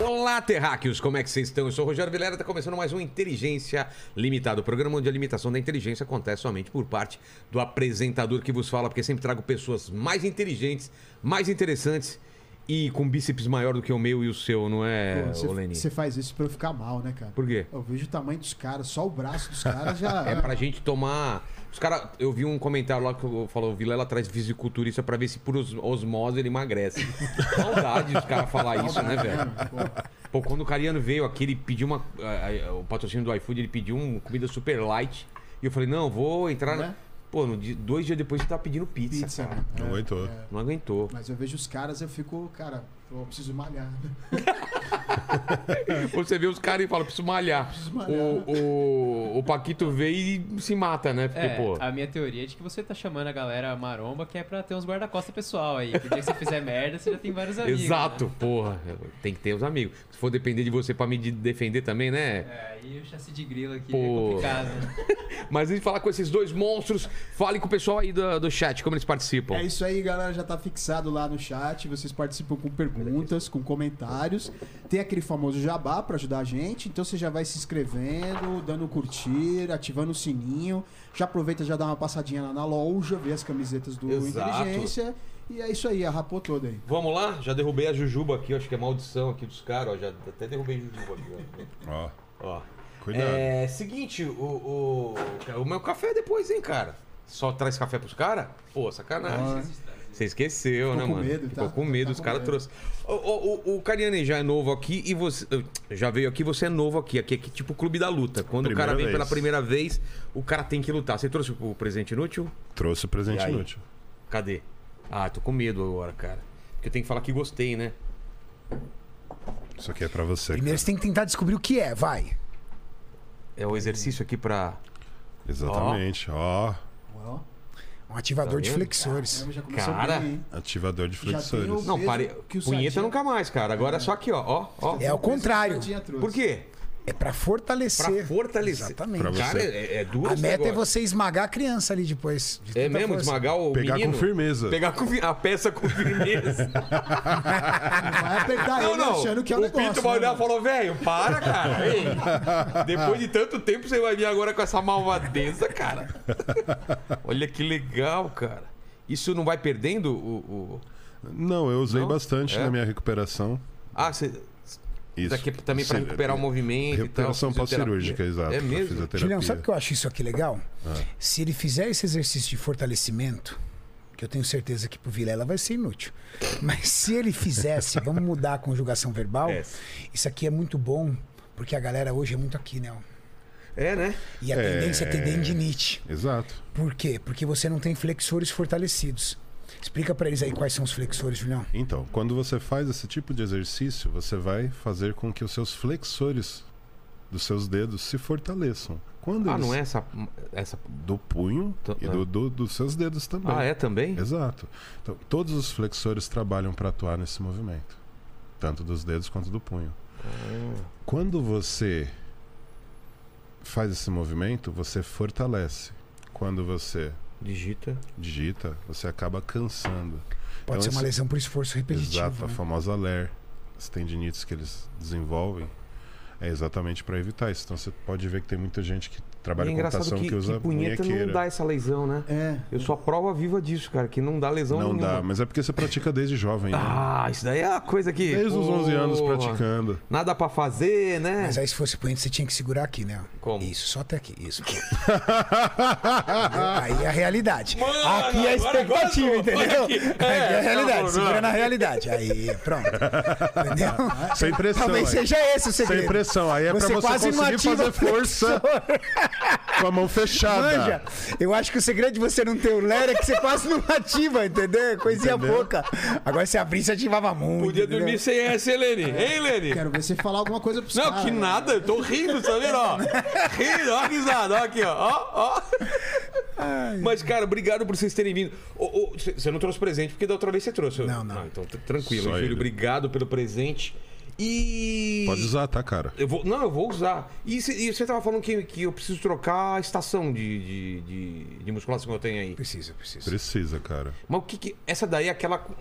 Olá, terráqueos, como é que vocês estão? Eu sou o Rogério Vilela, está começando mais um Inteligência Limitada, o programa onde a limitação da inteligência acontece somente por parte do apresentador que vos fala, porque sempre trago pessoas mais inteligentes, mais interessantes e com bíceps maior do que o meu e o seu, não é, Pô, ô Lenin? Você faz isso pra eu ficar mal, né, cara? Por quê? Eu vejo o tamanho dos caras, só o braço dos caras já. É pra gente tomar. Os caras, eu vi um comentário lá que eu- falou, o Vilela traz fisiculturista pra ver se por os- osmose ele emagrece. Saudade dos caras falar isso, né, velho? Pô, quando o Cariano veio aqui, ele pediu uma. a- a- o patrocínio do iFood, ele pediu uma comida super light. E eu falei, não, vou entrar. na- Né? Pô, no dia- dois dias depois ele tá pedindo pizza. Pizza, cara. né? Não É. aguentou. Não aguentou. Mas eu vejo os caras, eu fico, cara, eu preciso malhar. né? Você vê os caras e fala, preciso malhar. malhar. né? O, o, o Paquito veio e se mata, né? Porque, É, pô. a minha teoria é de que você tá chamando a galera maromba que é pra ter uns guarda-costas pessoal aí. Porque se você fizer merda, você já tem vários amigos. Exato, Né? porra. Tem que ter os amigos. Se for depender de você pra me de- defender também, né? É, e o chassi de grilo aqui é Pô. complicado, né? Mas antes de falar com esses dois monstros, fale com o pessoal aí do, do chat, como eles participam. É isso aí, galera. Já tá fixado lá no chat. Vocês participam com perguntas, com comentários. Tem aquele famoso jabá pra ajudar a gente. Então você já vai se inscrevendo, dando curtir, ativando o sininho. Já aproveita, já dá uma passadinha lá na loja, vê as camisetas do Exato. Inteligência. E é isso aí, arrapou toda aí. Vamos lá? Já derrubei a Jujuba aqui, eu acho que é maldição aqui dos caras, ó. Já até derrubei a Jujuba aqui, Ó, ó. ó. cuidado. É, seguinte, o, o, o meu café é depois, hein, cara? Só traz café pros caras? Pô, sacanagem. Você esqueceu, Ficou né, com mano? medo, Ficou tá? com medo, Tá os com caras medo. trouxeram. O, o, o- o Cariani já é novo aqui e você. Já veio aqui, você é novo aqui. Aqui é que- tipo o clube da luta. Quando o cara Primeira vem vez. pela primeira vez, o cara tem que lutar. Você trouxe o presente inútil? Trouxe E o presente aí? inútil. Cadê? Ah, tô com medo agora, cara. Porque eu tenho que falar que gostei, né? Isso aqui é pra você. Primeiro você tem que tentar descobrir o que é, vai. É o exercício aqui pra. cara. Exatamente. Ó, Ó, Um ativador Tá de vendo? flexores. já começou Cara. bem, hein? ativador de flexores. tem o- Não, Mesmo pare. que o Punheta Sadinha- nunca mais, cara. Agora é só aqui, ó. Ó, ó. É ao contrário. Sardinha trouxe. Por quê? É pra fortalecer. Pra fortalecer. Exatamente. Pra você. Cara, é, é duro A esse meta é negócio. você tá esmagar a criança ali depois. de É tanta mesmo, força. esmagar o Pegar menino? com firmeza. Pegar com fi- a peça com firmeza. Vai apertar não, ele não. achando que é um o negócio. Pinto vai né, olhar e mano? falou, velho, para, cara. Ei, depois de tanto tempo, você vai vir agora com essa malvadeza, cara. Olha que legal, cara. Isso não vai perdendo o... o- Não, eu usei Não? bastante É? na minha recuperação. Ah, você... Isso. Daqui também pra Sim, é, recuperar o movimento e tal. Recuperação fisioterapia. pós-cirúrgica, exato. É pra mesmo? Fisioterapia. Julião, sabe o que eu acho isso aqui legal? Ah. Se ele fizer esse exercício de fortalecimento, que eu tenho certeza que pro Vilela vai ser inútil. Mas se ele fizesse, vamos mudar a conjugação verbal, É. isso aqui é muito bom, porque a galera hoje é muito aqui, né? ó. É, né? E a tendência é ter dendinite. Exato. Por quê? Porque você não tem flexores fortalecidos. Explica pra eles aí quais são os flexores, Julião. Então, quando você faz esse tipo de exercício, você vai fazer com que os seus flexores dos seus dedos se fortaleçam. Quando Ah, eles... não é essa... essa... Do punho Tô- e é. do, do- dos seus dedos também. Ah, é também? Exato. Então, todos os flexores trabalham para atuar nesse movimento, tanto dos dedos quanto do punho. Ah, Quando você faz esse movimento, você fortalece. Quando você Digita. digita, você acaba cansando. Pode Então, ser uma esse- lesão por esforço repetitivo. Exato, a né? famosa LER, as tendinites que eles desenvolvem, é exatamente para evitar isso. Então você pode ver que tem muita gente que E trabalha é com engraçado computação que, que, usa que punheta não munhequeira. dá essa lesão, né? É. Eu sou a prova viva disso, cara, que não dá lesão Não nenhuma. dá, mas é porque você pratica desde jovem. né? Ah, isso daí é a coisa que. Desde os 11 anos Porra, praticando. Nada pra fazer, né? Mas é aí se fosse punheta, você tinha que segurar aqui, né? Como? Isso, só até aqui. Isso. aí é a realidade. aqui é agora a expectativa, gostou. Olha entendeu? aqui. Aqui. É, é a não, não. realidade. Segura na realidade. Aí, pronto. Entendeu? Sem pressão. Talvez aí. seja esse o segredo. Sem pressão. Aí é pra você quase não conseguir ativa fazer o flexor. força. com a mão fechada. Manja, eu acho que o segredo de você não ter o Lera é que você quase não ativa, entendeu? Coisinha Entendeu? pouca. Agora se abrir, você ativava muito. É. Podia entendeu? dormir sem essa, hein, Lene? Hein, Lene? Quero ver você falar alguma coisa pros Não, caras. que nada, eu tô rindo, tá vendo? Ó, rindo, ó a risada, ó aqui, ó. ó, ó. Mas, cara, obrigado por vocês terem vindo. Ô, ô, cê- Você não trouxe presente, porque da outra vez você trouxe. Não, não. então, tr- tranquilo, Só filho. ele. Obrigado pelo presente. E. Pode usar, tá, cara? Eu vou, não, eu vou usar. E você tava falando que, que eu preciso trocar a estação de, de, de, de musculação que eu tenho aí. Precisa, precisa. Precisa, cara. Mas o que que. Essa daí é aquela com,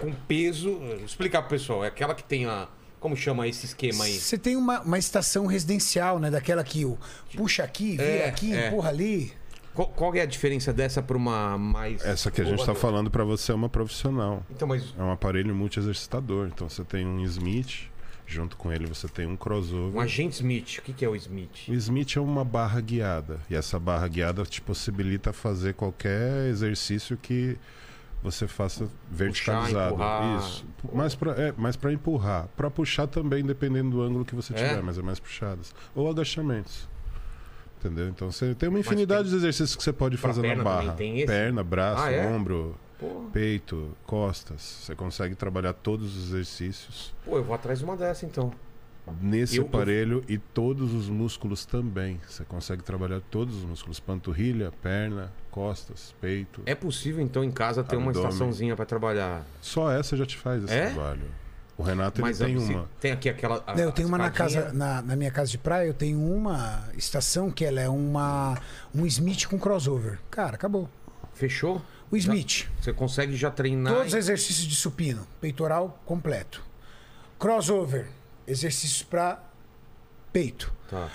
com peso. Explicar pro pessoal, é aquela que tem a. Como chama esse esquema aí? Você tem uma, uma estação residencial, né? Daquela que o puxa aqui, vira É, aqui, é. empurra ali. Qual, qual é a diferença dessa pra uma mais. Essa que a gente tá falando pra você é uma profissional. Então, mas. É um aparelho multi-exercitador. Então você tem um Smith, junto com ele você tem um crossover. Um agente Smith, o que, que é o Smith? O Smith é uma barra guiada. E essa barra guiada te possibilita fazer qualquer exercício que você faça verticalizado. empurrar. Isso. Mais pra, é, mais pra empurrar. Pra puxar também, dependendo do ângulo que você É? tiver, mas é mais puxadas. Ou agachamentos. Entendeu? Então você tem uma infinidade de exercícios que você pode Pra fazer perna na também barra. tem esse? Perna, braço, Ah, é? ombro, Pô, peito, costas. Você consegue trabalhar todos os exercícios pô, eu vou atrás de uma dessa então. nesse Eu- aparelho e todos os músculos também. Você consegue trabalhar todos os músculos: panturrilha, perna, costas, peito. É possível então em casa ter uma Abdômen. estaçãozinha pra trabalhar? Só essa já te faz esse É? trabalho. O Renato ele a- tem se- uma. assim? Tem aqui aquela. a- Não, Né, eu tenho a uma na, escadinha. casa, na, na minha casa de praia, eu tenho uma estação que ela é uma um Smith com crossover. Cara, acabou. Fechou? O Smith, Você consegue já treinar. todos os e- exercícios de supino, peitoral completo. Crossover, exercícios para peito. Tá.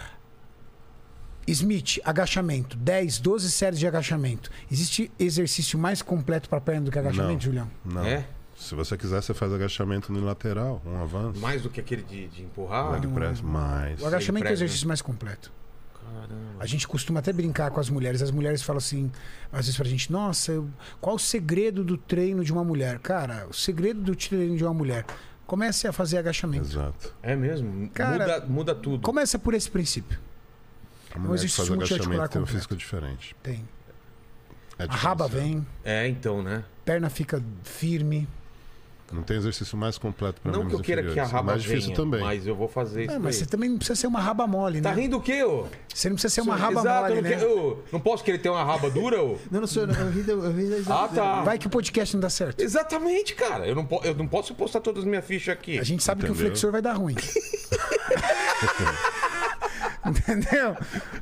Smith, agachamento, 10, 12 séries de agachamento. Existe exercício mais completo para perna do que agachamento, Não. Julião? Não. É? Se você quiser, você faz agachamento unilateral, um avanço. Mais um do que aquele de, de empurrar? leg press, mais. O agachamento é o prego. exercício mais completo. Caramba. A gente costuma até brincar com as mulheres. As mulheres falam assim, às vezes pra gente, nossa, eu- qual o segredo do treino de uma mulher? Cara, o segredo do treino de uma mulher. Comece a fazer agachamento. Exato. É mesmo? Cara, muda, muda tudo. Começa por esse princípio. A mulher que existe faz isso multiarticular agachamento tem um completo. físico diferente. Tem. É A raba diferenciado. vem, É, então, né? perna fica firme. Não tem exercício mais completo para não que eu queira que a raba É mais difícil venha, também. mas eu vou fazer isso. É, mas você daí. também não precisa ser uma raba mole, Tá né? rindo o quê, ô? Você não precisa ser uma raba Exato, mole, eu não, né? quero- eu não posso querer ter uma raba dura, ô? Não, não, senhor, eu ri da- eu ri da Ah, risada dele. tá. Vai que o podcast não dá certo. Exatamente, cara. Eu não, po- eu não posso postar todas as minhas fichas aqui. A gente sabe que o Entendeu? flexor vai dar ruim. Entendeu?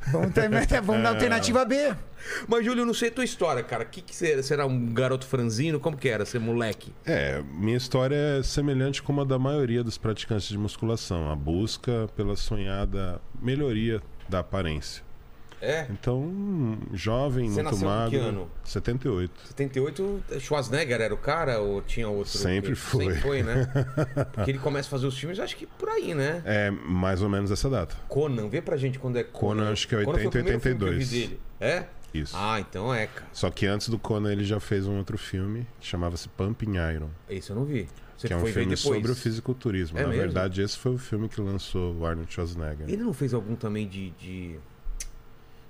Vamos, ter, vamos na alternativa B. Mas, Júlio, eu não sei a tua história, cara. O que, que você Será um garoto franzino? Como que era ser moleque? É, minha história é semelhante com a da maioria dos praticantes de musculação, a busca pela sonhada melhoria da aparência. É? Então, um jovem, Você muito nasceu em magro, que ano? 78. 78, Schwarzenegger era o cara ou tinha outro? Sempre que- foi. Sempre foi, né? Porque ele começa a fazer os filmes, acho que por aí, né? É mais ou menos essa data. Conan, vê pra gente quando é Conan. Conan, acho que é Conan foi o 80, primeiro filme que eu vi 82. dele. É? Isso. Ah, então é, cara. Só que antes do Conan ele já fez um outro filme que chamava-se Pumping Iron, Isso eu não vi. Você que é um foi ver filme depois. sobre o fisiculturismo. É Na mesmo? verdade, esse foi o filme que lançou o Arnold Schwarzenegger. Ele não fez algum também de, de...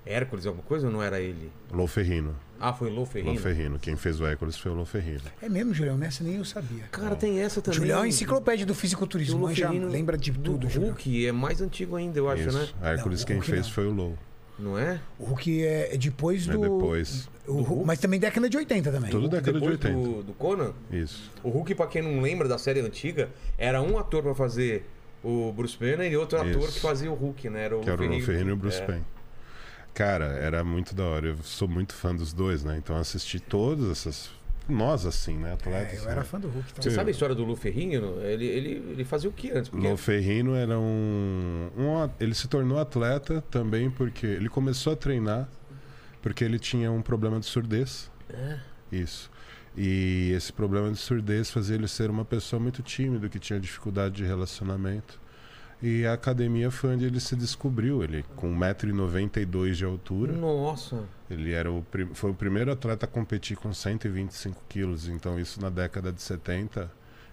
Hércules, alguma coisa ou não era ele? Loferrino. Ah, foi Lou Ferrino. Loferrino. Quem fez o Hércules foi o Loferrino. É mesmo, Julião, nessa nem eu sabia. Cara, tem essa também. Julião é a enciclopédia. enciclopédia do fisiculturismo, mas já lembra de tudo, O Julião. Hulk é mais antigo ainda, eu acho, né? Isso. Hércules Não, o quem Hulk fez não. foi o Low. Não é? O Hulk é é depois É do. depois. o Hulk- Mas também década de 80 também. Tudo década de Depois 80. Do, do Conan? Isso. O Hulk, pra quem não lembra da série antiga, era um ator pra fazer o Bruce Banner e outro ator Isso. que fazia o Hulk, né? Era o Que era o Ferrigno. Ferrino e o Bruce É. Payne. Cara, era muito da hora. Eu sou muito fã dos dois, né? Então eu assisti todas essas. Nós, assim, né? É, Atletas. eu era né? fã do Hulk. Então. Você sabe a história do Lu Ferrigno? Ele, ele, ele fazia o que antes? Porque Lou Ferrino era um, um a- Ele se tornou atleta também porque. Ele começou a treinar porque ele tinha um problema de surdez. Isso. E esse problema de surdez fazia ele ser uma pessoa muito tímida, que tinha dificuldade de relacionamento. E a academia foi onde ele se descobriu. Ele, com 1,92m de altura, Nossa. Ele era o prim- foi o primeiro atleta a competir com 125 quilos, então isso na década de 70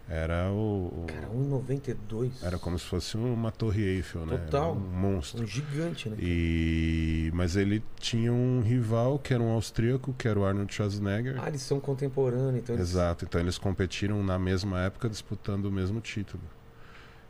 Era o. o- Cara, 1,92. Era como se fosse uma torre Eiffel, né? Era Total. um monstro. Um gigante, né? E... Mas ele tinha um rival que era um austríaco, que era o Arnold Schwarzenegger. Ah, eles são contemporâneos, então eles- Exato, então eles competiram na mesma época disputando o mesmo título.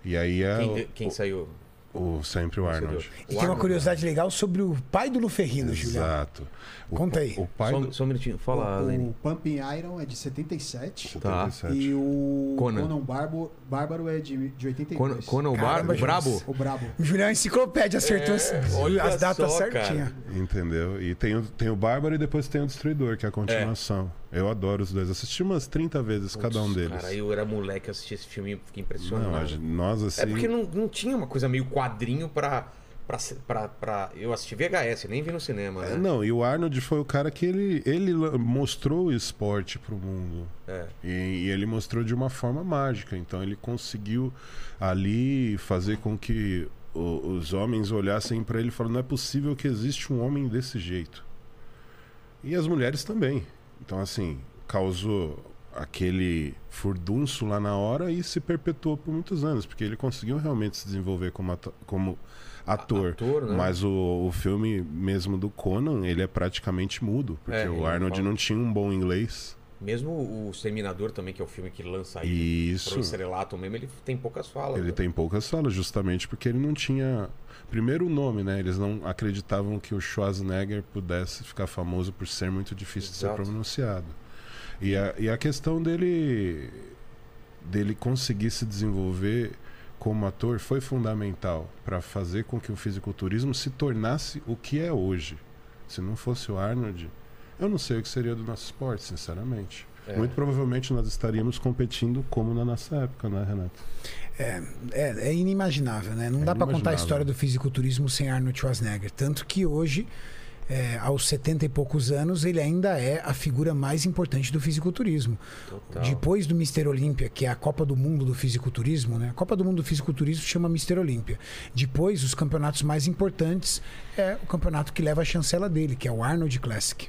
E aí é Quem, o- quem saiu? o, sempre o Arnold. Vencedor? E O tem uma Arnold. curiosidade legal sobre o pai do Luferrino, Juliano. Exato. O, Conta aí. O pai Só, um- do só um minutinho. Fala, o, Lene. o Pumping Iron é de 77. Tá. 77. E o Conan. Conan, Barbo, Bárbaro é de, de 82. Conan, Conan o, bar, Caramba, o Brabo? O Brabo. O Julião é Enciclopédia acertou as, É, olha as datas só, certinhas. Entendeu? E tem o, tem o Bárbaro e depois tem o Destruidor, que é a continuação. Eu adoro os dois. Assisti umas 30 vezes cada um deles. Cara, eu era moleque, eu assisti esse filme e fiquei impressionado. Não, a gente- nós assim. É porque não, não tinha uma coisa meio quadrinho pra. pra, ser- pra, pra- Eu assisti VHS, nem vi no cinema, né? É, não, e o Arnold foi o cara que ele, ele la- mostrou o esporte pro mundo. É. E, e ele mostrou de uma forma mágica. Então ele conseguiu ali fazer com que o- os homens olhassem para ele e falassem: não é possível que existe um homem desse jeito. E as mulheres também. Então, assim, causou aquele furdunço lá na hora e se perpetuou por muitos anos, porque ele conseguiu realmente se desenvolver como, ato- como ator. ator, né? Mas o, o filme mesmo do Conan, ele é praticamente mudo, porque É, ele o não Arnold fala. não tinha um bom inglês. Mesmo o Seminador também, que é o filme que lança aí E pro isso, estrelato mesmo, ele tem poucas falas. ele né? tem poucas falas, justamente porque ele não tinha... Primeiro o nome, né? Eles não acreditavam que o Schwarzenegger pudesse ficar famoso por ser muito difícil de Exato. ser pronunciado. E a, e a questão dele dele conseguir se desenvolver como ator foi fundamental para fazer com que o fisiculturismo se tornasse o que é hoje. Se não fosse o Arnold, eu não sei o que seria do nosso esporte, sinceramente. É. Muito provavelmente nós estaríamos competindo como na nossa época, né, Renato? É, é inimaginável, né? Não É dá pra contar a inimaginável. história do fisiculturismo sem Arnold Schwarzenegger. Tanto que hoje, é, aos 70 e poucos anos, ele ainda é a figura mais importante do fisiculturismo. Total. Depois do Mister Olímpia, que é a Copa do Mundo do Fisiculturismo, né? A Copa do Mundo do Fisiculturismo chama Mister Olímpia. Depois, os campeonatos mais importantes é o campeonato que leva a chancela dele, que é o Arnold Classic.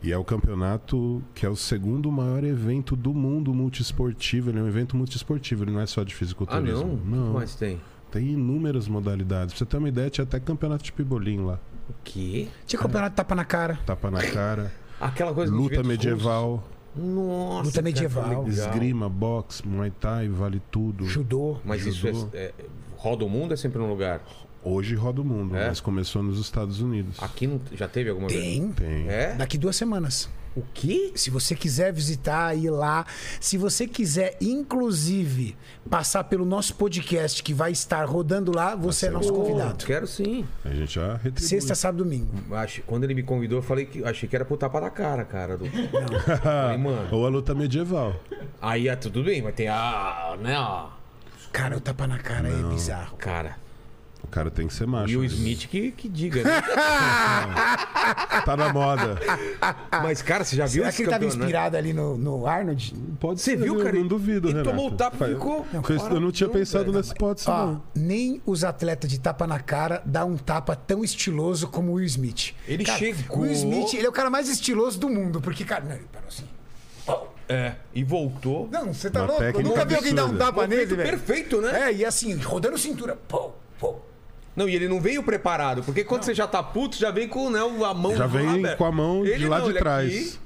E é o campeonato que é o segundo maior evento do mundo multiesportivo. Ele é um evento multiesportivo, ele não é só de Ah, fisiculturismo. não? O que mais tem? Tem inúmeras modalidades. Pra você ter uma ideia, tinha até campeonato de pibolim lá. O quê? Tinha campeonato tapa na cara, Tapa na cara, Aquela coisa dos luta eventos medieval, russos. Nossa. luta medieval, legal. esgrima, boxe, muay thai, vale tudo. judô. Mas isso Judô. é, é- roda o mundo ou é sempre um lugar. Hoje roda o mundo, É? mas começou nos Estados Unidos. Aqui não, já teve alguma vez? Tem. Tem. É? Daqui duas semanas. O quê? Se você quiser visitar, ir lá. Se você quiser, inclusive, passar pelo nosso podcast que vai estar rodando lá, você é nosso convidado. Quero sim. A gente já retribui. Sexta, sábado, domingo. Acho- quando ele me convidou, eu falei que achei que era pro tapa na cara, cara. Do... Falei, mano. Ah, Ou a luta medieval. Aí é tudo bem, mas tem a. né, ó. Cara, o tapa na cara é bizarro. Cara. O cara tem que ser macho. E o né? Smith que, que diga, né? Tá na moda. Mas, cara, você já viu Ah, Será esse que ele tava campeonato, né? inspirado ali no, no Arnold? Pode Você ser, viu, eu cara? Não duvido, Ele Renato. tomou o tapa e Faz- ficou. Fez- eu não tinha pensado nessa hipótese, Ó, não. nem os atletas de tapa na cara dá um tapa tão estiloso como o Will Smith. Ele cara, chegou- O Will Smith, ele é o cara mais estiloso do mundo, porque, cara. Não, ele parou assim. É. E voltou. Não, você tá Uma louco? Eu técnica nunca vi alguém dar um absurda. tapa nele, velho. Perfeito, né? É, e assim, rodando cintura. Pô, pô. Não, e ele não veio preparado, porque quando você já tá puto, já vem com né, a mão Já vem aberta. com a mão de lá de ele é trás. aqui,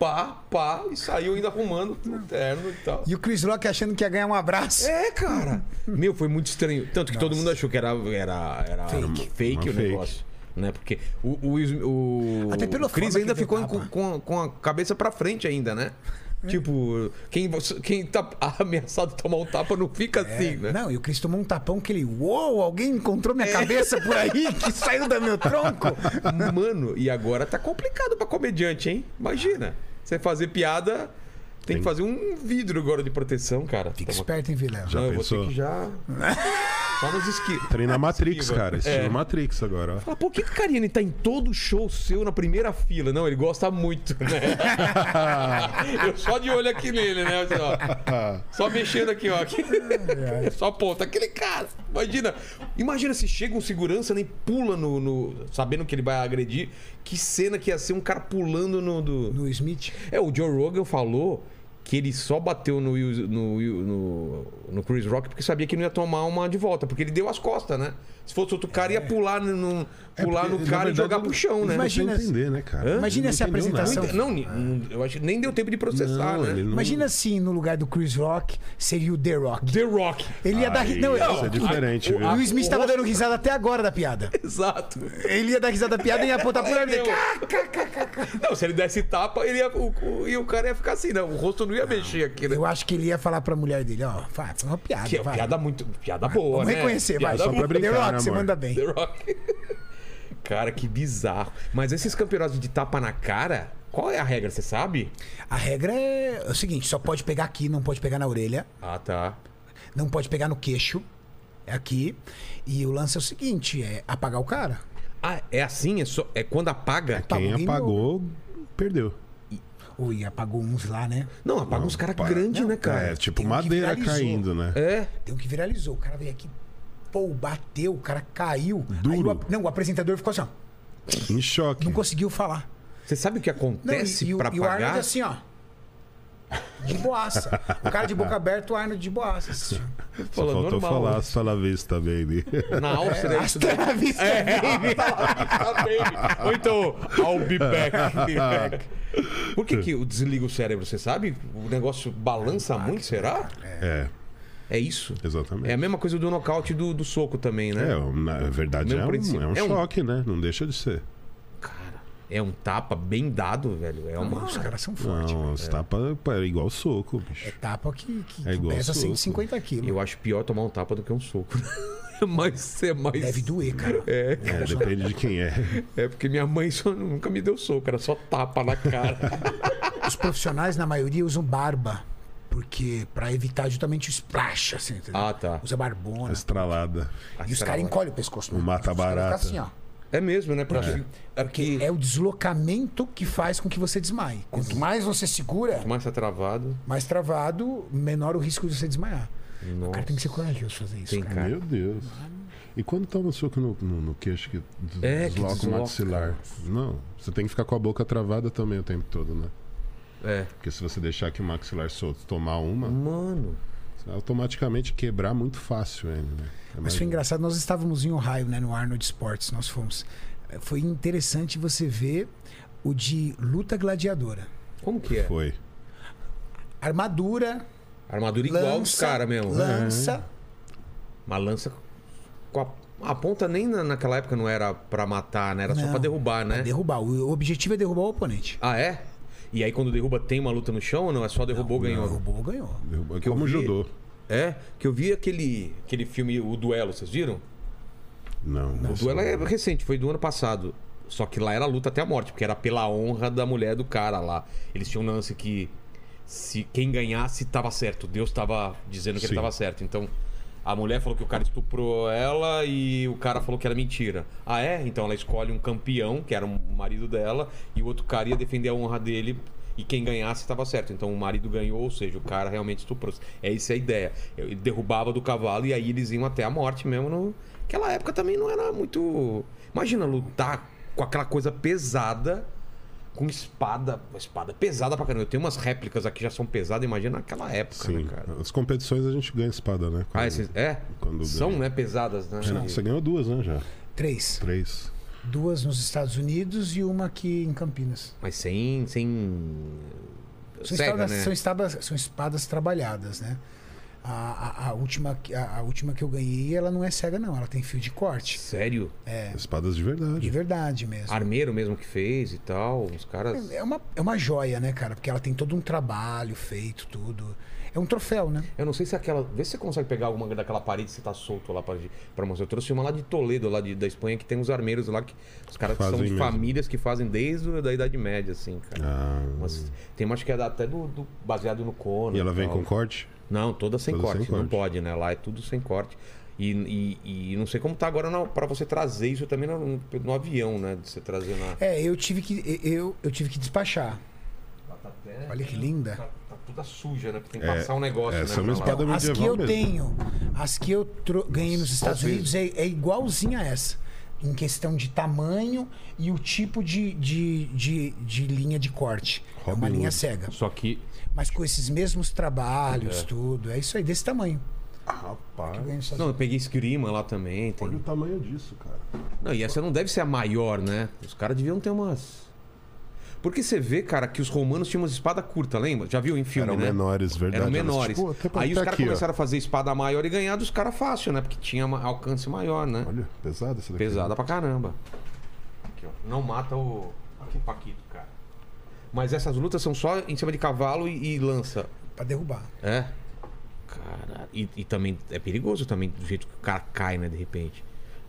pá, pá, e saiu ainda arrumando o terno e tal. E o Chris Rock achando que ia ganhar um abraço. É, cara. Meu, foi muito estranho. Tanto que todo mundo achou que era, era, era fake, Uma o fake. negócio. Né? Porque o, o, Will Smith- o, Até pela o Chris forma ainda que ficou deu com, tapa. com a- com a cabeça pra frente ainda, né? Tipo, quem, você- quem tá ameaçado de tomar um tapa não fica É, assim, né? Não, e o Chris tomou um tapão que ele. Uou, alguém encontrou É. minha cabeça por aí que saiu do meu tronco. Mano, e agora tá complicado pra comediante, hein? Imagina. Você fazer piada, tem que fazer um vidro agora de proteção, cara. Fica Tá uma- esperto, hein, Vilela? Já Ah, Não, eu vou ter pensou? que já. Só nos esqui. Treina Matrix, Esquiva. É. cara. é Estilo Matrix agora, ó. Fala, por que que o Carini tá em todo show seu na primeira fila? Não, ele gosta muito, né? Eu só de olho aqui nele, né? Assim, ó. Só mexendo aqui, ó. Aqui. Só aponta. Aquele cara. Imagina. Imagina se chega um segurança nem pula no, no- Sabendo que ele vai agredir. Que cena que ia ser um cara pulando no. do- No Smith. É, o Joe Rogan falou que ele só bateu no, Will- no, Will- no, no Chris Rock porque sabia que não ia tomar uma de volta, porque ele deu as costas, né? Se fosse outro cara, ia pular no, no- É pular porque, no na cara e verdade, jogar ele- pro chão, né? Ele Imagina Imagina se- entender, né, cara? Imagina Ele se a entendeu nada. apresentação- Não, ni- não, eu acho que nem deu tempo de processar, Não, né? ele não- Imagina se no lugar do Chris Rock seria o The Rock. The Rock. Ele ia dar. Aí, Não, isso é eu- diferente, viu? o Will Smith tava dando risada até agora da piada. Exato. Ele ia dar risada da piada e ia apontar pro ele. Não, se ele desse tapa, ele ia, o, o- e o cara ia ficar assim, não. O rosto não ia mexer aqui, né? Eu acho que ele ia falar pra mulher dele, ó, faz uma piada. Que é vai. piada muito. Piada boa, Vamos né? reconhecer, vai. Piada Só pra boa. brincar, The Rock, né, você amor? manda bem. The Rock. Cara, que bizarro. Mas esses campeonatos de tapa na cara, qual é a regra, você sabe? A regra é o seguinte: só pode pegar aqui, não pode pegar na orelha, Ah, tá. não pode pegar no queixo. É aqui. E o lance é o seguinte: é apagar o cara. Ah, é assim? É, só, é quando apaga? Apagou, Quem game apagou, perdeu. Ui, apagou uns lá, né? Não, apaga uns caras pá. grandes, né, É, cara? tipo tem um que madeira viralizou. caindo, né? É. Tem um que viralizou. O cara veio aqui, pô, bateu, o cara caiu. Duro. Aí o ap- não, o apresentador ficou assim, ó, É. Em choque. não conseguiu falar. Você sabe o que Não, e- acontece e, o- pra e o Arnold pagar? assim, ó. De boaça. O cara de boca aberta, o Arnold de boaça. assim, ó. Só Falou, faltou normal. né? falar as palavras também. né? Na Áustria é isso daí. Hasta la vista, baby. Baby. Ou então, I'll be back. Be back. Por que, que o desliga o cérebro? Você sabe? O negócio balança muito, será? né? É, É isso. É a exatamente. mesma coisa do nocaute do, do soco também, É, né? na verdade Mesmo é um, princípio. é um É um- choque, né? Não deixa de ser. Cara, é um tapa bem dado, velho. É uma. Os caras são fortes. né? Não, os tapas pô, é igual soco, É bicho. tapa que, que, É que igual pesa soco. 150 quilos. Eu acho pior tomar um tapa do que um soco. Mas é mais. Deve doer, cara. É, É, depende de quem é. é porque minha mãe só nunca me deu soco, era só tapa na cara. Os profissionais, na maioria, usam barba. Porque, pra evitar justamente o splash, assim, entendeu? Ah, tá. Usa A barbona. Estralada. E os caras encolhem o pescoço. né? O mata-barata. Os caras ficam Assim, ó. É mesmo, né? Porque, é porque É o deslocamento que faz com que você desmaie. Quanto mais você segura, mais tá travado. mais travado, menor o risco de você desmaiar. O cara Nossa. tem que ser corajoso fazer isso, Tem, cara. Cara. Meu Deus. E quando toma soco no, no, no queixo que des- É, que desloca o desloca. maxilar? Não, você tem que ficar com a boca travada também o tempo todo, né? É. Porque se você deixar que o maxilar solto tomar uma, Mano. você vai automaticamente quebrar muito fácil ele, né? É Mas mais- foi engraçado, nós estávamos em Ohio, né, no Arnold Sports, nós fomos. Eh, Foi interessante você ver o de luta gladiadora. Como que é? Foi. Armadura, Armadura lança, igual os caras mesmo. lança. Uma lança com a, a ponta nem na- naquela época não era pra matar, né? Era só Não, pra derrubar, né? Derrubar. O objetivo é derrubar o oponente. Ah, é? E aí quando derruba tem uma luta no chão ou não? É só derrubou, ganhou? Derrubou, ganhou. Derrubou- Que eu Como vi- judô. É? Que eu vi aquele, aquele filme O Duelo, vocês viram? Não, O essa- duelo é recente, foi do ano passado. Só que lá era luta até a morte, porque era pela honra da mulher do cara lá. Eles tinham um lance que se quem ganhasse tava certo. Deus tava dizendo que ele Sim. tava certo. Então a mulher falou que o cara estuprou ela e o cara falou que era mentira. Ah é? Então ela escolhe um campeão, que era o marido dela, e o outro cara ia defender a honra dele. E quem ganhasse tava certo. Então o marido ganhou, ou seja, o cara realmente estuprou. É isso a ideia. Ele derrubava do cavalo e aí eles iam até a morte mesmo no, Aquela época também não era muito. Imagina lutar com aquela coisa pesada, com espada. Espada pesada pra caramba. Eu tenho umas réplicas aqui que já são pesadas, imagina naquela época, Sim. né, cara? As competições a gente ganha espada, né? Ah, esses, é? Quando são, ganha. né, pesadas, né? Não, você ganhou duas, né, já? Três. Três. Duas nos Estados Unidos e uma aqui em Campinas. Mas sem. sem. São, cega, espadas, né? são, espadas, são espadas trabalhadas, né? A, a- a última, que- a, a última que eu ganhei, ela não é cega, não. Ela tem fio de corte. Sério? É, Espadas de De verdade. verdade mesmo. Armeiro mesmo que fez e tal. Os caras. É uma, é uma joia, né, cara? Porque ela tem todo um trabalho feito, tudo. É um troféu, né? Eu não sei se é aquela. Vê se você consegue pegar alguma daquela parede que você tá solto lá pra, pra mostrar. Eu trouxe uma lá de Toledo, lá de- da Espanha, que tem uns armeiros lá que. Os caras que são Fazem de mesmo. famílias que fazem desde o- da Idade Média, assim, cara. Ah, Mas tem mais que é da- até do, do- baseado no Conan. e ela vem tal. com corte? Não, toda sem Toda sem corte. Não corte. pode, né? Lá é tudo sem corte. E, e- e não sei como tá agora na- pra você trazer isso também no, no avião, né? De você trazer na. É, eu tive que, eu, eu tive que despachar. Olha que linda. Então, Tá, tá toda suja, né? Porque tem que né? É, passar um negócio, essa né? é uma pra lá. espada As que medieval mesmo. eu tenho, as que eu tro- ganhei nos Estados talvez. Unidos é, é igualzinha a essa. em questão de tamanho e o tipo de, de, de, de linha de corte. é uma Robin linha Hood. cega. Só que. Mas com esses mesmos trabalhos, tudo. É isso aí, desse tamanho. Ah, Rapaz. Ganha só- Não, eu peguei esgrima lá também. tem- Olha o tamanho disso, cara. Não, e essa não deve ser a maior, né? Os caras deviam ter umas. Porque você vê, cara, que os romanos tinham umas espadas curtas, lembra? Já viu em filme, Eram né? menores, verdade. Eram Elas, menores. tipo, até pra- Aí os até caras aqui, ó. começaram a fazer espada maior e ganhar dos caras fácil, né? Porque tinha ma- alcance maior, né? Olha, pesada essa daqui. Pesada pra caramba. Aqui, ó. Não mata o o Paquito, cara. Mas essas lutas são só em cima de cavalo e, e lança. Pra derrubar. É? Cara, e, e também é perigoso também do jeito que o cara cai, né, de repente.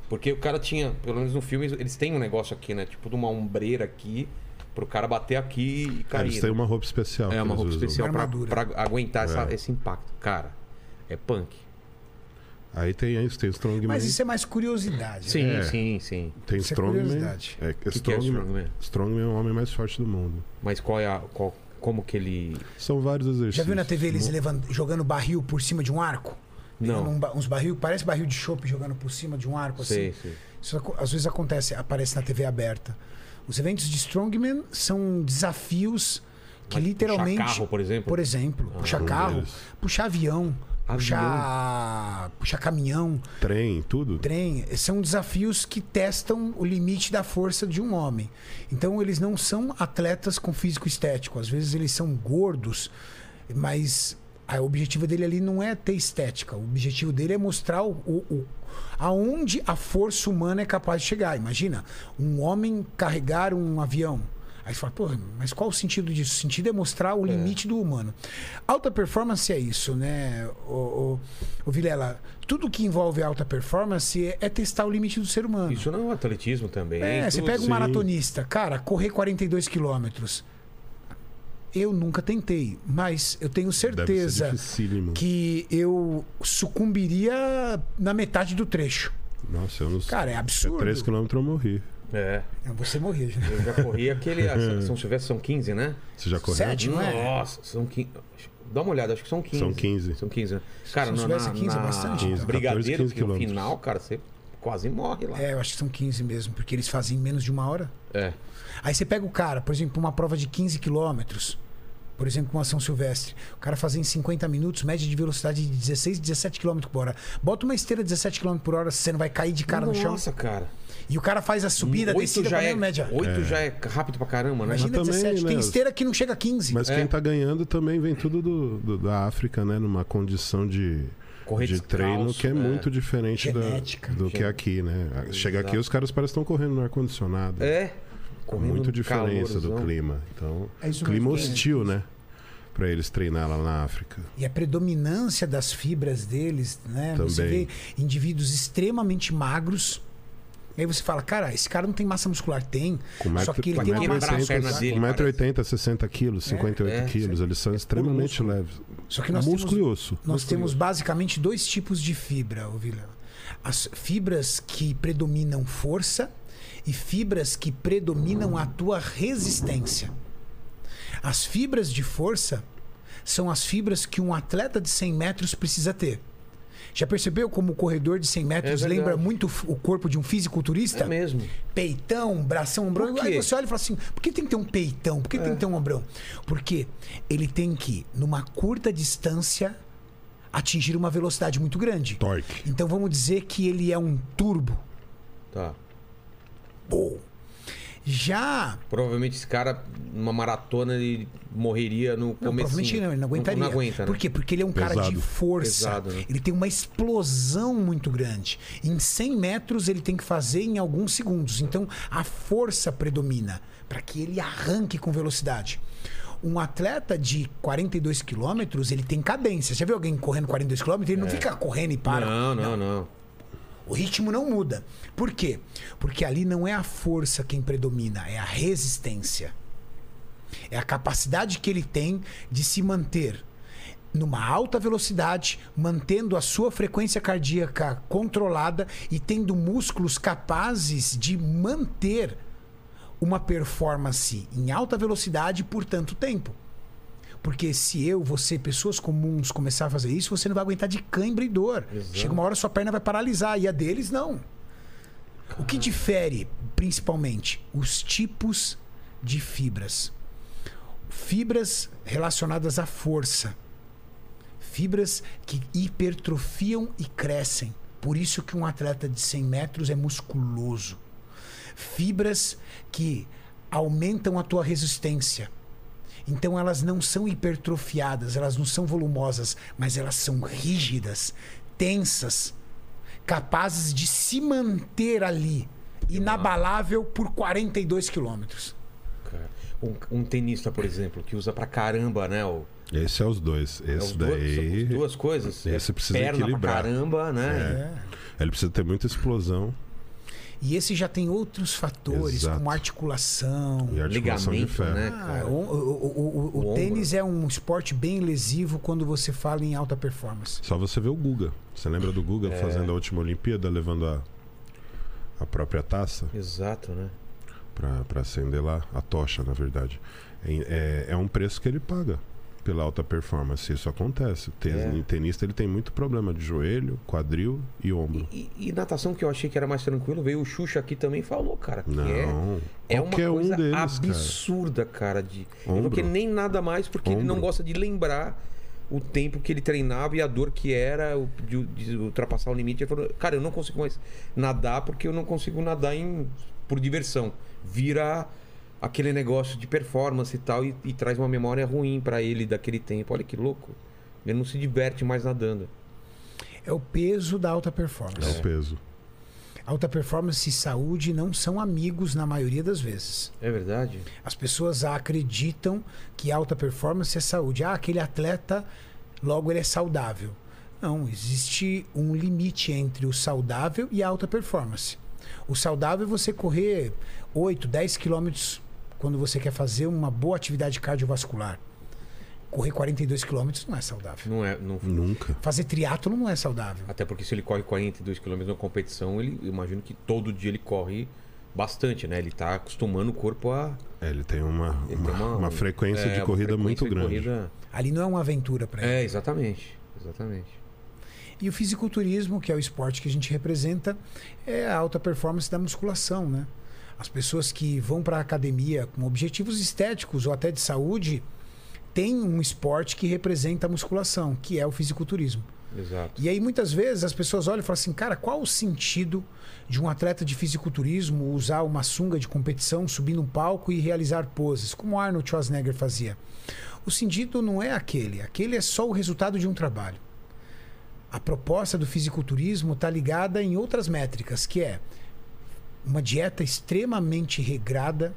Porque o cara tinha, pelo menos no filme, eles têm um negócio aqui, né? Tipo de uma ombreira aqui, pro cara bater aqui e Cara, cair. eles né? têm uma roupa especial. É que uma eles roupa usam. especial pra, Armadura. pra aguentar essa- É. esse impacto. Cara, é punk. Aí tem isso, tem o Strongman. Mas isso é mais curiosidade. Sim, É. sim, sim. Tem isso é Strongman. curiosidade. É, O que, que é Strongman? Strongman é o homem mais forte do mundo. Mas qual é a. qual- como que ele. São vários exercícios. Já viu na TV eles Mo- levant- jogando barril por cima de um arco? Não. Pegando um ba- uns barril, parece barril de chopp jogando por cima de um arco Sei, assim. sei. Isso aco- às vezes acontece, aparece na TV aberta. Os eventos de Strongman são desafios que Mas literalmente. puxar carro, por exemplo? Ah, Por exemplo, puxar um carro, deles. puxar avião, Avião? puxar. puxar caminhão, Trem, tudo. trem. São desafios que testam o limite da força de um homem. Então eles não são atletas com físico estético. Às vezes eles são gordos, mas a- o objetivo dele ali não é ter estética. O objetivo dele é mostrar o, o- o- aonde a força humana é capaz de chegar. Imagina, um homem carregar um avião. Aí você fala, pô, mas qual o sentido disso? O sentido é mostrar o limite do humano. Alta performance é isso, né, o, Vilela? Tudo que envolve alta performance é- é testar o limite do ser humano. Isso não é um atletismo também. É, você tudo. pega um sim. maratonista, cara, correr 42 quilômetros. Eu nunca tentei, mas eu tenho Deve ser certeza dificílimo. que eu sucumbiria na metade do trecho. Nossa, eu não sei. Cara, é absurdo. 3km eu morri. É. É, Você morrer. né? Eu já corri aquele. ah, a São- São Silvestre são 15, né? Você já correu? Sete, não é? Nossa, são 15. Dá uma olhada, acho que são 15. São 15. São 15, né? Cara, São na, na, Silvestre, 15 é bastante, na então. Brigadeiro, 14, que no 15 final, cara, você quase morre lá. É, eu acho que são 15 mesmo, porque eles fazem em menos de uma hora. É. Aí você pega o cara, por exemplo, uma prova de 15 quilômetros, por exemplo, com a São Silvestre. O cara fazia em 50 minutos, média de velocidade de 16, 17 km por hora. Bota uma esteira 17 km por hora, você não vai cair de cara Nossa, no chão. cara. E o cara faz a subida, a Oito descida com já a é, mesma média. oito já é rápido pra caramba, né? Imagina Mas também, 17. Tem né, esteira que não chega a 15. É. Mas quem tá ganhando também vem tudo do, do- da África, né? Numa condição de, Correr de treino descalço, que é, é. muito diferente da- Genética. do que aqui, né? Chega aqui, os caras parecem que estão correndo no ar-condicionado. É. Com Correndo muito no diferença do calorzão. clima. Então, É isso clima mesmo, é. hostil, né? Pra eles treinar lá na África. E a predominância das fibras deles, né? Você Também. vê indivíduos extremamente magros. E aí você fala, cara, esse cara não tem massa muscular. Tem. Com só metro, que ele com tem um né, uma aquele massa. braço, muscular. perna dele, 1,80m, 60 quilos, 58 é, quilos. Eles são extremamente leves. Só que nós Músculo temos- e osso. Nós Músculo e temos basicamente dois tipos de fibra, ô Vila. As fibras que predominam força e fibras que predominam a tua resistência. As fibras de força são as fibras que um atleta de 100 metros precisa ter. Já percebeu como o corredor de 100 metros É verdade. lembra muito o corpo de um fisiculturista? É mesmo. peitão, um bração, ombrão. Por quê? É. Aí você olha e fala assim: por que tem que ter um peitão? Por que tem que ter um ombrão? Porque ele tem que, numa curta distância, atingir uma velocidade muito grande. Torque. Então vamos dizer que ele é um turbo. Tá. Bom. Já Provavelmente esse cara, numa maratona, ele morreria no começo. Não, provavelmente não, ele não aguentaria. um Não, aguenta, né? Por quê? Porque ele é um cara Pesado. de força. Pesado, né? Ele tem uma explosão muito grande. Em 100 metros, ele tem que fazer em alguns segundos. Então, a força predomina para que ele arranque com velocidade. Um atleta de 42 quilômetros, ele tem cadência. Já viu alguém correndo 42 quilômetros? Ele não fica correndo e para. É. Não, não, não. O ritmo não muda. Por quê? Porque ali não é a força quem predomina, é a resistência. É a capacidade que ele tem de se manter numa alta velocidade, mantendo a sua frequência cardíaca controlada e tendo músculos capazes de manter uma performance em alta velocidade por tanto tempo. Porque se eu, você, pessoas comuns começar a fazer isso, você não vai aguentar de cãibra e dor. Chega uma hora sua perna vai paralisar e a deles não. O que difere, principalmente, os tipos de fibras. Fibras relacionadas à força. Fibras que hipertrofiam e crescem. Por isso que um atleta de 100 metros é musculoso. Fibras que aumentam a tua resistência. Então elas não são hipertrofiadas, elas não são volumosas, mas elas são rígidas, tensas, capazes de se manter ali, inabalável por 42 quilômetros. Cara, Um, um tenista, por exemplo, que usa pra caramba, né? O, Esse é os dois. Esse é os dois- daí. as duas coisas. Esse É precisa perna equilibrar. É, pra caramba, né? Ele precisa ter muita explosão É. E esse já tem outros fatores, Exato. como articulação. e articulação de Ligamento, ferro. né? Ah, cara? o, o- o- o- o ombro. tênis é um esporte bem lesivo quando você fala em alta performance. Só você vê o Guga. Você lembra do Guga É. fazendo a última Olimpíada, levando a, a própria taça Exato, né? pra pra acender lá? A tocha, na verdade. É, é, é um preço que ele paga pela alta performance. Isso acontece. O ten- É. o tenista ele tem muito problema de joelho, quadril e ombro. E, e natação que eu achei que era mais tranquilo, veio o Xuxa aqui também e falou, cara, que é, Não. é uma Qualquer coisa um deles, cara. absurda, cara. de, eu não Ombro. quero nem nada mais, porque ele não Ombro. gosta de lembrar o tempo que ele treinava e a dor que era o- de, de ultrapassar o limite. Ele falou, cara, eu não consigo mais nadar porque eu não consigo nadar em, por diversão. Vira aquele negócio de performance e tal e, e traz uma memória ruim pra ele daquele tempo. Olha que louco. Ele não se diverte mais nadando. É o peso da alta performance. É o peso. Alta performance e saúde não são amigos na maioria das vezes. É verdade? As pessoas acreditam que alta performance é saúde. Ah, aquele atleta, logo ele é saudável. Não, existe um limite entre o saudável e a alta performance. O saudável é você correr 8, 10 quilômetros quando você quer fazer uma boa atividade cardiovascular. Correr 42 quilômetros não é saudável. Não é. Não, Nunca. Fazer triatlo não é saudável. Até porque se ele corre 42 km na competição, ele eu imagino que todo dia ele corre bastante, né? Ele tá acostumando o corpo a É, ele tem uma, ele uma, tem uma, uma frequência é, de uma corrida frequência muito de grande. corrida- Ali não é uma aventura para ele. É, exatamente. Exatamente. E o fisiculturismo, que é o esporte que a gente representa, é a alta performance da musculação, né? As pessoas que vão para a academia com objetivos estéticos ou até de saúde têm um esporte que representa a musculação, que é o fisiculturismo. Exato. E aí muitas vezes as pessoas olham e falam assim, cara, qual o sentido de um atleta de fisiculturismo usar uma sunga de competição, subir num palco e realizar poses, como Arnold Schwarzenegger fazia? O sentido não é aquele, aquele é só o resultado de um trabalho. A proposta do fisiculturismo está ligada em outras métricas, que é uma dieta extremamente regrada,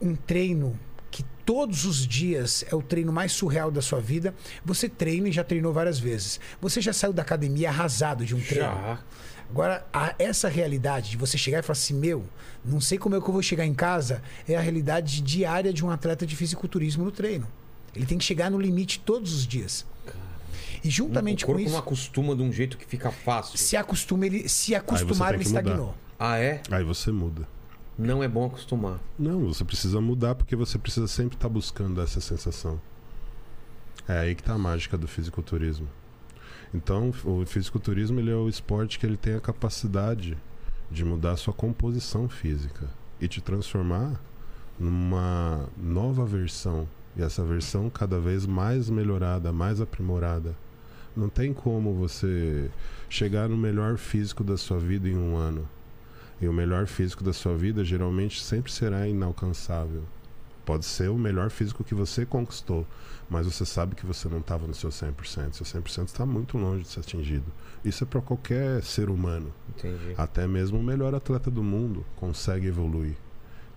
um treino que todos os dias é o treino mais surreal da sua vida. Você treina e já treinou várias vezes. Você já saiu da academia arrasado de um treino. Já. Agora, a- essa realidade de você chegar e falar assim, meu, não sei como é que eu vou chegar em casa, é a realidade diária de um atleta de fisiculturismo no treino. Ele tem que chegar no limite todos os dias. E juntamente o corpo é com isso, não acostuma de um jeito que fica fácil. se acostuma, ele se acostumar, tem ele que mudar. estagnou. Ah, é? Aí você muda. Não é bom acostumar. Não, você precisa mudar porque você precisa sempre estar buscando essa sensação. É aí que tá a mágica do fisiculturismo. Então, o fisiculturismo ele é o esporte que ele tem a capacidade de mudar a sua composição física e te transformar numa nova versão. E essa versão cada vez mais melhorada, mais aprimorada. Não tem como você chegar no melhor físico da sua vida em um ano. E o melhor físico da sua vida geralmente sempre será inalcançável. Pode ser o melhor físico que você conquistou, mas você sabe que você não estava no seu 100%. Seu 100% está tá muito longe de ser atingido. Isso é para qualquer ser humano. Entendi. Até mesmo o melhor atleta do mundo consegue evoluir.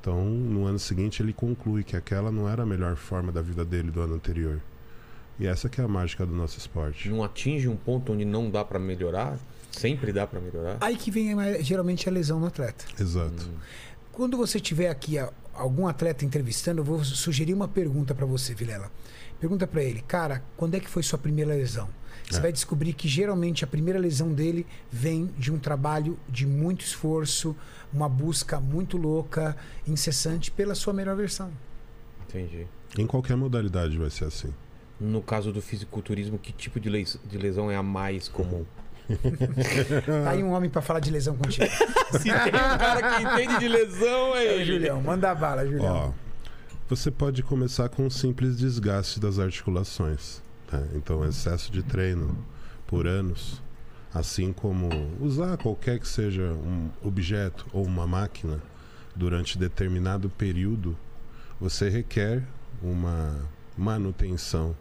Então, no ano seguinte, ele conclui que aquela não era a melhor forma da vida dele do ano anterior. E essa que é a mágica do nosso esporte. Não atinge um ponto onde não dá pra melhorar? Sempre dá pra melhorar? Aí que vem eh, geralmente a lesão no atleta. Exato. Quando você tiver aqui a- algum atleta entrevistando, eu vou sugerir uma pergunta pra você, Vilela. Pergunta pra ele, cara, quando é que foi sua primeira lesão? Você É. vai descobrir que geralmente a primeira lesão dele vem de um trabalho de muito esforço, uma busca muito louca, incessante pela sua melhor versão. Entendi. Em qualquer modalidade vai ser assim. No caso do fisiculturismo, que tipo de, leis- de lesão é a mais comum? Tá aí um homem pra falar de lesão contigo. Se tem um cara que entende de lesão, é Aí, ele. Julião, manda bala, Ó, Julião. você pode começar com um simples desgaste das articulações. tá? Então, excesso de treino por anos, assim como usar qualquer que seja um objeto ou uma máquina durante determinado período, você requer uma manutenção.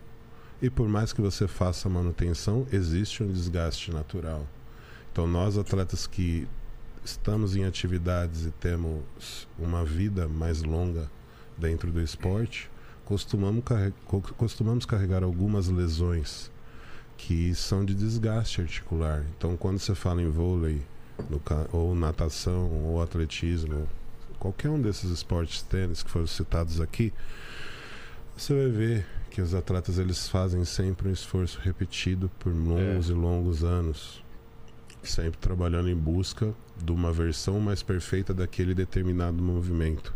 E por mais que você faça manutenção, existe um desgaste natural. Então, nós atletas que estamos em atividades e temos uma vida mais longa dentro do esporte, costumamos, carre- co- costumamos carregar algumas lesões que são de desgaste articular. Então, quando você fala em vôlei, no ca- ou natação, ou atletismo, qualquer um desses esportes tênis que foram citados aqui, você vai ver que os atletas eles fazem sempre um esforço repetido por longos e longos anos, sempre trabalhando em busca de uma versão mais perfeita daquele determinado movimento.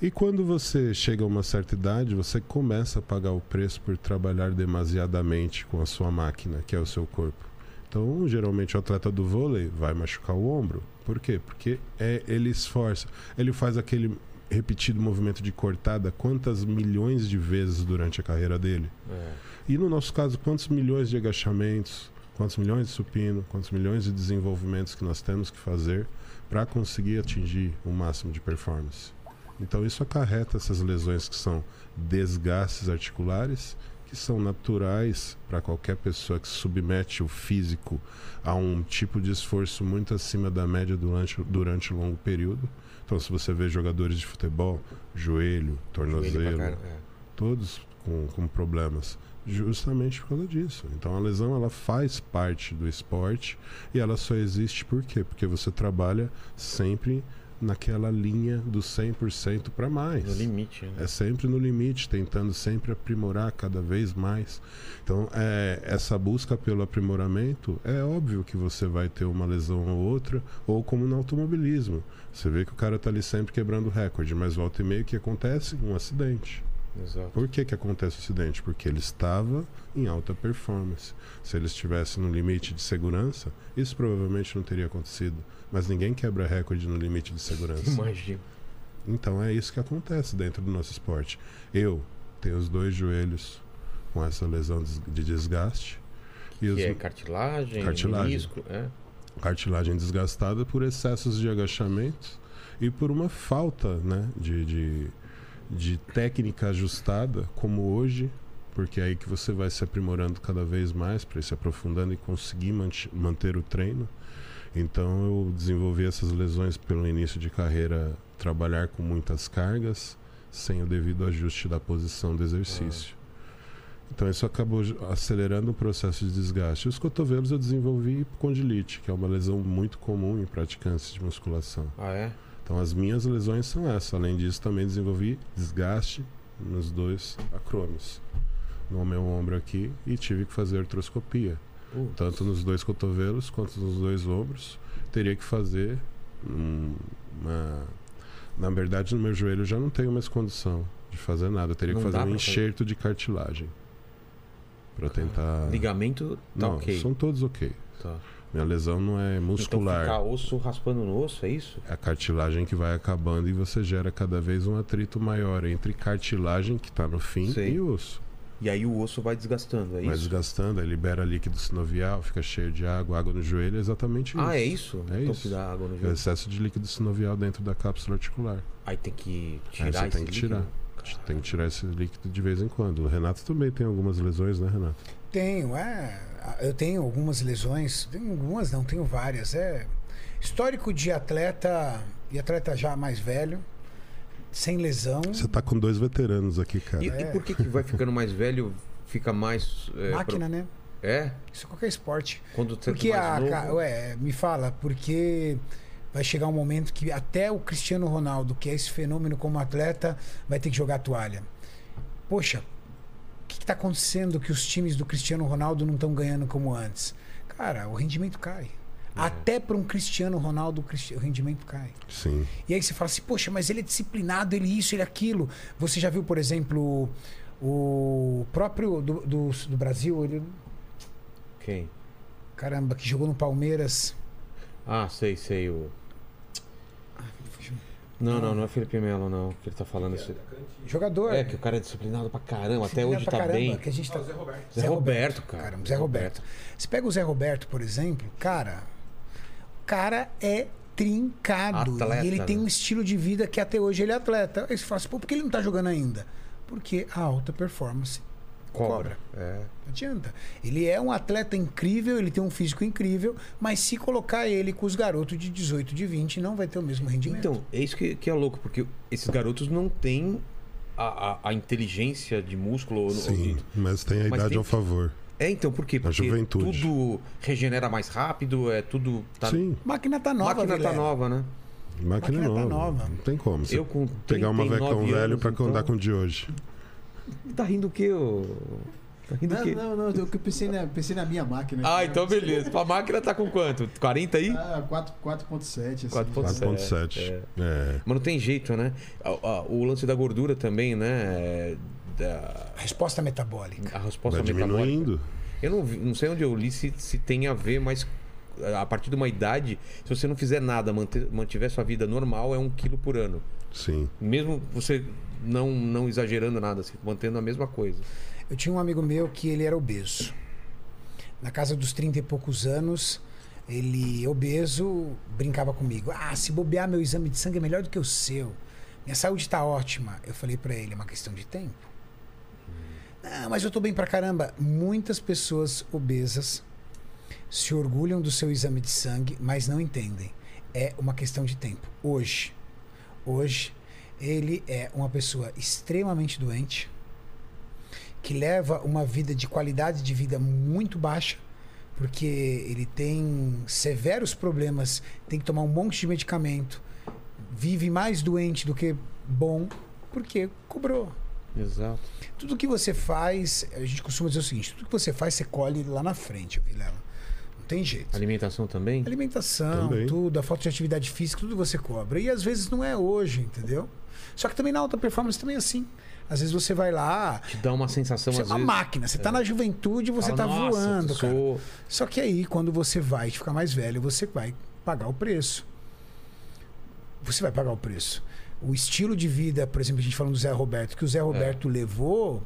E quando você chega a uma certa idade, você começa a pagar o preço por trabalhar demasiadamente com a sua máquina, que é o seu corpo. Então, geralmente, o atleta do vôlei vai machucar o ombro. Por quê? Porque é, ele esforça. Ele faz aquele repetido movimento de cortada quantas milhões de vezes durante a carreira dele. É, E no nosso caso, quantos milhões de agachamentos, quantos milhões de supino, quantos milhões de desenvolvimentos que nós temos que fazer para conseguir atingir o máximo de performance. Então isso acarreta essas lesões que são desgastes articulares, que são naturais para qualquer pessoa que submete o físico a um tipo de esforço muito acima da média durante, durante um longo período. Então se você vê jogadores de futebol, joelho, Joelho tornozelo, pra caramba, é. todos com, com problemas justamente por causa disso. Então a lesão ela faz parte do esporte e ela só existe por quê? Porque você trabalha sempre naquela linha do 100% para mais. No limite, né? É sempre no limite, tentando sempre aprimorar cada vez mais. Então, é, essa busca pelo aprimoramento, é óbvio que você vai ter uma lesão ou outra, ou como no automobilismo. Você vê que o cara tá ali sempre quebrando recorde, mas volta e meia o que acontece? Um acidente. Exato. É. Por que, que acontece o acidente? Porque ele estava em alta performance. Se ele estivesse no limite de segurança, isso provavelmente não teria acontecido. Mas ninguém quebra recorde no limite de segurança. Imagina. Então é isso que acontece dentro do nosso esporte. Eu tenho os dois joelhos com essa lesão des- de desgaste e os Que é cartilagem, Cartilagem. menisco, é. cartilagem desgastada por excessos de agachamento e por uma falta né, de, de, de técnica ajustada, como hoje, porque é aí que você vai se aprimorando cada vez mais, para ir se aprofundando e conseguir manti- manter o treino. Então eu desenvolvi essas lesões pelo início de carreira, trabalhar com muitas cargas, sem o devido ajuste da posição do exercício. Então isso acabou ju- acelerando o processo de desgaste. Os cotovelos eu desenvolvi condilite, que é uma lesão muito comum em praticantes de musculação. Ah, é? Então as minhas lesões são essas. Além disso, também desenvolvi desgaste nos dois acromes. No meu ombro aqui e tive que fazer artroscopia. Putz. Tanto nos dois cotovelos quanto nos dois ombros. Teria que fazer hum, uma. Na verdade, no meu joelho eu já não tenho mais condição de fazer nada. Eu teria Não que dá fazer um pra fazer. enxerto de cartilagem. Pra tentar. Ligamento tá Não, ok. são todos ok. Tá. Minha lesão não é muscular. Então fica osso raspando no osso, é isso? É a cartilagem que vai acabando e você gera cada vez um atrito maior entre cartilagem que está no fim Sei. e osso. E aí o osso vai desgastando, é Vai isso? desgastando, aí libera líquido sinovial, fica cheio de água, água no joelho, é exatamente isso. Ah, é isso? É então isso. que dá água no É o joelho. excesso de líquido sinovial dentro da cápsula articular. Aí tem que aí tirar É, você esse tem que tirar. líquido? Tem que tirar esse líquido de vez em quando. O Renato também tem algumas lesões, né, Renato? Tenho, é. Eu tenho algumas lesões, tenho algumas não, tenho várias. É histórico de atleta e atleta já mais velho, sem lesão. Você tá com dois veteranos aqui, cara. E, É. e por que, que vai ficando mais velho, fica mais. É, máquina, né? pro- É? Isso é qualquer esporte. Quando você Porque mais a. novo, ca- Ué, me fala, porque vai chegar um momento que até o Cristiano Ronaldo, que é esse fenômeno como atleta, vai ter que jogar a toalha. Poxa, o que está acontecendo que os times do Cristiano Ronaldo não estão ganhando como antes? Cara, o rendimento cai. É. Até para um Cristiano Ronaldo, o cristi- o rendimento cai. Sim. E aí você fala assim, poxa, mas ele é disciplinado, ele isso, ele aquilo. Você já viu, por exemplo, o próprio do, do, do Brasil, ele Quem? Caramba, que jogou no Palmeiras. Ah, sei, sei. O... Ah, Não, não, não é Felipe Melo, não, que ele tá falando isso. Jogador. É, que o cara é disciplinado pra caramba, até Filha hoje pra tá caramba, bem. Que a gente tá... Zé Roberto, cara. Caramba, Zé Roberto. Você pega o Zé Roberto, por exemplo, cara, o cara é trincado. Atleta, e ele tem né? um estilo de vida que até hoje ele é atleta. Aí você fala assim, pô, por que ele não tá jogando ainda? Porque a alta performance Cobra. É. não adianta. Ele é um atleta incrível, ele tem um físico incrível, mas se colocar ele com os garotos de 18, de 20, não vai ter o mesmo rendimento. Então, é isso que, que é louco, porque esses garotos não têm a, a- a inteligência de músculo. ou- Sim, ou- mas tem a Mas idade tem- ao favor. É, então, por quê? Na Porque juventude. tudo regenera mais rápido, é tudo. Tá... Sim, máquina tá A nova, máquina tá Vilela. nova, né? máquina, Máquina tá nova. nova. Não tem como. Você Eu com pegar uma 39 vecão velho anos, pra então- andar com o de hoje. Tá rindo o quê, ô? Tá rindo o Não, quê? não, não, eu pensei na, pensei na minha máquina. né? Ah, então beleza. Tua máquina tá com quanto? 40 aí? Ah, 4 4.7, assim. 4.7. 4.7. É. Mas não tem jeito, né? Ah, ah, O lance da gordura também, né? É, da- Resposta metabólica. A resposta Vai metabólica. diminuindo. Eu não, vi- não sei onde eu li se, se tem a ver, mas é, a partir de uma idade, se você não fizer nada, manter- mantiver sua vida normal, é um quilo por ano. Sim. Mesmo você não, não exagerando nada, se mantendo a mesma coisa. Eu tinha um amigo meu que ele era obeso. Na casa dos 30 e poucos anos, ele, é obeso, brincava comigo. Ah, se bobear, meu exame de sangue é melhor do que o seu. Minha saúde tá ótima. Eu falei pra ele, é uma questão de tempo. Ah, mas eu tô bem pra caramba. Muitas pessoas obesas se orgulham do seu exame de sangue, mas não entendem. É uma questão de tempo. Hoje, hoje, ele é uma pessoa extremamente doente que leva uma vida de qualidade de vida muito baixa, porque ele tem severos problemas, tem que tomar um monte de medicamento, vive mais doente do que bom, porque cobrou. Exato. Tudo que você faz, a gente costuma dizer o seguinte: tudo que você faz, você colhe lá na frente, Vilela. Não tem jeito. Alimentação também? Alimentação, Também. tudo, a falta de atividade física, tudo você cobra. E às vezes não é hoje, entendeu? Só que também na alta performance também é assim. Às vezes você vai lá, Te dá uma sensação você é Então, às uma vezes. máquina, você tá na juventude, você fala, tá "Nossa, voando, cara. sou- Só que aí, quando você vai ficar mais velho, você vai pagar o preço. Você vai pagar o preço. O estilo de vida, por exemplo, a gente falando do Zé Roberto, que o É. Zé Roberto levou,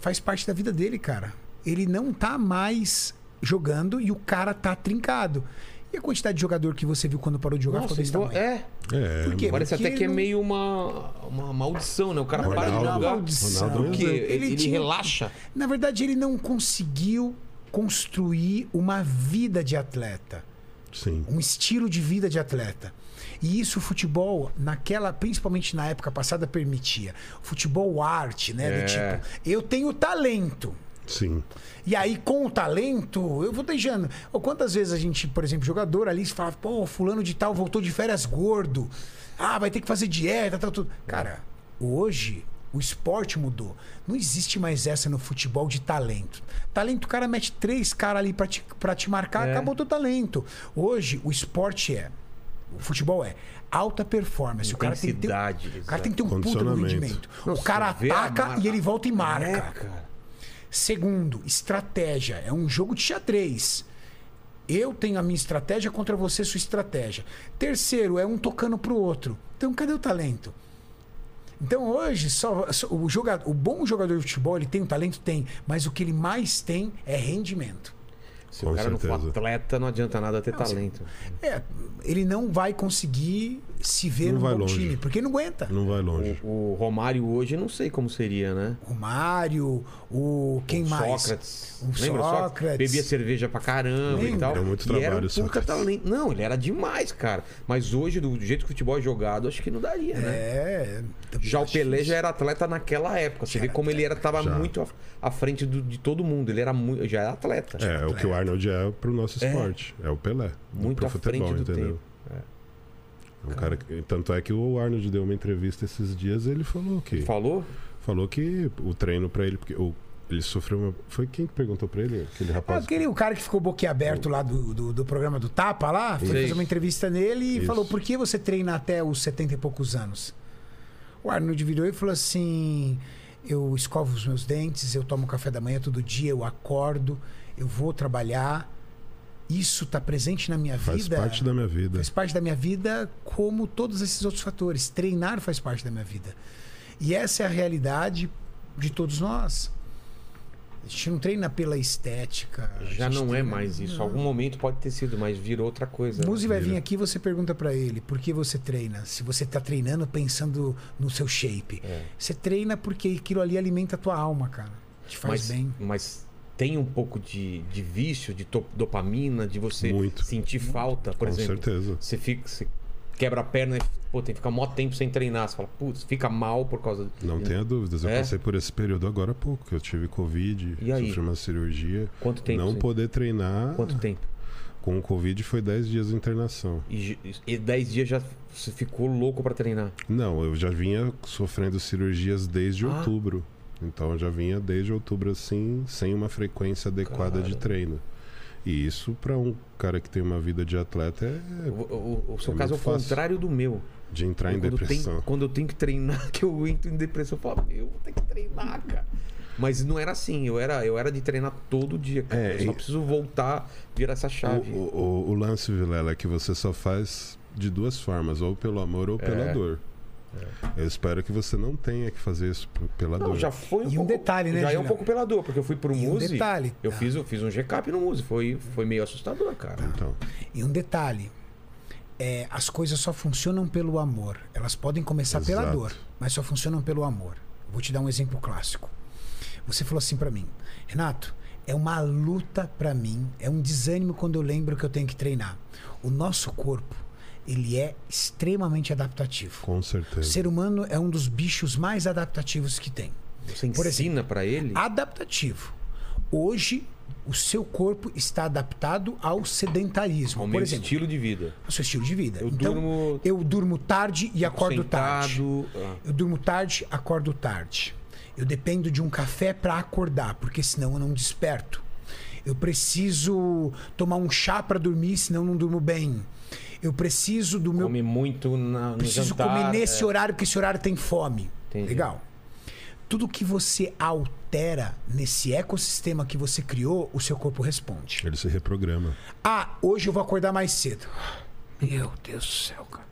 faz parte da vida dele, cara. Ele não tá mais jogando e o cara tá trincado. E a quantidade de jogador que você viu quando parou de jogar Nossa, ficou desse boa- tamanho? é, É. Por quê? parece Porque até que é não- meio uma, uma maldição, né? O cara Não, para não é de uma jogar. maldição. Ronaldo é um Porque exemplo. ele, Ele ele tinha- relaxa. Na verdade, ele não conseguiu construir uma vida de atleta. Sim. um estilo de vida de atleta. E isso o futebol, naquela, principalmente na época passada, permitia. Futebol arte, né? Do tipo, eu tenho talento. Sim. E aí, com o talento, eu vou deixando. Ou quantas vezes a gente, por exemplo, jogador ali, se fala, pô, fulano de tal voltou de férias gordo. Ah, vai ter que fazer dieta, tal, tudo. Cara, hoje o esporte mudou. Não existe mais essa no futebol de talento. Talento, o cara mete três caras ali pra te, pra te marcar, É. acabou teu talento. Hoje, o esporte é. O futebol é alta performance. O cara tem que ter, um Intensidade, o cara tem que ter um puta no Condicionamento. rendimento. o cara vê a ataca marca. e ele volta e marca. É, cara. Segundo, estratégia. É um jogo de xadrez. Eu tenho a minha estratégia contra você, sua estratégia. Terceiro, é um tocando pro outro. Então, cadê o talento? Então, hoje, só, só- o, jogador, o bom jogador de futebol, ele tem o talento? Tem. Mas o que ele mais tem é rendimento. Se Com o cara não for certeza. atleta, não adianta nada ter talento. É, ele não vai conseguir se ver Não no vai bom longe. time, porque não aguenta. Não vai longe. O, o Romário hoje, não sei como seria, né? O Mário, o... Quem o mais? Sócrates. O Lembra o Sócrates? Sócrates. Bebia cerveja pra caramba e Lembro. tal. Deu muito E era um trabalho, puta Sócrates. talento. Não, ele era demais, cara. Mas hoje, do jeito que o futebol é jogado, acho que não daria, né? É... também Já o acho Pelé isso. já era atleta naquela época. Você vê como ele era, tava Já. muito à- à frente do- de todo mundo. Ele era muito, já era Um atleta. É, o que o Arnold é pro nosso esporte. É, o Pelé. Muito pro à frente do tempo. É um cara que- tanto é que o Arnold deu uma entrevista esses dias e ele falou que Falou? falou que o treino pra ele porque o- ele sofreu uma foi quem que perguntou pra ele aquele Ah, rapaz é aquele, o cara que ficou boquiaberto lá do, do, do programa do Tapa lá, foi Isso. fazer uma entrevista nele e Isso. falou: por que você treina até os 70 e poucos anos? O Arnold virou e falou assim: eu escovo os meus dentes, eu tomo café da manhã todo dia, eu acordo, eu vou trabalhar. Isso está presente na minha Faz vida. parte da minha vida. Faz parte da minha vida, como todos esses outros fatores. Treinar faz parte da minha vida. E essa é a realidade de todos nós. A gente não treina pela estética. a Já gente não é treina- mais isso. Não. Algum momento pode ter sido, mas virou outra coisa. né? Muzi vai vir aqui e você pergunta pra ele por que você treina. Se você tá treinando pensando no seu shape. É. Você treina porque aquilo ali alimenta a tua alma, cara. Te faz mas, bem. Mas tem um pouco de, de vício, de to- dopamina, de você Muito. sentir falta, por Com exemplo. certeza. Você fica. Você quebra a perna e pô, tem que ficar mó tempo sem treinar. Você fala, putz, fica mal por causa. Não tenha dúvidas. Eu É? passei por esse período agora há pouco, que eu tive Covid, E aí? sofri uma cirurgia. Quanto tempo? não você- poder treinar Quanto tempo? com o Covid foi 10 dias de internação. E j- E 10 dias já você ficou louco pra treinar. Não, eu já vinha sofrendo cirurgias desde Ah. outubro. Então eu já vinha desde outubro assim, sem uma frequência adequada de Cara. treino. E isso pra um cara que tem uma vida de atleta é O, o- o seu É caso é o muito fácil. contrário do meu. de entrar em quando, eu tenho, depressão. quando eu tenho que treinar, que eu entro em depressão, eu falo, eu vou ter que treinar, cara. Mas não era assim, eu era, eu era de treinar todo dia, cara. É, eu só e- preciso voltar, virar essa chave. O, o- o lance, Vilela, é que você só faz de duas formas, ou pelo amor ou pela É. dor. Eu espero que você não tenha que fazer isso p- pela não, dor. já foi um E um pouco- detalhe, né, Já é um Juliano? pouco pela dor, porque eu fui pro E um Muse. detalhe. Eu Ah. fiz, eu fiz um G-Cap no Muse, foi, foi meio assustador, cara. Então, E um detalhe: é, as coisas só funcionam pelo amor. Elas podem começar pela Exato. dor, mas só funcionam pelo amor. Vou te dar um exemplo clássico. Você falou assim pra mim, Renato. É uma luta pra mim, é um desânimo quando eu lembro que eu tenho que treinar. O nosso corpo, ele é extremamente adaptativo. com O certeza. ser humano é um dos bichos mais adaptativos que tem. Você Por ensina pra ele. Adaptativo. Hoje, o seu corpo está adaptado ao sedentarismo. Ao Por meu exemplo, estilo de vida. ao seu estilo de vida. Eu então, durmo- eu durmo tarde e acordo tarde. Sentado. ah. Eu durmo tarde, acordo tarde. Eu dependo de um café para acordar, porque senão eu não desperto. Eu preciso tomar um chá para dormir, senão eu não durmo bem. Eu preciso do meu Come muito na, no preciso jantar. comer nesse é. horário, porque esse horário tem fome. Entendi. Legal. Tudo que você altera nesse ecossistema que você criou, o seu corpo um responde. Ele se reprograma. Ah, hoje eu vou acordar mais cedo. Meu Deus do céu, cara.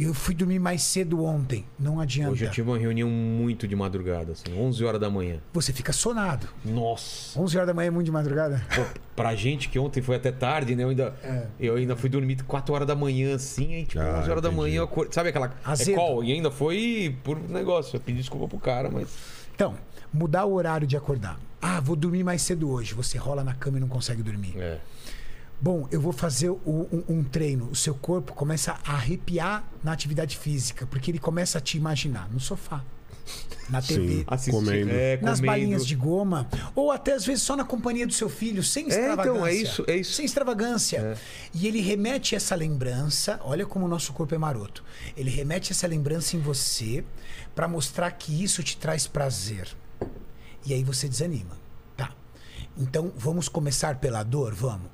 Eu fui dormir mais cedo ontem. Não adianta. Hoje eu tive uma reunião muito de madrugada, assim, 11 horas da manhã. Você fica sonado. Nossa! 11 horas da manhã é muito de madrugada. Pô, pra gente que ontem foi até tarde, né? Eu ainda, É. eu ainda fui dormir 4 horas da manhã, assim, aí tipo, Ah, 11 horas da entendi. manhã eu acordei. Sabe aquela é Azedo. call? E ainda foi por negócio. Eu pedi desculpa pro cara, mas. Então, mudar o horário de acordar. Ah, vou dormir mais cedo hoje. Você rola na cama e não consegue dormir. É. Bom, eu vou fazer o- um, um treino. O seu corpo começa a arrepiar na atividade física, porque ele começa a te imaginar no sofá, na TV, Sim. Comendo. É, nas comendo. balinhas de goma, ou até às vezes só na companhia do seu filho, sem extravagância. então, é isso, é isso. É. Sem extravagância. E ele remete essa lembrança, olha como o nosso corpo é maroto. Ele remete essa lembrança em você pra mostrar que isso te traz prazer. E aí você desanima. Tá. Então, vamos começar pela dor, vamos.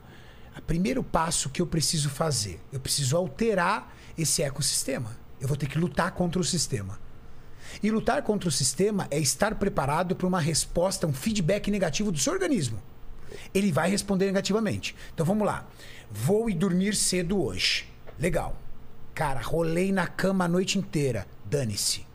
O primeiro passo que eu preciso fazer, eu preciso alterar esse ecossistema. Eu vou ter que lutar contra o sistema. E lutar contra o sistema é estar preparado para uma resposta, um feedback negativo do seu organismo. Ele vai responder negativamente. Então vamos lá. Vou e dormir cedo hoje. Legal. Cara, rolei na cama a noite inteira. Dane-se.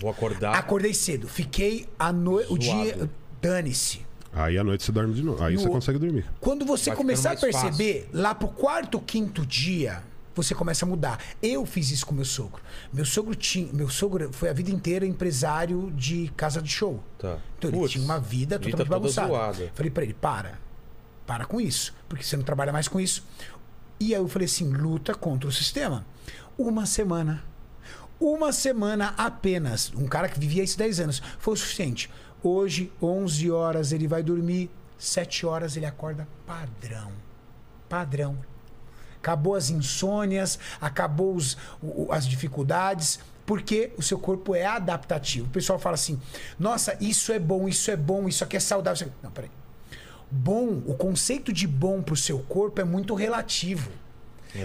Vou acordar. Acordei cedo. Fiquei a no... o Zoado. dia. Dane-se. Aí à noite você dorme de novo. Aí No- você consegue dormir. Quando você Vai começar a ficando mais perceber, lá pro quarto, quinto dia, você começa a mudar. Eu fiz isso com meu sogro. Meu sogro tinha, meu sogro foi a vida inteira empresário de casa de show. Tá. Então ele Putz, tinha uma vida vida totalmente toda bagunçada. zoada. Falei pra ele, para. Para com isso, porque você não trabalha mais com isso. E aí eu falei assim, luta contra o sistema. Uma semana. Uma semana apenas. Um cara que vivia isso 10 anos. Foi o suficiente. Hoje, 11 horas, ele vai dormir. 7 horas, ele acorda padrão. Padrão. Acabou as insônias, acabou os- o- o- as dificuldades, porque o seu corpo é adaptativo. O pessoal fala assim: nossa, isso é bom, isso é bom, isso aqui é saudável. isso aqui-" Não, peraí. Bom, o conceito de bom pro seu corpo é muito relativo.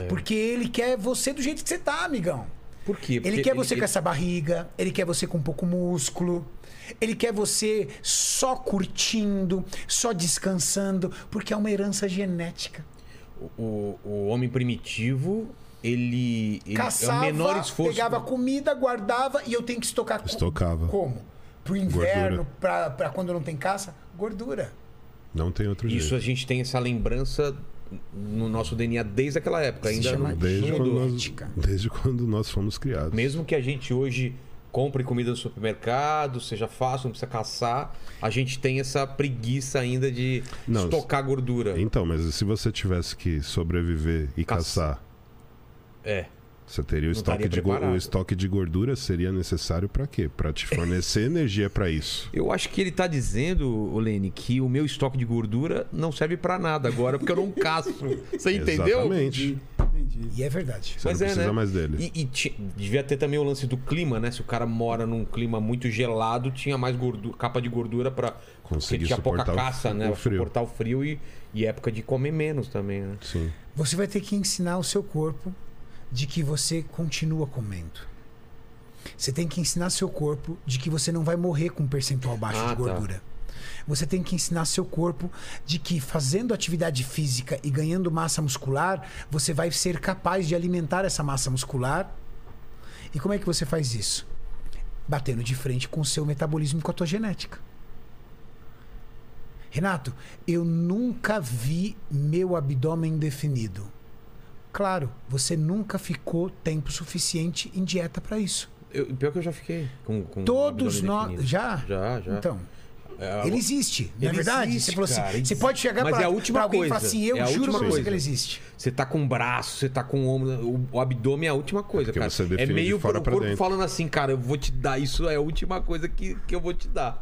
Porque ele quer você do jeito que você tá, amigão. Por quê? Porque Ele quer você com essa barriga, ele quer você com pouco músculo, ele quer você só curtindo, só descansando, porque é uma herança genética. o, o homem primitivo, ele, ele Caçava, é o menor esforço. pegava comida, guardava e eu tenho que estocar co- Estocava. Como? Pro inverno, pra, pra quando não tem caça? Gordura. Não tem outro Isso a jeito. gente tem essa lembrança no nosso DNA desde aquela época. Se Ainda chama não- Desde não quando, mudou. nós, genética. desde quando nós fomos criados. Mesmo que a gente hoje compre comida no supermercado, seja fácil, não precisa caçar, a gente tem essa preguiça ainda de Não, estocar gordura. Então, mas e se você tivesse que sobreviver e Caça- caçar, É. você teria Não o estoque, estaria de go- preparado. o estoque de gordura seria necessário pra quê? Pra te fornecer energia pra isso. Eu acho que ele tá dizendo, Lene, que o meu estoque de gordura não serve pra nada agora, porque eu não caço. Você entendeu? né? Exatamente. Entendi. E é verdade. Você não precisa mais dele. E, e ti- devia ter também o lance do clima, né? Se o cara mora num clima muito gelado, tinha mais gordu- capa de gordura pra. Conseguir porque tinha pouca suportar o- caça, né? o frio. Suportar o frio e, e época de comer menos também, né? Sim. Você vai ter que ensinar o seu corpo de que você continua comendo. Você tem que ensinar seu corpo de que você não vai morrer com um percentual baixo Ah, de tá. gordura. Você tem que ensinar seu corpo de que fazendo atividade física e ganhando massa muscular, você vai ser capaz de alimentar essa massa muscular. E como é que você faz isso? Batendo de frente com o seu metabolismo e com a tua genética. Renato, eu nunca vi meu abdômen definido. Claro, você nunca ficou tempo suficiente em dieta para isso. Eu, pior que eu já fiquei com. com o Todos abdômen nós. definido. Já? Já, já. Então. É, Ele existe, não é Ele verdade? existe, você falou assim, cara, você existe. pode chegar Mas pra, é a última pra alguém e falar coisa, assim, eu é a juro última pra você coisa. que ele existe. Você tá com o braço, você tá com o ombro. o- O abdômen é a última coisa, Porque cara. você é define meio de fora o pra corpo dentro. falando assim, cara, eu vou te dar isso, é a última coisa que, que eu vou te dar.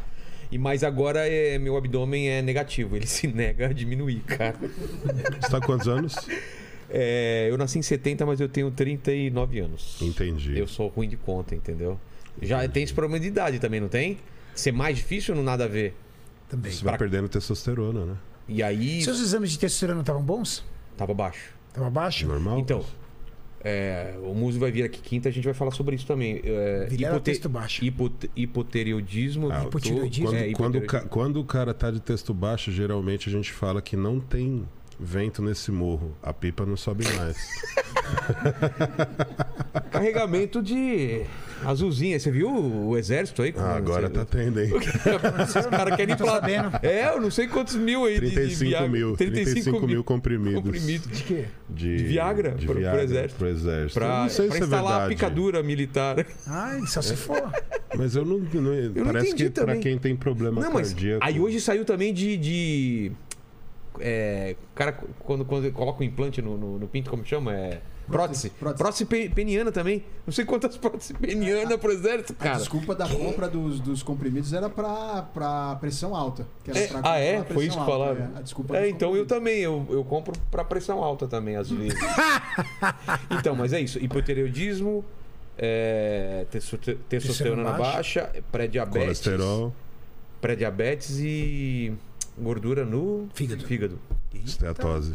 E mas agora é, meu abdômen é negativo, ele se nega a diminuir, cara. Você tá com quantos anos? É, eu nasci em 70, mas eu tenho 39 anos. Entendi. Eu sou ruim de conta, entendeu? Já tem esse problema de idade também, não tem? Ser mais difícil não nada a ver. Também. Você vai perdendo testosterona, né? E aí Seus exames de testosterona estavam bons? tava baixo. Tava baixo? Normal? Então, é, o Muso vai vir aqui quinta, a gente vai falar sobre isso também. É, Vilela, texto baixo. hipote- hipotireoidismo. Ah, Hipotireoidismo. Quando, É, hipotireoidismo. quando o ca- quando o cara tá de texto baixo, geralmente a gente fala que não tem vento nesse morro. A pipa não sobe mais. Carregamento de azulzinha. Você viu o exército aí? com- Ah, agora tá tendo, hein? Esses caras querem ir pra... É, eu não sei quantos mil aí. de- de 35 Viagra. mil. 35 mil comprimidos. comprimidos. De quê? De, Viagra pro- pro exército. pro exército. Eu Pra, não sei pra se é instalar verdade. a picadura militar. Ai, só É. se for. Mas eu não. não- parece entendi que pra também. quem tem problema Não, mas cardíaco. aí hoje saiu também de. de é, cara, quando, quando coloca o implante no, no- no pinto, como chama? É. Prótese. Prótese. Prótese, pe- peniana também. Não sei quantas próteses peniana pro exército, A cara. desculpa da compra dos, dos comprimidos era pra, pra pressão alta. que era É, pra ah, controlar é? Foi a isso pressão que alta, falaram? é. A desculpa É, dos então eu comprimidos. também. Eu, eu compro pra pressão alta também, às vezes. então, mas é isso. Hipotireoidismo, é, testo- testosterona é Testosterona baixa. baixa, pré-diabetes. Colesterol, Pré-diabetes e gordura no Fígado. esteatose.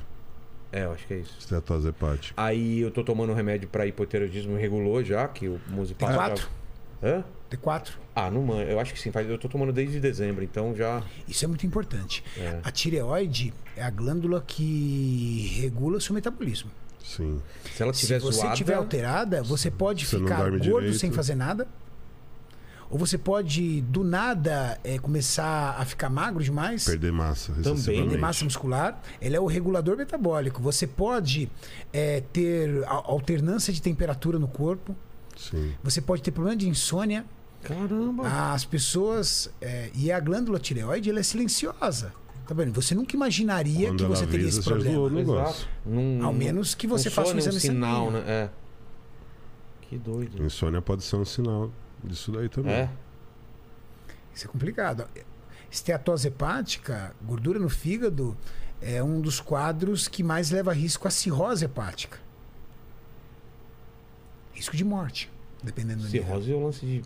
É, eu acho que é isso. Esteatose hepática. Aí eu tô tomando um remédio pra hipotireoidismo, regulou já, que o musical. Tem já- quatro? Hã? Tá. T4? Ah, não manjo. Eu acho que sim. faz- Eu tô tomando desde dezembro, então já. Isso é muito importante. É. A tireoide é a glândula que regula o seu metabolismo. Sim. Se ela tiver Se você zoada. tiver alterada, você pode é. Você não ficar dorme gordo direito. sem fazer nada. Ou você pode, do nada, eh, começar a ficar magro demais. Perder massa. Perder excessivamente. massa muscular, ele é o regulador metabólico. Você pode eh, ter a- alternância de temperatura no corpo, Sim. você pode ter problema de insônia. Caramba! As pessoas. eh, e a glândula tireoide ela é silenciosa. Tá vendo? Você nunca imaginaria Quando que ela você teria avisa, esse já problema. zoou o negócio. Num, Ao menos que você um faça sono, um exame sinal, sanguíneo. né? É. Que doido. Insônia pode ser um sinal disso daí também. É. Isso é complicado. Esteatose hepática, gordura no fígado, é um dos quadros que mais leva risco à cirrose hepática. Risco de morte, dependendo do nível. Cirrose é o lance de,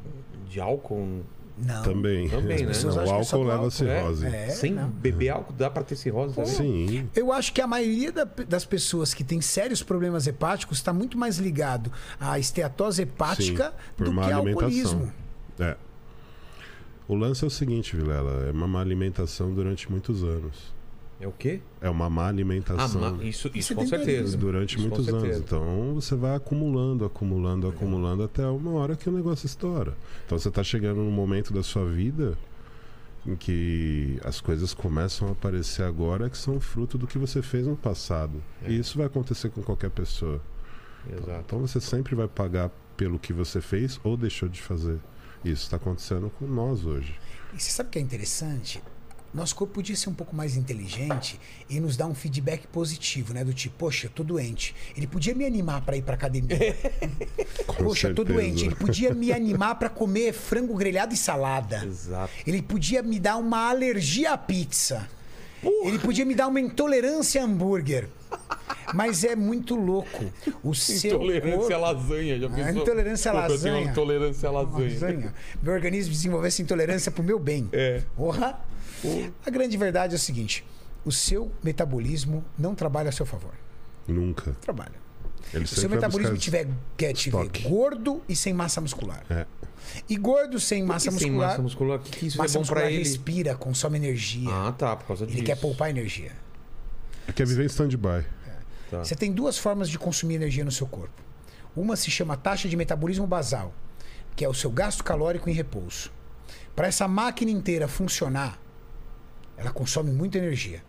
de álcool. um Não. Também. Também, né? pessoas O acham que é só álcool do leva álcool, a cirrose. É, Sem não. beber álcool dá pra ter cirrose também? Sim. Eu acho que a maioria da- das pessoas que têm sérios problemas hepáticos está muito mais ligado à esteatose hepática Sim, por do má que ao alimentação. alcoolismo. É. O lance é o seguinte, Vilela, é uma má alimentação durante muitos anos. É o quê? É uma má Ah, alimentação. ma- né? isso, isso com Sedentarismo. certeza. Durante Isso com muitos anos. certeza. Então você vai acumulando, acumulando, acumulando até uma hora que o negócio estoura. Então você está chegando num momento da sua vida em que as coisas começam a aparecer agora que são fruto do que você fez no passado. É. E isso vai acontecer com qualquer pessoa. Exato. Então você sempre vai pagar pelo que você fez ou deixou de fazer. Isso está acontecendo com nós hoje. E você sabe o que é interessante? Nosso corpo podia ser um pouco mais inteligente e nos dar um feedback positivo, né? Do tipo, poxa, eu tô doente. Ele podia me animar pra ir pra academia. Com poxa, eu tô certeza. doente. Ele podia me animar pra comer frango grelhado e salada. Exato. Ele podia me dar uma alergia à pizza. Ele podia me dar uma intolerância a hambúrguer. Mas é muito louco. O seu corpo... É, Intolerância à lasanha, já pensou? intolerância à Pô, Eu tenho lasanha. uma intolerância à lasanha. Lasanha. Meu organismo desenvolvesse intolerância pro meu bem. É. Porra. A grande verdade é o seguinte: o seu metabolismo não trabalha a seu favor. Nunca. Trabalha. Ele Se o seu sempre vai metabolismo buscar- tiver, quer te ver estoque. gordo e sem massa muscular. É. E gordo sem massa Massa sem muscular. massa muscular, o que, que isso é massa bom muscular pra ele? respira, consome energia. Ah, tá, por causa ele disso. quer poupar energia. Quer viver em stand-by. Tá. Você tem duas formas de consumir energia no seu corpo. Uma se chama taxa de metabolismo basal, que é o seu gasto calórico em repouso. Para essa máquina inteira funcionar, ela consome muita energia.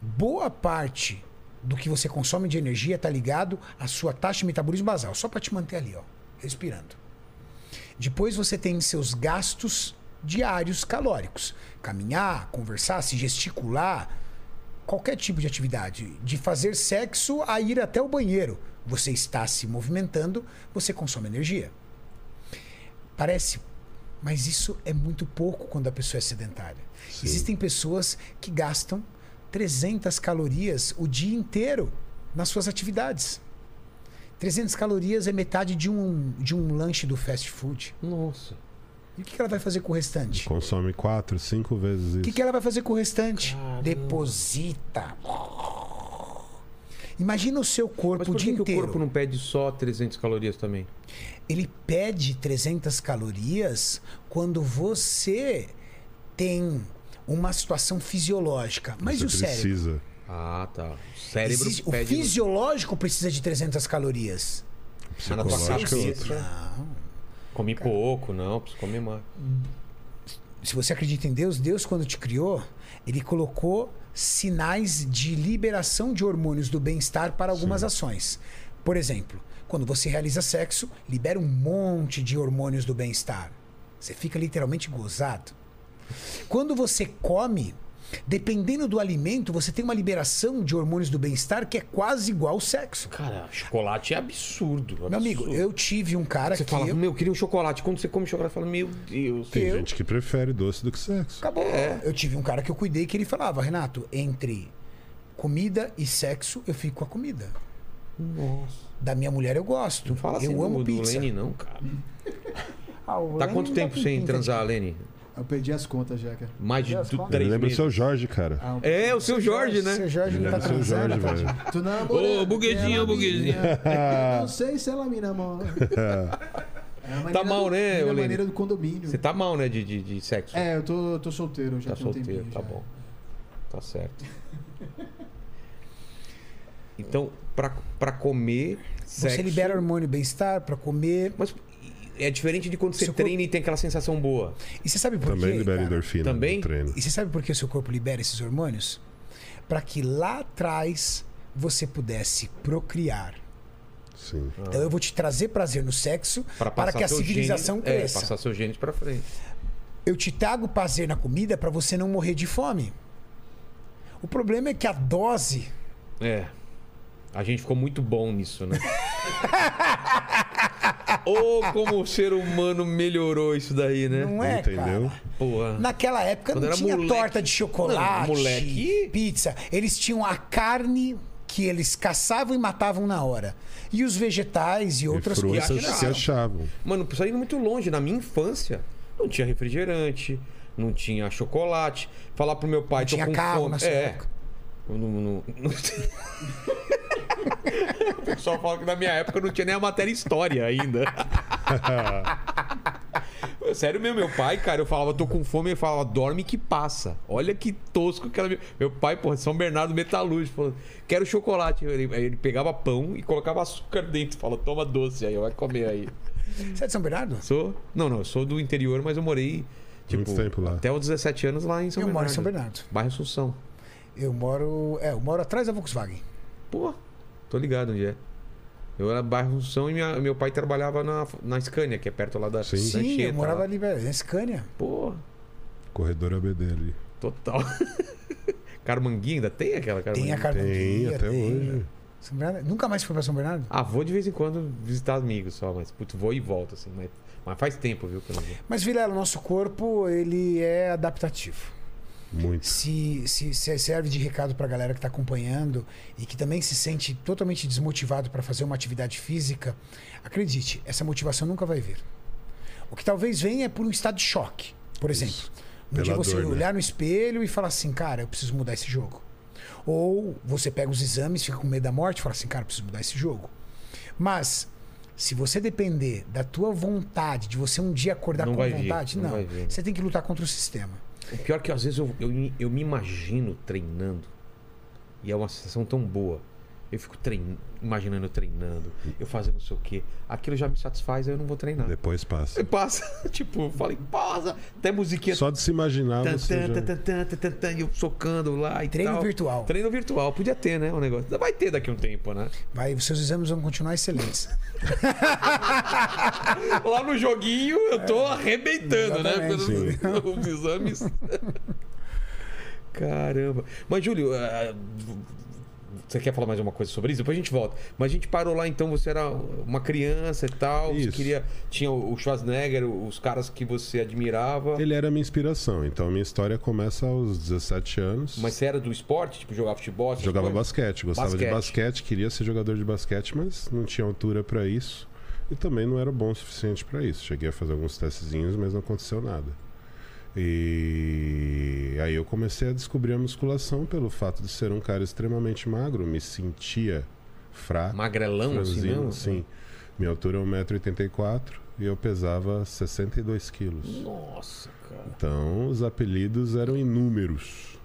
Boa parte do que você consome de energia está ligado à sua taxa de metabolismo basal, só para te manter ali, ó, respirando. Depois você tem seus gastos diários calóricos: caminhar, conversar, se gesticular, qualquer tipo de atividade, de fazer sexo a ir até o banheiro, você está se movimentando, você consome energia. Parece, mas isso é muito pouco quando a pessoa é sedentária. Existem pessoas que gastam 300 calorias o dia inteiro nas suas atividades. 300 calorias é metade de um, de um lanche do fast food. Nossa. E o que que ela vai fazer com o restante? Consome quatro, cinco vezes isso. O que, é? que ela vai fazer com o restante? Deposita. Imagina o seu corpo Mas o por dia que, que o inteiro. corpo não pede só 300 calorias também? Ele pede 300 calorias quando você tem uma situação fisiológica. Mas Você e o cérebro? precisa. Ah, tá. O cérebro Existe- o pede... fisiológico precisa de 300 calorias. Mas tá na tua psicológico é cabeça... Come né? pouco, não, preciso comer mais. se você acredita em Deus, Deus quando te criou, ele colocou sinais de liberação de hormônios do bem-estar para algumas ações. Por exemplo, quando você realiza sexo, libera um monte de hormônios do bem-estar. Você fica literalmente gozado. Quando você come, dependendo do alimento, você tem uma liberação de hormônios do bem-estar que é quase igual ao sexo. Cara, chocolate é absurdo. absurdo. Meu amigo, eu tive um cara Você que fala, eu- meu, eu queria um chocolate. Quando você come chocolate, fala, meu Deus. É. Tem Eu- gente que prefere doce do que sexo. Acabou. Eu tive um cara que eu cuidei que ele falava, Renato, entre comida e sexo, eu fico com a comida. Nossa. Da minha mulher eu gosto. Não fala assim eu do, amo do pizza. Lenny, não, cara. Ah, o Tá Lenny quanto não tempo tem sem pinta de- transar, Lenny? Eu perdi as contas já, cara. Mais de Deus, du- qual- três Lembra o meses. seu Jorge, cara. Ah, É, o seu Jorge, né? Seu Jorge não Lembra tá o seu transando. Jorge, velho. Tu é namora. Ô, buguezinho, ela buguezinho. minha. Não sei se ela me namora. É a maneira mal, do- né, é a Oline? maneira do condomínio. Você tá mal, né, de, de, de sexo? É, eu tô, eu tô solteiro já Tá tem um solteiro, tempinho tá já. bom. Tá certo. Então, pra, pra comer, Você sexo... libera hormônio bem-estar pra comer. Mas é diferente de quando você Seu corpo- treina e tem aquela sensação boa. E você sabe por Também quê? libera cara? endorfina Também? no treino. E você sabe por que o seu corpo libera esses hormônios? Pra que lá atrás você pudesse procriar. Sim. Então eu vou te trazer prazer no sexo Ah. Pra para passar que a seu civilização gene, cresça. É, passar seu gênio pra frente. Eu te trago prazer na comida para você não morrer de fome. O problema é que a dose. É. A gente ficou muito bom nisso, né? Ou como o ser humano melhorou isso daí, né? Não é, Entendeu? cara. Porra. Naquela época Quando não era tinha moleque- torta de chocolate, Não, moleque- pizza. Eles tinham a carne que eles caçavam e matavam na hora. E os vegetais e E outras frutas coisas. acharam. que achavam. Mano, isso aí indo muito longe. Na minha infância, não tinha refrigerante, não tinha chocolate. Falar pro meu pai Não tô tinha com carro fome. na sua é. época. Eu Não, não- não- o pessoal fala que na minha época não tinha nem a matéria história ainda. sério mesmo, meu pai, cara, eu falava, tô com fome, ele falava, dorme que passa. Olha que tosco que era. meu- Meu pai, porra, São Bernardo metalúrgico, falando, quero chocolate. Ele, aí ele pegava pão e colocava açúcar dentro, fala, toma doce aí, vai comer aí. Você é de São Bernardo? Sou. Não, não, eu sou do interior, mas eu morei. Tipo, Muito tempo lá. Até os 17 anos lá em São Eu Bernardo. moro em São Bernardo. Bairro Assunção. Eu moro. É, eu moro atrás da Volkswagen. Pô, tô ligado onde é. Eu era bairro Assunção e minha- meu pai trabalhava na, na Scania, que é perto lá da Sim. da Sim, Anchieta, eu morava lá. ali, velho, na Scania. Pô, Corredor é ABD ali. total. Carmanguinha ainda tem aquela Tem Carmanguinha? a Tem, Carmanguia, até hoje. São Bernardo- Nunca mais foi pra São Bernardo? Ah, vou de vez em quando visitar amigos só, mas putz, vou e volto, assim. Mas, mas faz tempo, viu? Que eu não vou. Mas, Vilela, o nosso corpo, ele é adaptativo. Muito. Se, se, se serve de recado pra galera que tá acompanhando e que também se sente totalmente desmotivado pra fazer uma atividade física, acredite, essa motivação nunca vai vir. O que talvez venha é por um estado de choque, por exemplo. Um Pela dia você dor, né? olhar no espelho e falar assim, cara, eu preciso mudar esse jogo. Ou você pega os exames, fica com medo da morte e fala assim, cara, eu preciso mudar esse jogo. Mas se você depender da tua vontade, de você um dia acordar Não com vai vir, vontade, não não. vai vir. Você tem que lutar contra o sistema. O pior é que às vezes eu, eu, eu me imagino treinando. E é uma sensação tão boa. Eu fico trein... imaginando eu treinando, eu fazendo não sei o quê. Aquilo já me satisfaz, aí eu não vou treinar. Depois passa. É Aí passa, tipo, eu falei, pausa, até musiquinha. Só de se imaginar Tan, você tan, já... tan, tan, tan, tan, tan, tan, e eu socando lá e Treino tal. virtual. Treino virtual, podia ter, né? O negócio. Vai ter daqui a um tempo, né? Vai, os seus exames vão continuar excelentes. Lá no joguinho eu É, tô arrebentando, né? exatamente. Os exames. Caramba. Mas, Júlio, ah, você quer falar mais uma coisa sobre isso? Depois a gente volta. Mas a gente parou lá, então você era uma criança e tal. Você Isso. queria. Tinha o Schwarzenegger, os caras que você admirava. Ele era a minha inspiração. Então, a minha história começa aos 17 anos. Mas você era do esporte? Tipo, jogava futebol? essas Jogava coisas? basquete, gostava de Basquete. basquete, queria ser jogador de basquete, mas não tinha altura pra isso e também não era bom o suficiente pra isso. Cheguei a fazer alguns testezinhos, mas não aconteceu nada. E aí eu comecei a descobrir a musculação pelo fato de ser um cara extremamente magro, me sentia fraco. Magrelão, assim, franzino, não? sim. Minha altura é 1,84m e eu pesava 62 quilos. Nossa, cara. Então, os apelidos eram inúmeros.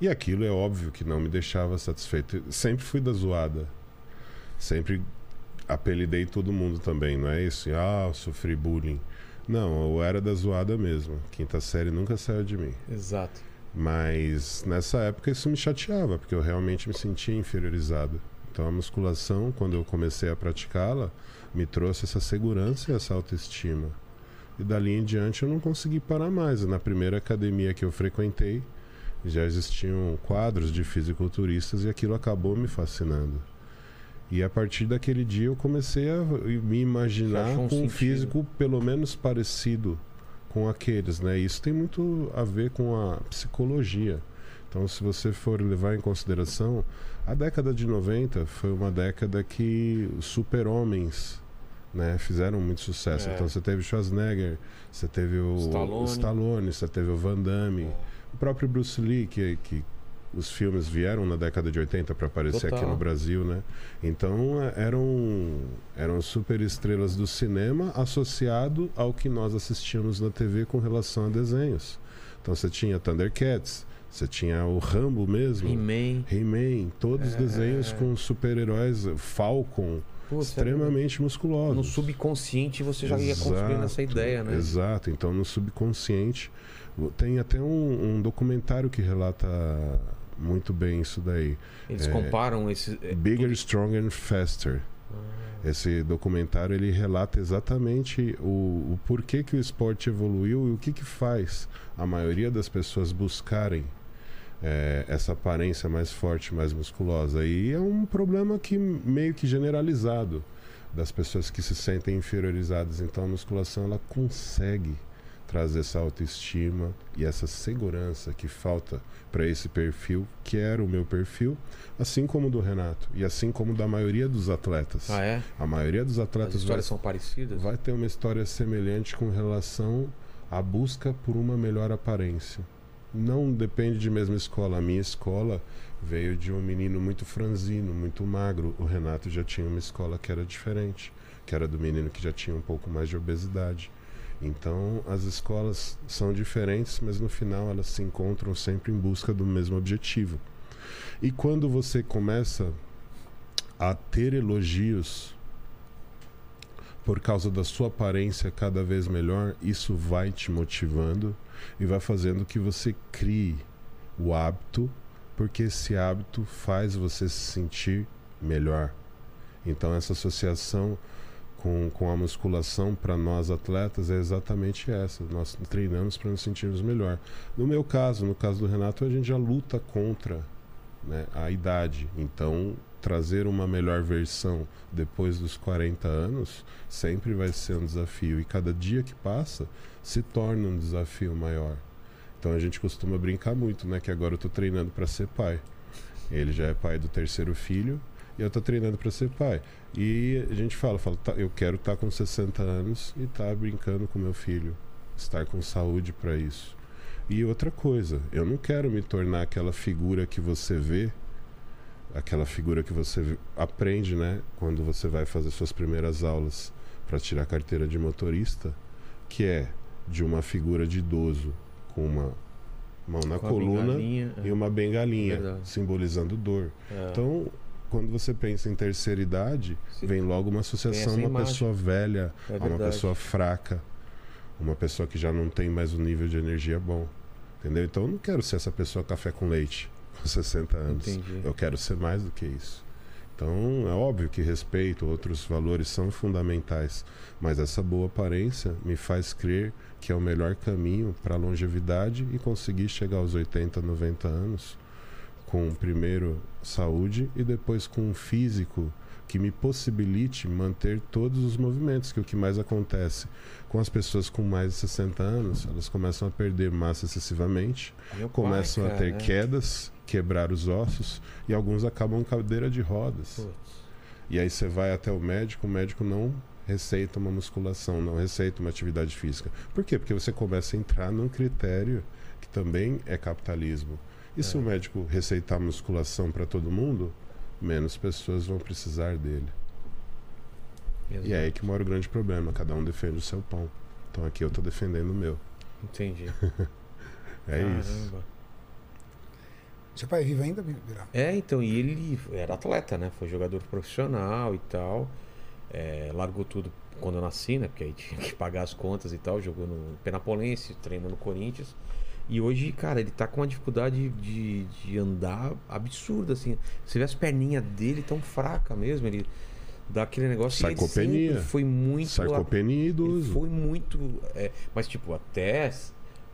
E aquilo é óbvio que não me deixava satisfeito. Sempre fui da zoada. Sempre apelidei todo mundo também, não é isso? Ah, eu sofri bullying. Não, eu era da zoada mesmo. Quinta série nunca saiu de mim. Exato. Mas nessa época isso me chateava, porque eu realmente me sentia inferiorizado. Então a musculação, quando eu comecei a praticá-la, me trouxe essa segurança e essa autoestima. E dali em diante eu não consegui parar mais. Na primeira academia que eu frequentei, já existiam quadros de fisiculturistas e aquilo acabou me fascinando. E a partir daquele dia eu comecei a me Você imaginar achou um com um sentido. físico pelo menos parecido com aqueles, né? Isso tem muito a ver com a psicologia. Então, se você for levar em consideração, a década de 90 foi uma década que os super-homens né, fizeram muito sucesso. É. Então, você teve Schwarzenegger, você teve o Stallone. É. Stallone, você teve o Van Damme, o próprio Bruce Lee, que, que os filmes vieram na década de 80 para aparecer aqui Total. no Brasil, né? Então é, eram eram super estrelas do cinema associado ao que nós assistíamos na TV com relação a desenhos. Então você tinha Thundercats, você tinha o Rambo mesmo, He-Man. É. He-Man, todos desenhos com super-heróis, Falcon, Putz, extremamente musculosos. No subconsciente você já ia construindo essa ideia, né? Exato. Então, no subconsciente. Tem até um, um documentário que relata muito bem isso daí. Eles É. comparam esse. é, Bigger, Stronger and Faster. Esse documentário ele relata exatamente o, o porquê que o esporte evoluiu e o que, que faz a maioria das pessoas buscarem é, essa aparência mais forte, mais musculosa. E é um problema que meio que generalizado das pessoas que se sentem inferiorizadas. Então a musculação ela consegue trazer essa autoestima e essa segurança que falta para esse perfil, que era o meu perfil, assim como o do Renato e assim como da maioria dos atletas. Ah, é? A maioria dos As atletas vai, histórias são parecidas? vai ter uma história semelhante com relação à busca por uma melhor aparência. Não depende de mesma escola. A minha escola veio de um menino muito franzino, muito magro. O Renato já tinha uma escola que era diferente, que era do menino que já tinha um pouco mais de obesidade. Então, as escolas são diferentes, mas no final elas se encontram sempre em busca do mesmo objetivo. E quando você começa a ter elogios por causa da sua aparência cada vez melhor, isso vai te motivando e vai fazendo que você crie o hábito, porque esse hábito faz você se sentir melhor. Então, essa associação com, com a musculação para nós atletas é exatamente essa. Nós treinamos para nos sentirmos melhor. No meu caso, no caso do Renato, a gente já luta contra né, a idade. Então, trazer uma melhor versão depois dos 40 anos sempre vai ser um desafio. E cada dia que passa se torna um desafio maior. Então a gente costuma brincar muito, né? Que agora eu tô treinando para ser pai. Ele já é pai do terceiro filho e eu tô treinando para ser pai. E a gente fala, fala, tá, eu quero estar tá com 60 anos e estar tá brincando com meu filho, estar com saúde para isso. E outra coisa, eu não quero me tornar aquela figura que você vê aquela figura que você aprende, né, quando você vai fazer suas primeiras aulas para tirar a carteira de motorista, que é de uma figura de idoso com uma mão na Com a coluna bengalinha, é. e uma bengalinha, Verdade. simbolizando dor. É. Então, quando você pensa em terceira idade, Sim. vem logo Tem uma associação a essa uma imagem. pessoa velha, É a uma verdade. pessoa fraca, uma pessoa que já não tem mais um nível de energia bom. Entendeu? Então, eu não quero ser essa pessoa café com leite com 60 anos. Entendi. Eu quero ser mais do que isso. Então, é óbvio que respeito, outros valores são fundamentais, mas essa boa aparência me faz crer que é o melhor caminho para a longevidade e conseguir chegar aos 80, 90 anos com primeiro saúde e depois com um físico que me possibilite manter todos os movimentos, que é o que mais acontece com as pessoas com mais de 60 anos, elas começam a perder massa excessivamente, Meu pai, começam a ter cara, é. quedas, quebrar os ossos e alguns acabam em cadeira de rodas. Putz. E aí você vai até o médico, o médico não receita uma musculação, não receita uma atividade física. Por quê? Porque você começa a entrar num critério que também é capitalismo. E É. se o médico receitar musculação para todo mundo, menos pessoas vão precisar dele. E é aí que mora o grande problema, cada um defende o seu pão. Então aqui eu tô defendendo o meu. Entendi. É isso. Caramba. Seu pai é vivo ainda, Virá? É, Tá. então, e ele era atleta, né? Foi jogador profissional e tal. É, largou tudo quando eu nasci, né? Porque aí tinha que pagar as contas e tal. Jogou no Penapolense, treinou no Corinthians. E hoje, cara, ele tá com uma dificuldade de, de andar absurda, assim. Você vê as perninhas dele tão fraca mesmo. Ele dá aquele negócio. e ele Sarcopenia. sempre foi muito Sarcopenia e ele idoso. foi muito. é, mas, tipo, até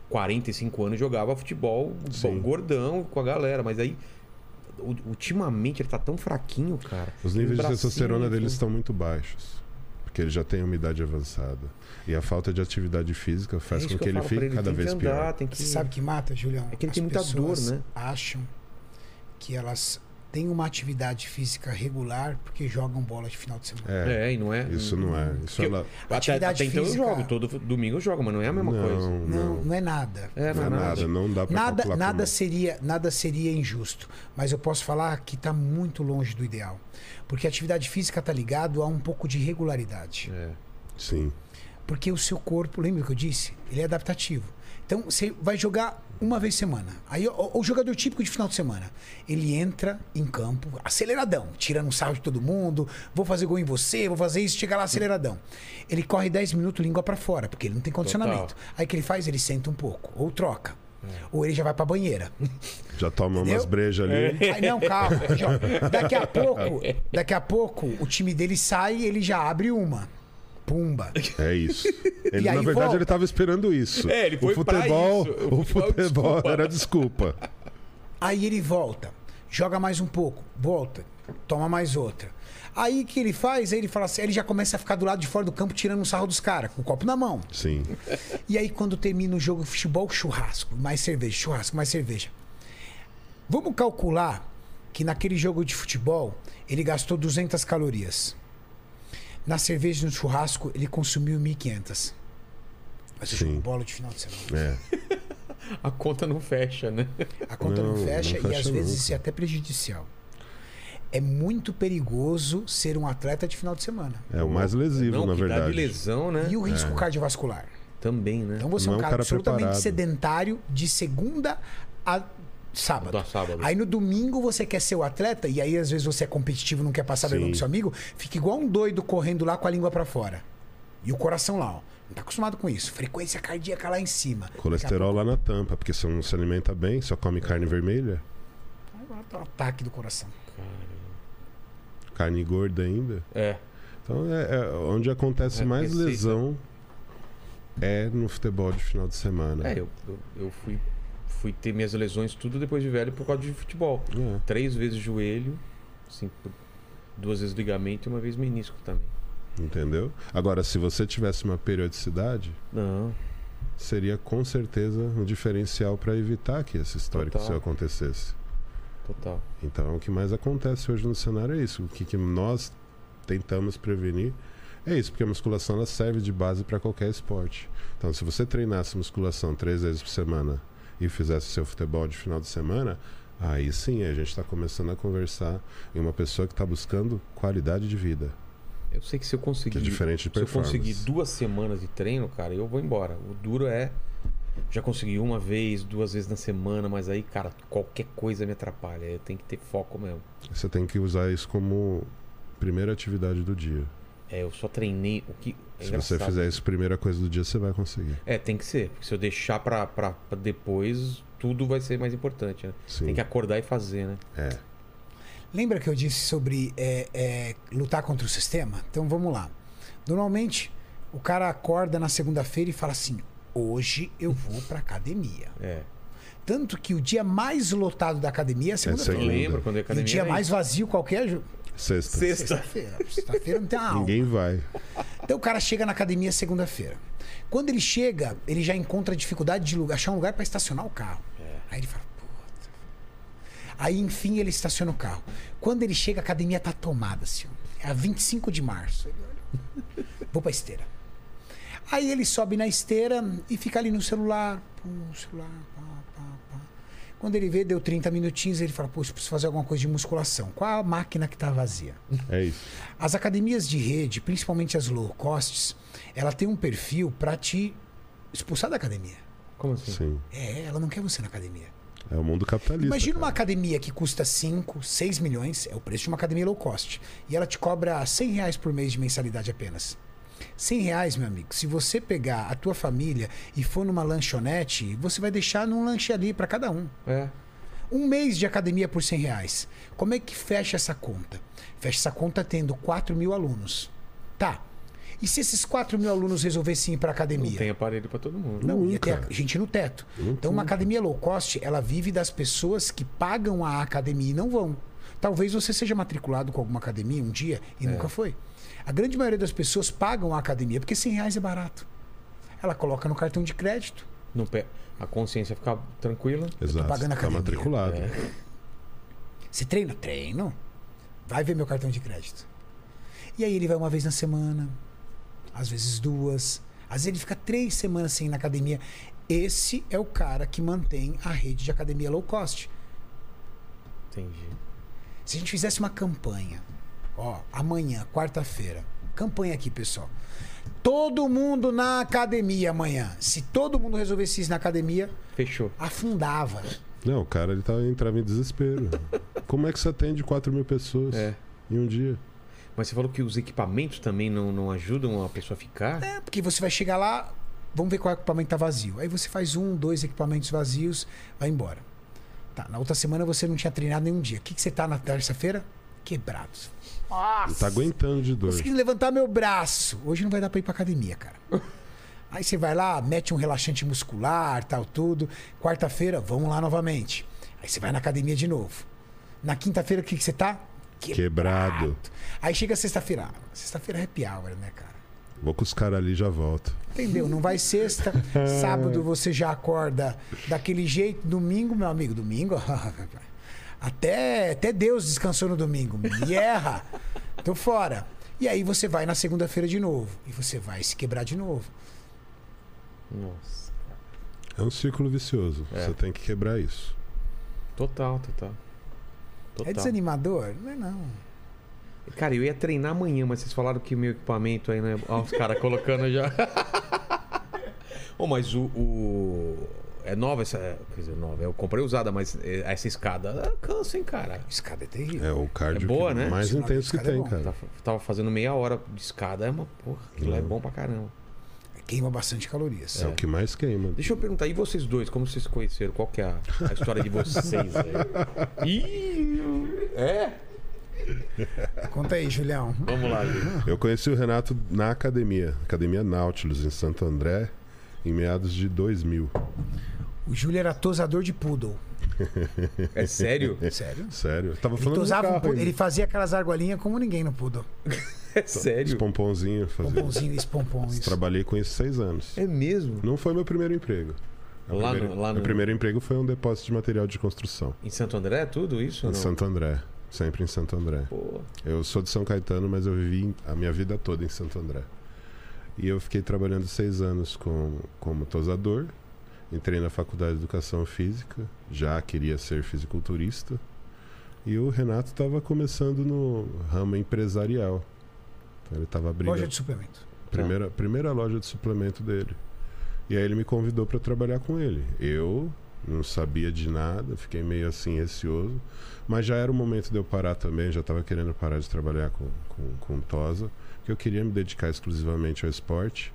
45 anos jogava futebol Sim. bom, gordão com a galera. Mas aí, u- ultimamente, ele tá tão fraquinho, cara. Os níveis de Bracinho, testosterona assim. dele estão muito baixos. Porque ele já tem uma idade avançada. E a falta de atividade física É faz isso com que eu ele falo fique pra cada tem vez que andar, pior. Tem que... Você sabe que mata, Julião? É que ele As tem muita dor, pessoas né? acham que elas têm uma atividade física regular porque jogam bola de final de semana. É, É, e não é? isso não é. Isso Que- ela. Até, Atividade até então eu física- jogo, todo domingo eu jogo, mas não é a mesma não, coisa. Não, não, não é nada. É, não é nada. Não dá pra Nada, calcular nada, como. seria, nada seria injusto, mas eu posso falar que está muito longe do ideal. Porque a atividade física está ligado a um pouco de regularidade. É. Sim. Porque o seu corpo, lembra que eu disse? Ele é adaptativo. Então você vai jogar uma vez semana. Aí o, o jogador típico de final de semana, ele entra em campo aceleradão, tirando um sarro de todo mundo, vou fazer gol em você, vou fazer isso, chega lá aceleradão. Ele corre 10 minutos língua pra fora, porque ele não tem condicionamento. Aí o que ele faz? Ele senta um pouco ou troca. Ou ele já vai pra banheira. Já toma umas Entendeu? brejas ali. Aí, não, calma. jo- Daqui a pouco, daqui a pouco, o time dele sai e ele já abre uma. Pumba. É isso. Ele, E aí na verdade, volta. ele tava esperando isso. É, ele foi o pra futebol, isso. O futebol era desculpa. Aí ele volta, joga mais um pouco, volta, toma mais outra. Aí o que ele faz? Aí ele fala assim, aí ele já começa a ficar do lado de fora do campo tirando um sarro dos caras, com o copo na mão. Sim. E aí quando termina o jogo futebol, churrasco, mais cerveja, churrasco, mais cerveja. Vamos calcular que naquele jogo de futebol ele gastou 200 calorias. Na cerveja e no churrasco ele consumiu 1500. Mas você Sim. jogou bola de final de semana. É. A conta não fecha, né? A conta não, Não, fecha, não e às fecha vezes nunca. isso é até prejudicial. É muito perigoso ser um atleta de final de semana. É o mais lesivo, não, na que dá de verdade. lesão, né? E o risco cardiovascular? Também, né? Então você é É. Não um é um cara, cara absolutamente preparado. sedentário de segunda a sábado. Da sábado. Aí no domingo você quer ser o atleta e aí às vezes você é competitivo, não quer passar vergonha com seu amigo, fica igual um doido correndo lá com a língua pra fora. E o coração lá, ó. Não tá acostumado com isso. Frequência cardíaca lá em cima. Colesterol lá na tampa, porque você não se alimenta bem, só come carne vermelha, Daqui a pouco, um Ataque do coração. carne gorda ainda. É. Então, é, é onde acontece É, mais receita. lesão é no futebol de final de semana. É, eu, eu, eu fui, fui ter minhas lesões tudo depois de velho por causa de futebol. É. Três vezes joelho, assim, por- duas vezes ligamento e uma vez menisco também. Entendeu? Agora, se você tivesse uma periodicidade, Não, seria com certeza um diferencial para evitar que esse histórico Total. seu acontecesse. total. Então, o que mais acontece hoje no cenário é isso. O que, que nós tentamos prevenir é isso, porque a musculação ela serve de base para qualquer esporte. Então, se você treinasse musculação três vezes por semana e fizesse seu futebol de final de semana, aí sim a gente está começando a conversar em uma pessoa que está buscando qualidade de vida, Eu sei que se eu que conseguir. é diferente de se eu performance. conseguir duas semanas de treino, cara, eu vou embora. O duro é. Já consegui uma vez, duas vezes na semana, mas aí, cara, qualquer coisa me atrapalha. Eu tenho que ter foco mesmo. Você tem que usar isso como primeira atividade do dia. É, eu só treinei o que. é Se você engraçado. fizer isso primeira coisa do dia, você vai conseguir. É, tem que ser. Porque se eu deixar pra, pra, pra depois, tudo vai ser mais importante, né? Sim. Tem que acordar e fazer, né? É. Lembra que eu disse sobre é, é, lutar contra o sistema? Então vamos lá. Normalmente o cara acorda na segunda-feira e fala assim: hoje eu vou pra academia. É. Tanto que o dia mais lotado da academia é Eu Segunda. segunda-feira. lembro quando eu ia E o academia. né? dia era mais vazio qualquer é ju- Sexta. Sexta. sexta-feira. Sexta-feira não tem uma aula. Ninguém vai. Então o cara chega na academia segunda-feira. Quando ele chega, ele já encontra dificuldade de lugar- achar um lugar para estacionar o carro. Aí ele fala, puta. Aí enfim ele estaciona o carro. Quando ele chega, a academia tá tomada, assim. ó. É a 25 de março. Ele olha, vou pra esteira. Aí ele sobe na esteira e fica ali no celular, pum, celular, pá, pá, pá. Quando ele vê, deu 30 minutinhos, ele fala, puxa, preciso fazer alguma coisa de musculação. Qual a máquina que tá vazia? É isso. As academias de rede, principalmente as low costs, ela tem um perfil pra te expulsar da academia. Como assim? Sim. É, ela não quer você na academia. É o mundo capitalista. Imagina uma cara. academia que custa 5, 6 milhões, é o preço de uma academia low cost, e ela te cobra 100 reais por mês de mensalidade apenas. 100 reais, meu amigo, se você pegar a tua família e for numa lanchonete, você vai deixar num lanche ali pra cada um. É. Um mês de academia por 100 reais. Como é que fecha essa conta? Fecha essa conta tendo 4 mil alunos. Tá. E se esses 4 mil alunos resolvessem ir para Não academia? tem aparelho pra todo mundo. Não, ia ter Nunca. a- gente no teto. Então, uma academia low cost, ela vive das pessoas que pagam a academia e não vão. Talvez você seja matriculado com alguma academia um dia É. e nunca foi. A grande maioria das pessoas pagam a academia porque 100 reais é barato. Ela coloca no cartão de crédito. Não pe... A consciência fica tranquila. Exato. pagando a tá academia. É. matriculado. Você treina? Treino. Vai ver meu cartão de crédito. E aí ele vai uma vez na semana, às vezes duas, às vezes ele fica três semanas sem ir na academia. Esse é o cara que mantém a rede de academia low cost. Entendi. Se a gente fizesse uma campanha, ó, amanhã, quarta-feira, campanha aqui, pessoal. Todo mundo na academia amanhã. Se todo mundo resolvesse isso na academia, Fechou. afundava. Não, o cara ele tá, entrava em desespero. Como é que você atende 4 mil pessoas É. em um dia? Mas você falou que os equipamentos também não, não ajudam a pessoa a ficar? É, porque você vai chegar lá, vamos ver qual equipamento tá vazio. Aí você faz um, dois equipamentos vazios, vai embora. Tá, na outra semana você não tinha treinado nenhum dia. O que, que você tá na terça-feira? Quebrado. Não tá aguentando de dor. Consegui levantar meu braço. Hoje não vai dar pra ir pra academia, cara. Aí você vai lá, mete um relaxante muscular, tal, tudo. Quarta-feira, vamos lá novamente. Aí você vai na academia de novo. Na quinta-feira, o que, que você tá? Quebrado. Aí chega sexta-feira. Ah, Sexta-feira é happy hour, né, cara? Vou com os caras ali e já volto. Entendeu? Não vai sexta, sábado você já acorda daquele jeito, domingo, meu amigo, domingo. Até, até Deus descansou no domingo. Me erra. Tô fora. E aí você vai na segunda-feira de novo. E você vai se quebrar de novo. É Nossa. É um círculo vicioso. É. Você tem que quebrar isso. Total, total. Total. É desanimador? Não é não. Cara, eu ia treinar amanhã, mas vocês falaram que meu equipamento aí, né? Ó, os caras colocando já. Ô, mas o, o- É nova essa. Quer dizer, nova. Eu comprei usada, mas é, essa escada ela cansa, hein, cara? Escada é terrível. É o cardio É boa, que- né? mais Esse lado intenso que desse cara é tem, bom. cara. Tá- Tava fazendo meia hora de escada, é uma porra, aquilo é bom pra caramba. Queima bastante calorias. É o que mais queima. Deixa eu perguntar, e vocês dois, como vocês se conheceram? Qual que é a, a história de vocês aí? Ih, é? Conta aí, Julião. Vamos lá, Ju. Eu conheci o Renato na academia, Academia Nautilus, em Santo André, em meados de 2000. O Júlio era tosador de poodle. É sério? Sério? Sério? Eu tava Ele falando tosava um do carro poodle. ainda. Ele fazia aquelas argolinhas como ninguém no poodle. É Os sério? pomponzinhos fazia. Pomponzinho, esse pompom. isso. Trabalhei com isso seis anos. É mesmo? Não foi meu primeiro emprego. Meu Lá no- primeiro, lá no- Meu primeiro emprego foi um depósito de material de construção. Em Santo André, é tudo isso? ou Em não? Santo André. Sempre em Santo André. Pô, Eu sou de São Caetano, mas eu vivi a minha vida toda em Santo André. E eu fiquei trabalhando seis anos com, como tosador. Entrei na faculdade de educação física, já queria ser fisiculturista. E o Renato estava começando no ramo empresarial. Então ele estava abrindo Loja de suplemento. Primeira, primeira loja de suplemento dele. E aí ele me convidou para trabalhar com ele. Eu não sabia de nada, fiquei meio assim receoso. Mas já era o momento de eu parar também, já estava querendo parar de trabalhar com, com, com Tosa, porque eu queria me dedicar exclusivamente ao esporte.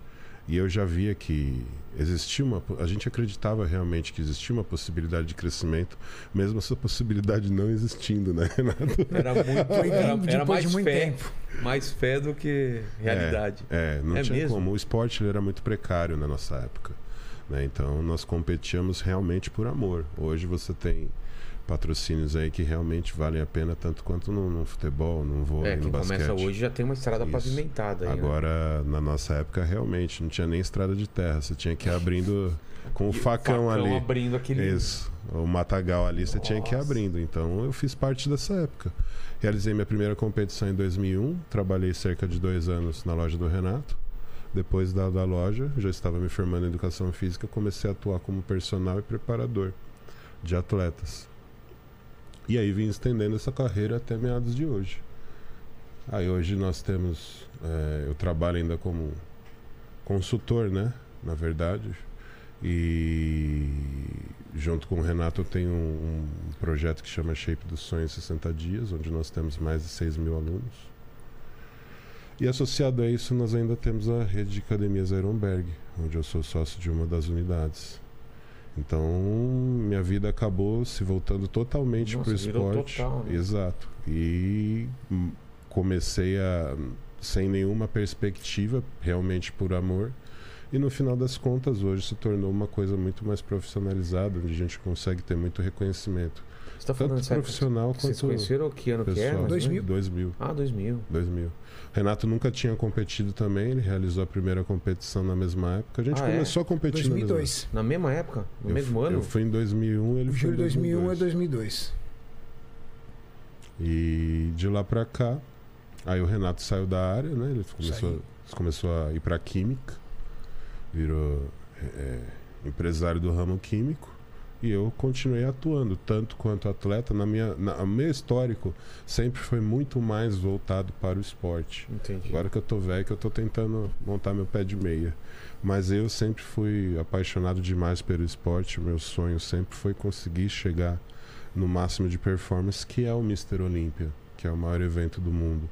E eu já via que existia uma. po- A gente acreditava realmente que existia uma possibilidade de crescimento, mesmo essa possibilidade não existindo, né, Renato? era muito. Foi Era, depois era de mais muito fé. tempo. Mais fé do que É, realidade. É, não É tinha mesmo? como. O esporte ele era muito precário na nossa época. né? Então nós competíamos realmente por amor. Hoje você tem patrocínios aí que realmente valem a pena tanto quanto no, no futebol, no vôlei, É, no quem basquete. começa hoje já tem uma estrada Isso. pavimentada. Aí, né? Agora, na nossa época, realmente não tinha nem estrada de terra. Você tinha que ir abrindo com o facão, ali. abrindo aquele. Isso. O matagal ali você tinha que ir abrindo. Então eu fiz parte dessa época. Realizei minha primeira competição em 2001. Trabalhei cerca de dois anos na loja do Renato. Depois da, da loja, já estava me formando em educação física. Comecei a atuar como personal e preparador de atletas. E aí vim estendendo essa carreira até meados de hoje. Aí hoje nós temos. eh, eu trabalho ainda como consultor, né? Na verdade. E junto com o Renato eu tenho um, um projeto que chama Shape dos Sonhos 60 Dias, onde nós temos mais de 6 mil alunos. E associado a isso, nós ainda temos a rede de academias Ironberg, onde eu sou sócio de uma das unidades. Então, minha vida acabou se voltando totalmente Nossa, para o virou esporte. total, né? Exato. E hum, comecei a sem nenhuma perspectiva, realmente por amor. E no final das contas, hoje se tornou uma coisa muito mais profissionalizada, onde a gente consegue ter muito reconhecimento. Você tá falando Tanto sério? profissional Vocês quanto conheceram que ano que é? pessoal. mais ou 2000. menos? 2000. Ah, 2000. 2000. Renato nunca tinha competido também, ele realizou a primeira competição na mesma época. A gente Ah, é? começou a competir na mesma 2002. Na mesma época? No Eu mesmo fu- ano? Eu fui em 2001, ele O foi Júlio em 2001 é 2002. 2002. E de lá pra cá, aí o Renato saiu da área, né? Ele começou, Saiu. começou a ir pra química, virou é, é, empresário do ramo químico. E eu continuei atuando, tanto quanto atleta. Na minha, na, o meu histórico sempre foi muito mais voltado para o esporte. Entendi. Agora que eu tô velho, que eu tô tentando montar meu pé de meia. Mas eu sempre fui apaixonado demais pelo esporte. O meu sonho sempre foi conseguir chegar no máximo de performance, que é o Mr. Olímpia, que é o maior evento do mundo.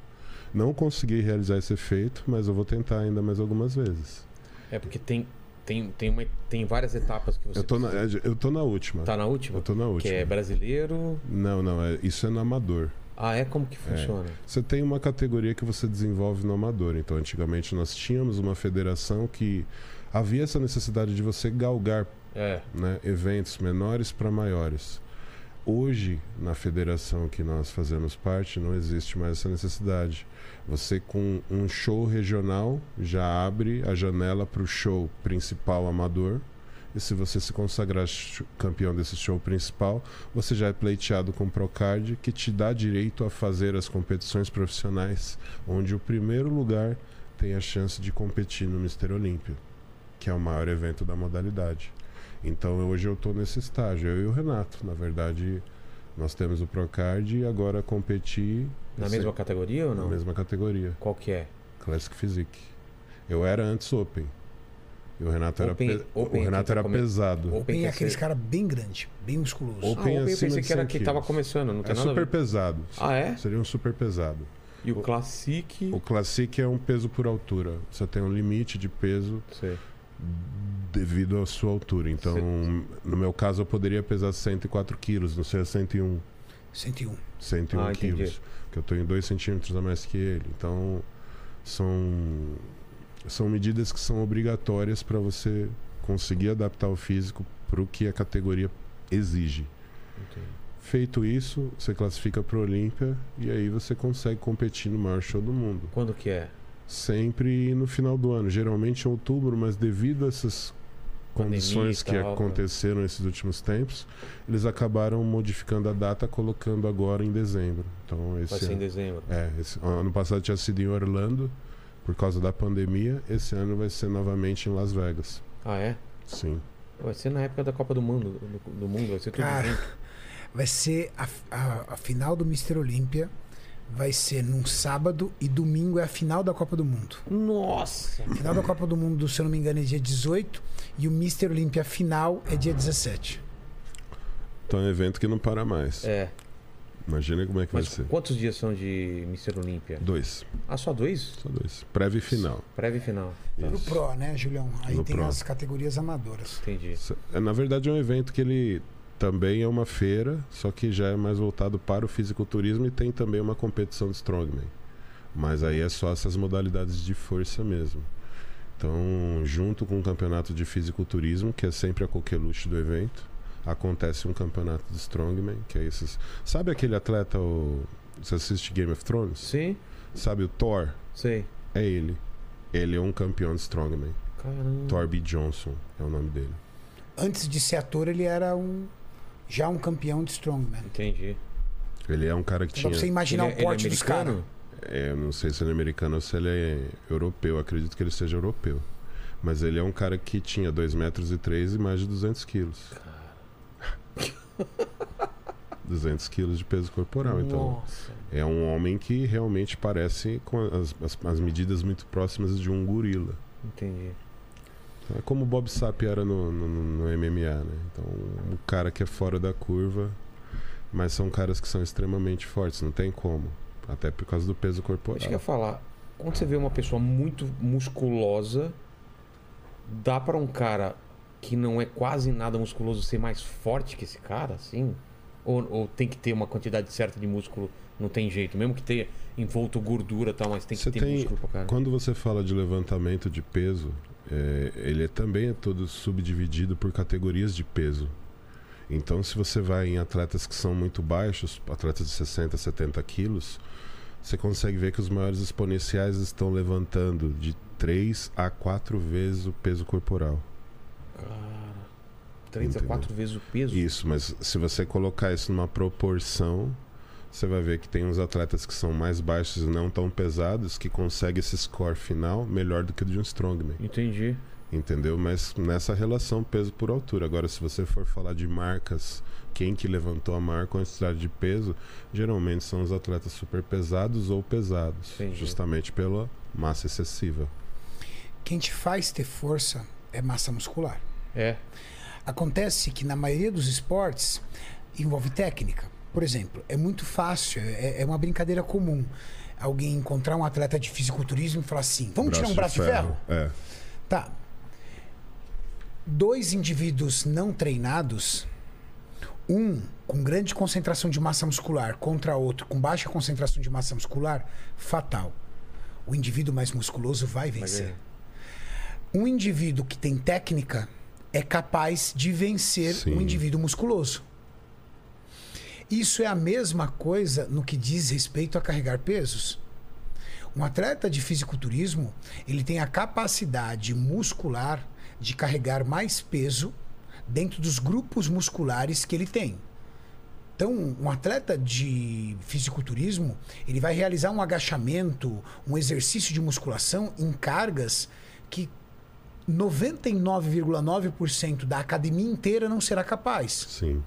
Não consegui realizar esse efeito, mas eu vou tentar ainda mais algumas vezes. É porque tem, tem, tem, uma, tem várias etapas que você. Eu tô na, é, precisa- eu tô na última. Tá na última? Eu tô na Que última. é brasileiro. Não, não, é- isso é no amador. Ah, é? Como que funciona? Você tem uma categoria que você desenvolve no amador. Então, antigamente nós tínhamos uma federação que havia essa necessidade de você galgar É. né, eventos menores para maiores. Hoje, na federação que nós fazemos parte, não existe mais essa necessidade. Você, com um show regional, já abre a janela para o show principal amador. E se você se consagrar ch- campeão desse show principal, você já é pleiteado com o Procard, que te dá direito a fazer as competições profissionais, onde o primeiro lugar tem a chance de competir no Mister Olímpia, que é o maior evento da modalidade. Então eu- hoje eu estou nesse estágio, eu e o Renato. Na verdade, nós temos o Procard e agora competir Na esse- mesma categoria ou na não? mesma categoria, Qual que é? Classic Physique. Eu era antes Open. E o Renato era, Open- pe- Open o Renato tá era come- pesado. Open Open é quer aqueles ser- caras bem grande, bem musculoso. Ah, Open Open eu acima pensei de que era 100 que tava quilos. começado, não tem É nada a super ver. pesado. Ah, é? Seria um super pesado. E o Classic. O Classic é um peso por altura. Você tem um limite de peso Sei. devido à sua altura. Então, no meu caso, eu poderia pesar 104 quilos, não sei, 101. 101. 101 Ah, entendi. quilos. Porque eu tenho 2 centímetros a mais que ele. Então, são, são medidas que são obrigatórias para você conseguir adaptar o físico para o que a categoria exige. Entendi. Feito isso, você classifica para Olímpia e aí você consegue competir no maior show do mundo. Quando que é? Sempre no final do ano, geralmente em outubro, mas devido a essas Pandemia condições e que tal, né? aconteceram nesses últimos tempos, eles acabaram modificando a data, colocando agora em dezembro. Então Vai esse, ser em ano, dezembro. é, esse- ano passado tinha sido em Orlando por causa da pandemia, esse ano vai ser novamente em Las Vegas. Ah, é? Sim. Vai ser na época da Copa do Mundo. Do, do mundo, vai ser tudo Cara, junto. Vai ser a, a- a final do Mr. Olímpia. Vai ser num sábado e domingo é a final da Copa do Mundo. Nossa! A final da Copa do Mundo, se eu não me engano, é dia 18 e o Mr. Olímpia final é dia 17. Então é um evento que não para mais. É. Imagina como é que vai Mas ser. quantos dias são de Mr. Olímpia? Dois, Ah, só dois? só dois. Prévia e final. Prévia e final. Tá. Pro Pro, né, Julião? Aí No tem Pro. as categorias amadoras. Entendi. Isso- é, Na verdade, é um evento que ele também é uma feira, só que já é mais voltado para o fisiculturismo e tem também uma competição de strongman. Mas aí é só essas modalidades de força mesmo. Então, junto com o campeonato de fisiculturismo, que é sempre a coqueluche do evento, acontece um campeonato de strongman, que é esses... Sabe aquele atleta, o... você assiste Game of Thrones? Sim? Sabe o Thor? Sei. É ele. Ele é um campeão de strongman. Hum. Caramba. Thor B. Johnson é o nome dele. Antes de ser ator, ele era um já um campeão de strongman. Entendi. é, Ele é um cara que tinha... Então, pra você imaginar o porte dos caras. É, eu não sei se ele é americano ou se ele é europeu. Acredito que ele seja europeu. Mas ele é um cara que tinha 2 metros e 3 e mais de 200 quilos. 200 quilos de peso corporal. Então, Nossa. é um homem que realmente parece com as, as- as medidas muito próximas de um gorila. Entendi. É como o Bob Sapp era no, no- no- no MMA, né? Então, um cara que é fora da curva, mas são caras que são extremamente fortes, não tem como. Até por causa do peso corporal. Acho que é eu ia falar. Quando você vê uma pessoa muito musculosa, dá pra um cara que não é quase nada musculoso ser mais forte que esse cara, assim? Ou, ou tem que ter uma quantidade certa de músculo, não tem jeito. Mesmo que tenha envolto gordura e tal, mas tem que Você ter tem- músculo pra cara. Quando você fala de levantamento de peso, é, ele é- também é todo subdividido por categorias de peso. Então, se você vai em atletas que são muito baixos, atletas de 60, 70 quilos, você consegue ver que os maiores exponenciais estão levantando de 3 a 4 vezes o peso corporal. Cara. Três a Entendeu? quatro vezes o peso? Isso, mas se você colocar isso numa proporção, você vai ver que tem uns atletas que são mais baixos e não tão pesados que conseguem esse score final melhor do que o de um strongman. Entendi. Entendeu? Mas nessa relação peso por altura. Agora, se você for falar de marcas, quem que levantou a maior quantidade de peso, geralmente são os atletas super pesados ou pesados, Entendi. justamente pela massa excessiva. Quem te faz ter força é massa muscular. É. Acontece que na maioria dos esportes envolve técnica. Por exemplo, é muito fácil, é, é uma brincadeira comum alguém encontrar um atleta de fisiculturismo e falar assim: vamos tirar um braço de ferro? É. Tá. Dois indivíduos não treinados, um com grande concentração de massa muscular contra outro com baixa concentração de massa muscular, fatal. O indivíduo mais musculoso vai vencer. Um indivíduo que tem técnica é capaz de vencer Sim. um indivíduo musculoso. Isso é a mesma coisa no que diz respeito a carregar pesos. Um atleta de fisiculturismo, ele tem a capacidade muscular de carregar mais peso dentro dos grupos musculares que ele tem. Então, um atleta de fisiculturismo, ele vai realizar um agachamento, um exercício de musculação em cargas que 99,9% da academia inteira não será capaz. Sim.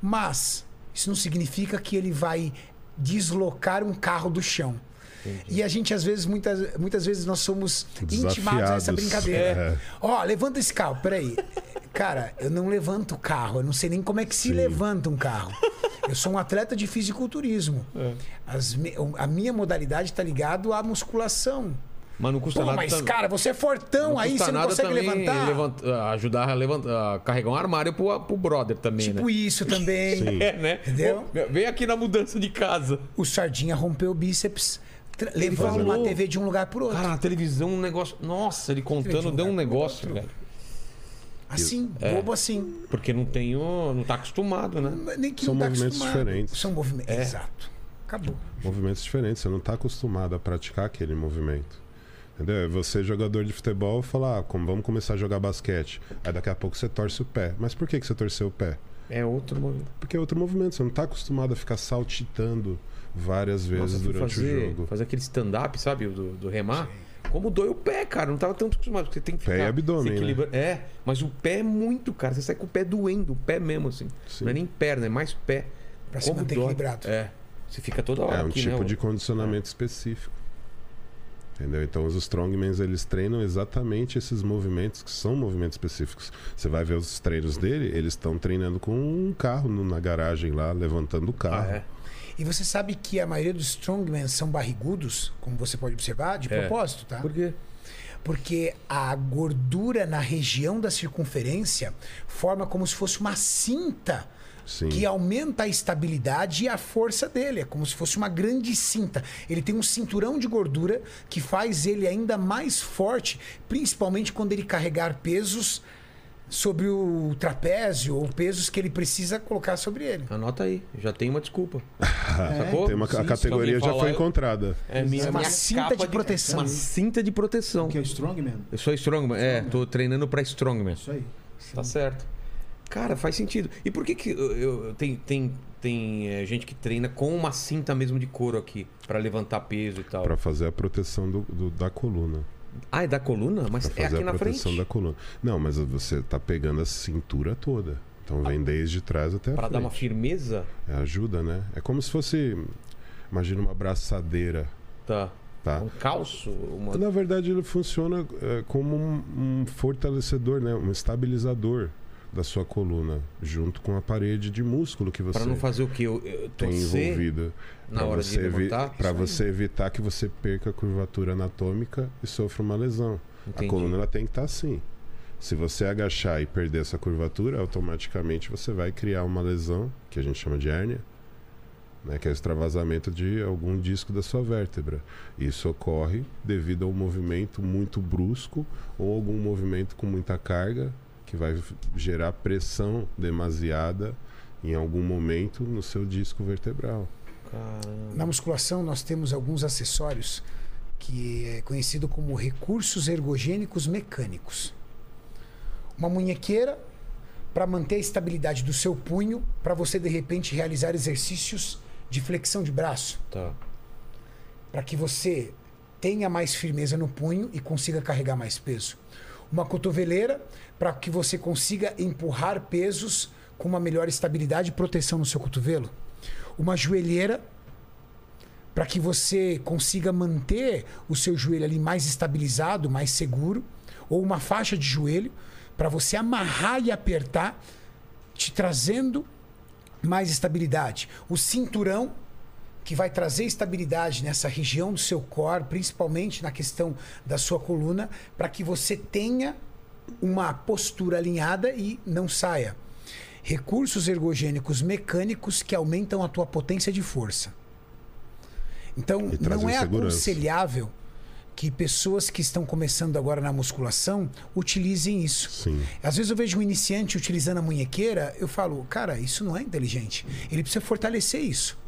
Mas isso não significa que ele vai deslocar um carro do chão. E a gente, às vezes, muitas, muitas vezes nós somos intimados a Desafiados. essa É. brincadeira. Ó, levanta esse carro, peraí. Cara, eu não levanto o carro, eu não sei nem como é que se Sim. levanta um carro. Eu sou um atleta de fisiculturismo. É. As me- a minha modalidade está ligada à musculação. Mas não custa Pô, nada. mas tam- cara, você é fortão, aí custa você não nada consegue também levantar. levant- ah, ajudar a levantar, a carregar um armário pro, pro brother também, Tipo né? isso também. É, né? Entendeu? Pô, Vem aqui na mudança de casa. O Sardinha rompeu o bíceps, tra- levou falou. uma TV de um lugar pro outro. Cara, na televisão um negócio. Nossa, ele contando Televisão, deu um cara. negócio, velho. assim, É. bobo assim. Porque não tem o. não tá acostumado, né? Nem que São não tá movimentos acostumado. diferentes. É. São movimentos. Exato. Acabou. movimentos diferentes, você não está acostumado a praticar aquele movimento. Entendeu? É Você, jogador de futebol, fala, ah, como vamos começar a jogar basquete. Aí daqui a pouco você torce o pé. Mas por que, que você torceu o pé? É outro movimento. Porque é outro movimento, você não está acostumado a ficar saltitando várias vezes Nossa, eu fui durante o fazer, jogo. fazer aquele stand-up, sabe? Do, do remar. Como dói o pé, cara. Não tava tanto acostumado. Porque tem que Pé ficar e abdômen, né? se equilibrando. É, mas o pé é muito, cara. Você sai com o pé doendo, o pé mesmo, assim. Sim. Não é nem perna, é mais pé. Pra se manter equilibrado. É. Você fica toda hora É um aqui, tipo né? de condicionamento específico. Entendeu? Então os strongmans eles treinam exatamente esses movimentos que são movimentos específicos. Você vai ver os treinos dele, eles estão treinando com um carro no- na garagem lá, levantando o Ah, carro. é. E você sabe que a maioria dos strongmen são barrigudos, como você pode observar, de É. propósito, tá? Por quê? Porque a gordura na região da circunferência forma como se fosse uma cinta Sim. tá. que aumenta a estabilidade e a força dele. É como se fosse uma grande cinta. Ele tem um cinturão de gordura que faz ele ainda mais forte, principalmente quando ele carregar pesos sobre o trapézio ou pesos que ele precisa colocar sobre ele. Anota aí. Já tem uma desculpa. Sacou? Tem uma, a né? Sim, categoria se já alguém foi falar, encontrada. É minha, Uma minha cinta capa de proteção. Uma cinta de proteção. Que é o Strongman. Eu sou Strongman. É, tô treinando pra Strongman. Isso aí. Tá certo. Cara, faz sentido. E por que que eu, eu- eu- tem, tem, tem é, gente que treina com uma cinta mesmo de couro aqui pra levantar peso e tal? Pra fazer a proteção do- do- da coluna. Ah, é da coluna? Mas Pra é fazer aqui a na proteção frente? da coluna. Não, mas você tá pegando a cintura toda. Então vem desde trás até a Tá. Pra dar uma frente. firmeza? É, ajuda, né? É como se fosse. Imagina uma braçadeira, Tá. tá? Um calço? Uma... Na verdade, ele funciona é, como um, um fortalecedor, né? Um estabilizador da sua coluna, junto com a parede de músculo que você Pra não fazer o quê? Eu, eu tem torcer? envolvida. na Pra hora de você evi- levantar? pra você evitar que você perca a curvatura anatômica e sofra uma lesão. Entendi. A coluna ela tem que estar assim. Se você agachar e perder essa curvatura, automaticamente você vai criar uma lesão, que a gente chama de hérnia, né, que é o extravasamento de algum disco da sua vértebra. Isso ocorre devido a um movimento muito brusco ou algum movimento com muita carga que vai f- gerar pressão demasiada em algum momento no seu disco vertebral. Caramba. Na musculação, nós temos alguns acessórios que é conhecido como recursos ergogênicos mecânicos. Uma munhequeira para manter a estabilidade do seu punho, para você de repente realizar exercícios de flexão de braço, Tá. para que você tenha mais firmeza no punho e consiga carregar mais peso. Uma cotoveleira para que você consiga empurrar pesos com uma melhor estabilidade e proteção no seu cotovelo. Uma joelheira para que você consiga manter o seu joelho ali mais estabilizado, mais seguro, ou uma faixa de joelho para você amarrar e apertar, te trazendo mais estabilidade. O cinturão que vai trazer estabilidade nessa região do seu core, principalmente na questão da sua coluna, para que você tenha uma postura alinhada e não saia. Recursos ergogênicos mecânicos que aumentam a tua potência de força. Então, E trazem não é segurança. aconselhável que pessoas que estão começando agora na musculação utilizem isso. Sim. Às vezes eu vejo um iniciante utilizando a munhequeira, eu falo, cara, isso não é inteligente. Ele precisa fortalecer isso.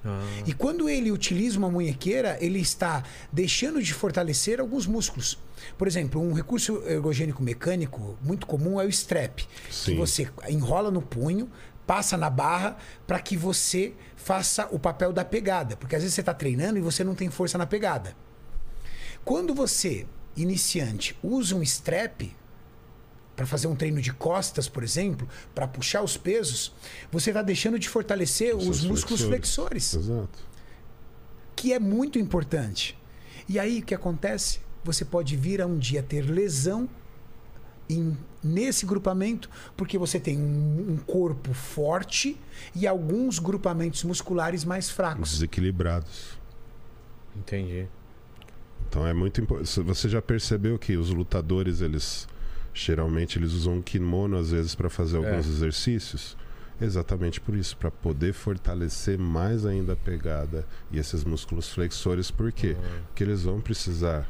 E quando ele utiliza uma munhequeira, ele está deixando de fortalecer alguns músculos. Por exemplo, um recurso ergogênico mecânico muito comum é o strap, Sim. que você enrola no punho, passa na barra para que você faça o papel da pegada, porque às vezes você está treinando e você não tem força na pegada. Quando você, iniciante, usa um strap para fazer um treino de costas, por exemplo, para puxar os pesos, você está deixando de fortalecer os seus músculos flexores. flexores, Exato. que é muito importante. E aí o que acontece? Você pode vir a um dia ter lesão em- nesse grupamento, porque você tem um, um corpo forte e alguns grupamentos musculares mais fracos. Desequilibrados. Entendi. Então é muito importante. Você já percebeu que os lutadores, eles geralmente eles usam um kimono às vezes para fazer alguns exercícios? Exatamente por isso, para poder fortalecer mais ainda a pegada e esses músculos flexores, por quê? Porque eles vão precisar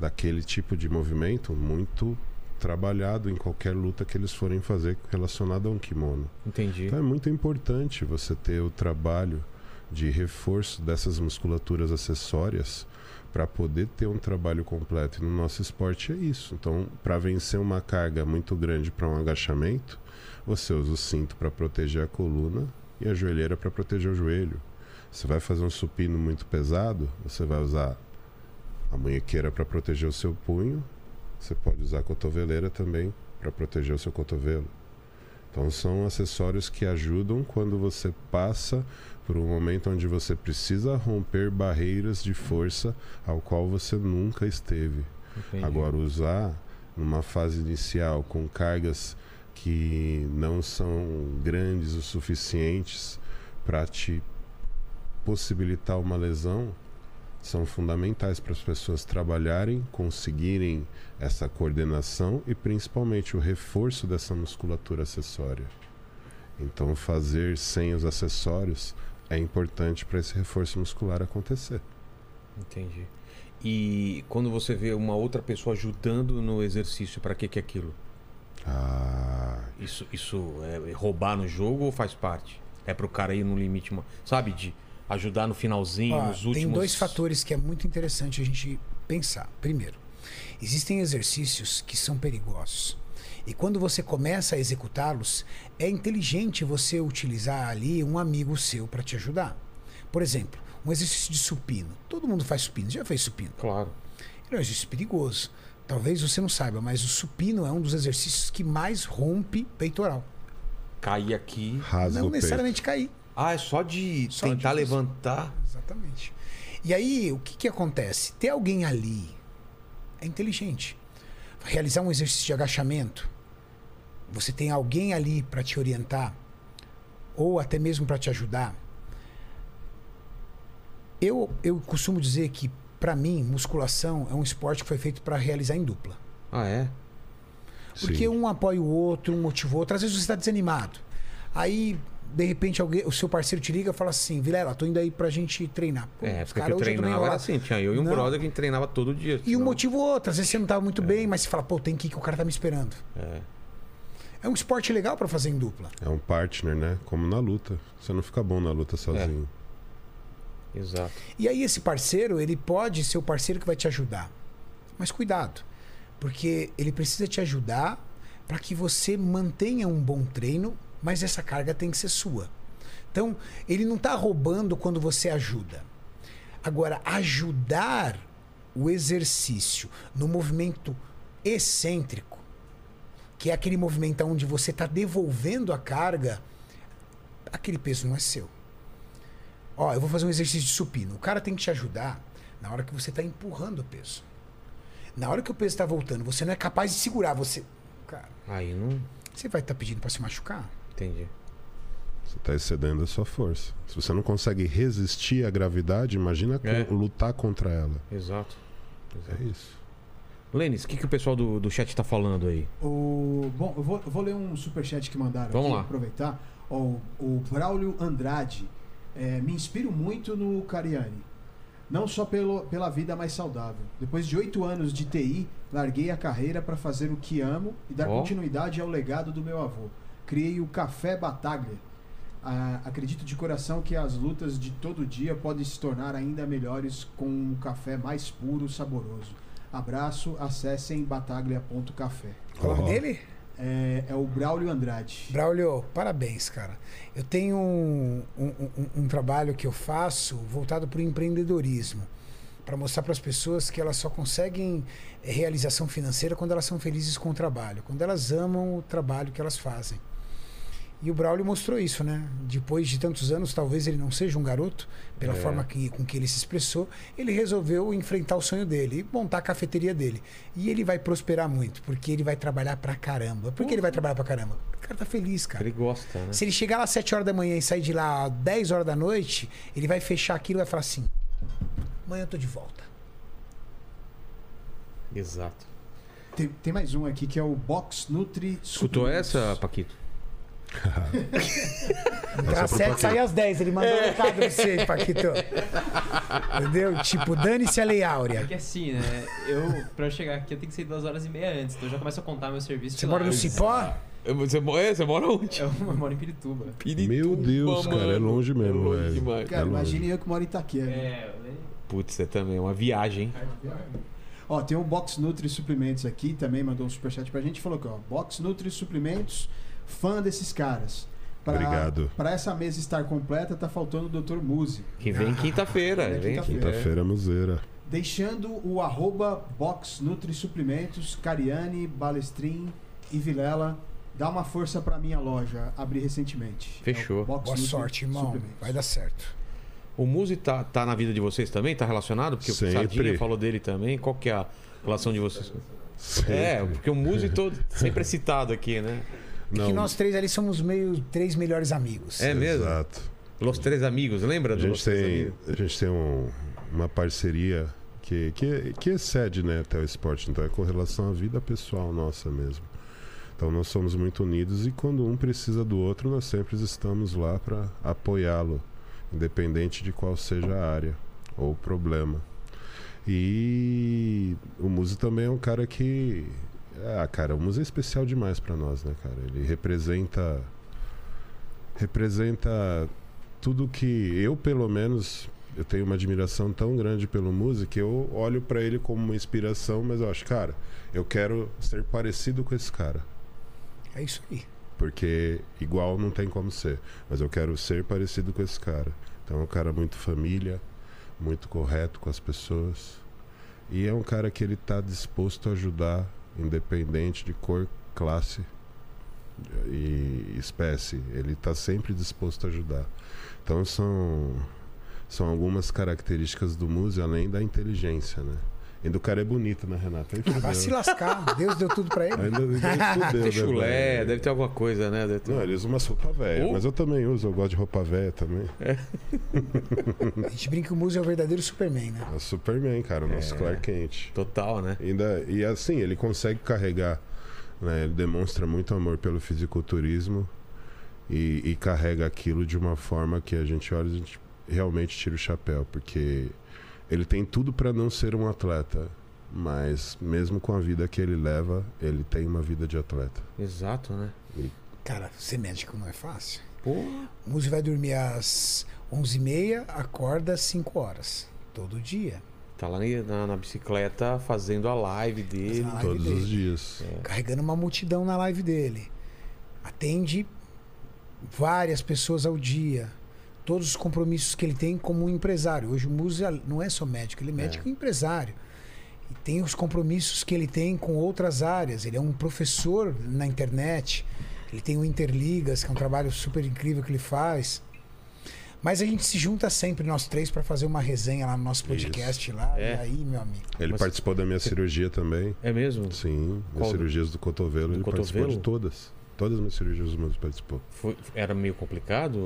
daquele tipo de movimento muito trabalhado em qualquer luta que eles forem fazer relacionada a um kimono. Entendi. Então é muito importante você ter o trabalho de reforço dessas musculaturas acessórias para poder ter um trabalho completo. E no nosso esporte é isso. Então, para vencer uma carga muito grande para um agachamento, você usa o cinto para proteger a coluna e a joelheira para proteger o joelho. Você vai fazer um supino muito pesado, você vai usar a munhequeira para proteger o seu punho. Você pode usar a cotoveleira também para proteger o seu cotovelo. Então são acessórios que ajudam quando você passa por um momento onde você precisa romper barreiras de força ao qual você nunca esteve. Entendi. Agora usar numa fase inicial com cargas que não são grandes o suficientes para te possibilitar uma lesão são fundamentais para as pessoas trabalharem, conseguirem essa coordenação e principalmente o reforço dessa musculatura acessória. Então, fazer sem os acessórios é importante para esse reforço muscular acontecer. Entendi. E quando você vê uma outra pessoa ajudando no exercício, pra que que é aquilo? Ah, Isso, isso é roubar no jogo ou faz parte? É pro cara ir no limite, ma- sabe? De ajudar no finalzinho, Ó, nos últimos. Ah, Tem dois fatores que é muito interessante a gente pensar. Primeiro, existem exercícios que são perigosos. E quando você começa a executá-los, é inteligente você utilizar ali um amigo seu para te ajudar. Por exemplo, um exercício de supino. Todo mundo faz supino, já fez supino. Claro. Ele é um exercício perigoso. Talvez você não saiba, mas o supino é um dos exercícios que mais rompe peitoral. Cair aqui. rasga não o peito. necessariamente cair. Ah, é só de Só tentar de- levantar. Exatamente. E aí, o que, que acontece? Ter alguém ali é inteligente. Realizar um exercício de agachamento, você tem alguém ali para te orientar, ou até mesmo para te ajudar. Eu, eu costumo dizer que, para mim, musculação é um esporte que foi feito para realizar em dupla. Ah, é? Porque Sim. um apoia o outro, um motiva o outro. Às vezes você está desanimado. Aí, de repente, alguém, o seu parceiro te liga e fala assim: Vilela, tô indo aí pra gente treinar. Pô, É, os porque cara eu hoje tô meio treinava era enrolado. assim, tinha eu e um Não. brother que treinava todo dia. E um senão- motivo ou outro. Às vezes você não tá muito bem, mas você fala: pô, tem que ir que o cara tá me esperando. É. É um esporte legal pra fazer em dupla. É um partner, né? Como na luta. Você não fica bom na É. luta sozinho. Exato. E aí esse parceiro, ele pode ser o parceiro que vai te ajudar. Mas cuidado, porque ele precisa te ajudar para que você mantenha um bom treino, mas essa carga tem que ser sua. Então, ele não está roubando quando você ajuda. Agora, ajudar o exercício no movimento excêntrico, que é aquele movimento onde você está devolvendo a carga, aquele peso não é seu. Ó, eu vou fazer um exercício de supino. O cara tem que te ajudar na hora que você está empurrando o peso. Na hora que o peso está voltando, você não é capaz de segurar. Você. Cara, Aí não. você vai estar pedindo para se machucar? Entendi. Você está excedendo a sua força. Se você não consegue resistir à gravidade, imagina co- É. lutar contra ela. Exato. É isso. Lênis, o que, que o pessoal do, do chat tá falando aí? O... Bom, eu vou, eu vou ler um superchat que mandaram Vamos aqui, lá. aproveitar. Ó, o, o Braulio Andrade. É, me inspiro muito no Cariani. Não só pelo, pela vida mais saudável. Depois de oito anos de TI, larguei a carreira para fazer o que amo e dar Ó. continuidade ao legado do meu avô. Criei o Café Bataglia. Ah, acredito de coração que as lutas de todo dia podem se tornar ainda melhores com um café mais puro, saboroso. Abraço, acessem bataglia.café. O nome Ó. dele? É, é o Braulio Andrade. Braulio, parabéns, cara. Eu tenho um, um- um- um trabalho que eu faço voltado para o empreendedorismo. Para mostrar para as pessoas que elas só conseguem eh, realização financeira quando elas são felizes com o trabalho, quando elas amam o trabalho que elas fazem. E o Braulio mostrou isso, né? Depois de tantos anos, talvez ele não seja um garoto, É. pela forma que, com que ele se expressou, ele resolveu enfrentar o sonho dele e montar a cafeteria dele. E ele vai prosperar muito, porque ele vai trabalhar pra caramba. Por que ele vai trabalhar pra caramba? O cara tá feliz, cara. Uhum. Ele gosta, né? Se ele chegar lá às 7 horas da manhã e sair de lá às 10 horas da noite, ele vai fechar aquilo e vai falar assim: amanhã eu tô de volta. Exato. Tem, tem mais um aqui que é o Box Nutri. Escutou Supplements. essa, Paquito? é Entrar às 7, sair às 10. Ele mandou um recado pra você, Paquito. Entendeu? Tipo, dane-se a Lei Áurea. Porque assim, né? Eu, pra eu chegar aqui, eu tenho que sair duas horas e meia antes. Então eu já começo a contar meu serviço. de Você lá. mora no Eu- Cipó? Eu- Você, mo- é, você mora onde? Eu, eu moro em Pirituba. Meu Deus, cara, é longe mesmo, velho. demais. Cara, É longe. imagine eu que moro em Itaquera. É, eu nem- Putz, é também uma viagem. hein? Ó, tem o Box Nutri Suplementos aqui, também mandou um superchat pra gente. Falou que, ó, Box Nutri Suplementos, fã desses caras. Pra, Obrigado. Pra essa mesa estar completa, tá faltando o Dr. Muse. Que vem quinta-feira. É vem quinta-feira. Quinta-feira museira. Deixando o arroba Box Nutri Suplementos, Cariane, Balestrin e Vilela. Dá uma força pra minha loja, abri recentemente. Fechou. É o Box Boa Nutri sorte, irmão. Suplementos. Vai dar certo. O Muzi tá, tá na vida de vocês também? Tá relacionado? Porque Sempre. o Sardinha falou dele também. Qual que é a relação de vocês? É, Sempre. porque o Muzi todo, sempre é citado aqui, né? É Que nós três ali somos meio três melhores amigos. É mesmo? Exato. Los Três Amigos, lembra A do Los gente Três tem, Amigos? a gente tem um- uma parceria que, que, que excede né, até o esporte, então é com relação à vida pessoal nossa mesmo. Então nós somos muito unidos e quando um precisa do outro, nós sempre estamos lá para apoiá-lo, independente de qual seja a área ou o problema. E o Muzi também é um cara que. Ah, cara, o Muzi é especial demais para nós, né, cara? Ele representa. Representa tudo que eu, pelo menos, eu tenho uma admiração tão grande pelo Muzi que eu olho pra ele como uma inspiração, mas eu acho, cara, eu quero ser parecido com esse cara. É isso aí. Porque igual não tem como ser. Mas eu quero ser parecido com esse cara. Então é um cara muito família, muito correto com as pessoas. E é um cara que ele está disposto a ajudar, independente de cor, classe e espécie. Ele está sempre disposto a ajudar. Então são, são algumas características do Muse, além da inteligência, né? E do cara é bonito, né, Renato? Aí fudeu. Vai se lascar. Deus deu tudo pra ele. Ainda, ainda fudeu, Tem né, chulé, velho? deve ter alguma coisa, né? Deve ter- Não, eles usam umas roupa velha, Ou- mas eu também uso, eu gosto de roupa velha também. A gente brinca que o Muzi é o verdadeiro Superman, né? É o Superman, cara, o É. nosso Clark Kent. Total, né? Ainda, e assim, ele consegue carregar, né? Ele demonstra muito amor pelo fisiculturismo e, e carrega aquilo de uma forma que a gente olha e a gente realmente tira o chapéu, porque ele tem tudo pra não ser um atleta, mas mesmo com a vida que ele leva, ele tem uma vida de atleta. Exato, né? Cara, ser médico não é fácil. Pô, O Muzi vai dormir às 11h30, acorda às 5 horas. Todo dia. tá lá na, na bicicleta fazendo a live dele. Fazendo a live. Todos dele. os dias. É. carregando uma multidão na live dele. Atende várias pessoas ao dia. Todos os compromissos que ele tem como um empresário. Hoje o Musa não é só médico, ele é médico e empresário. E tem os compromissos que ele tem com outras áreas. Ele é um professor na internet. Ele tem o Interligas, que é um trabalho super incrível que ele faz. Mas a gente se junta sempre, nós três, para fazer uma resenha lá no nosso podcast. Lá. É. E aí, meu amigo. Ele Mas- participou da minha cirurgia também. É mesmo? Sim, Qual? as cirurgias do cotovelo, Do ele participou de cotovelo? todas. Todas as minhas cirurgias o Muzi participou. Foi- era meio complicado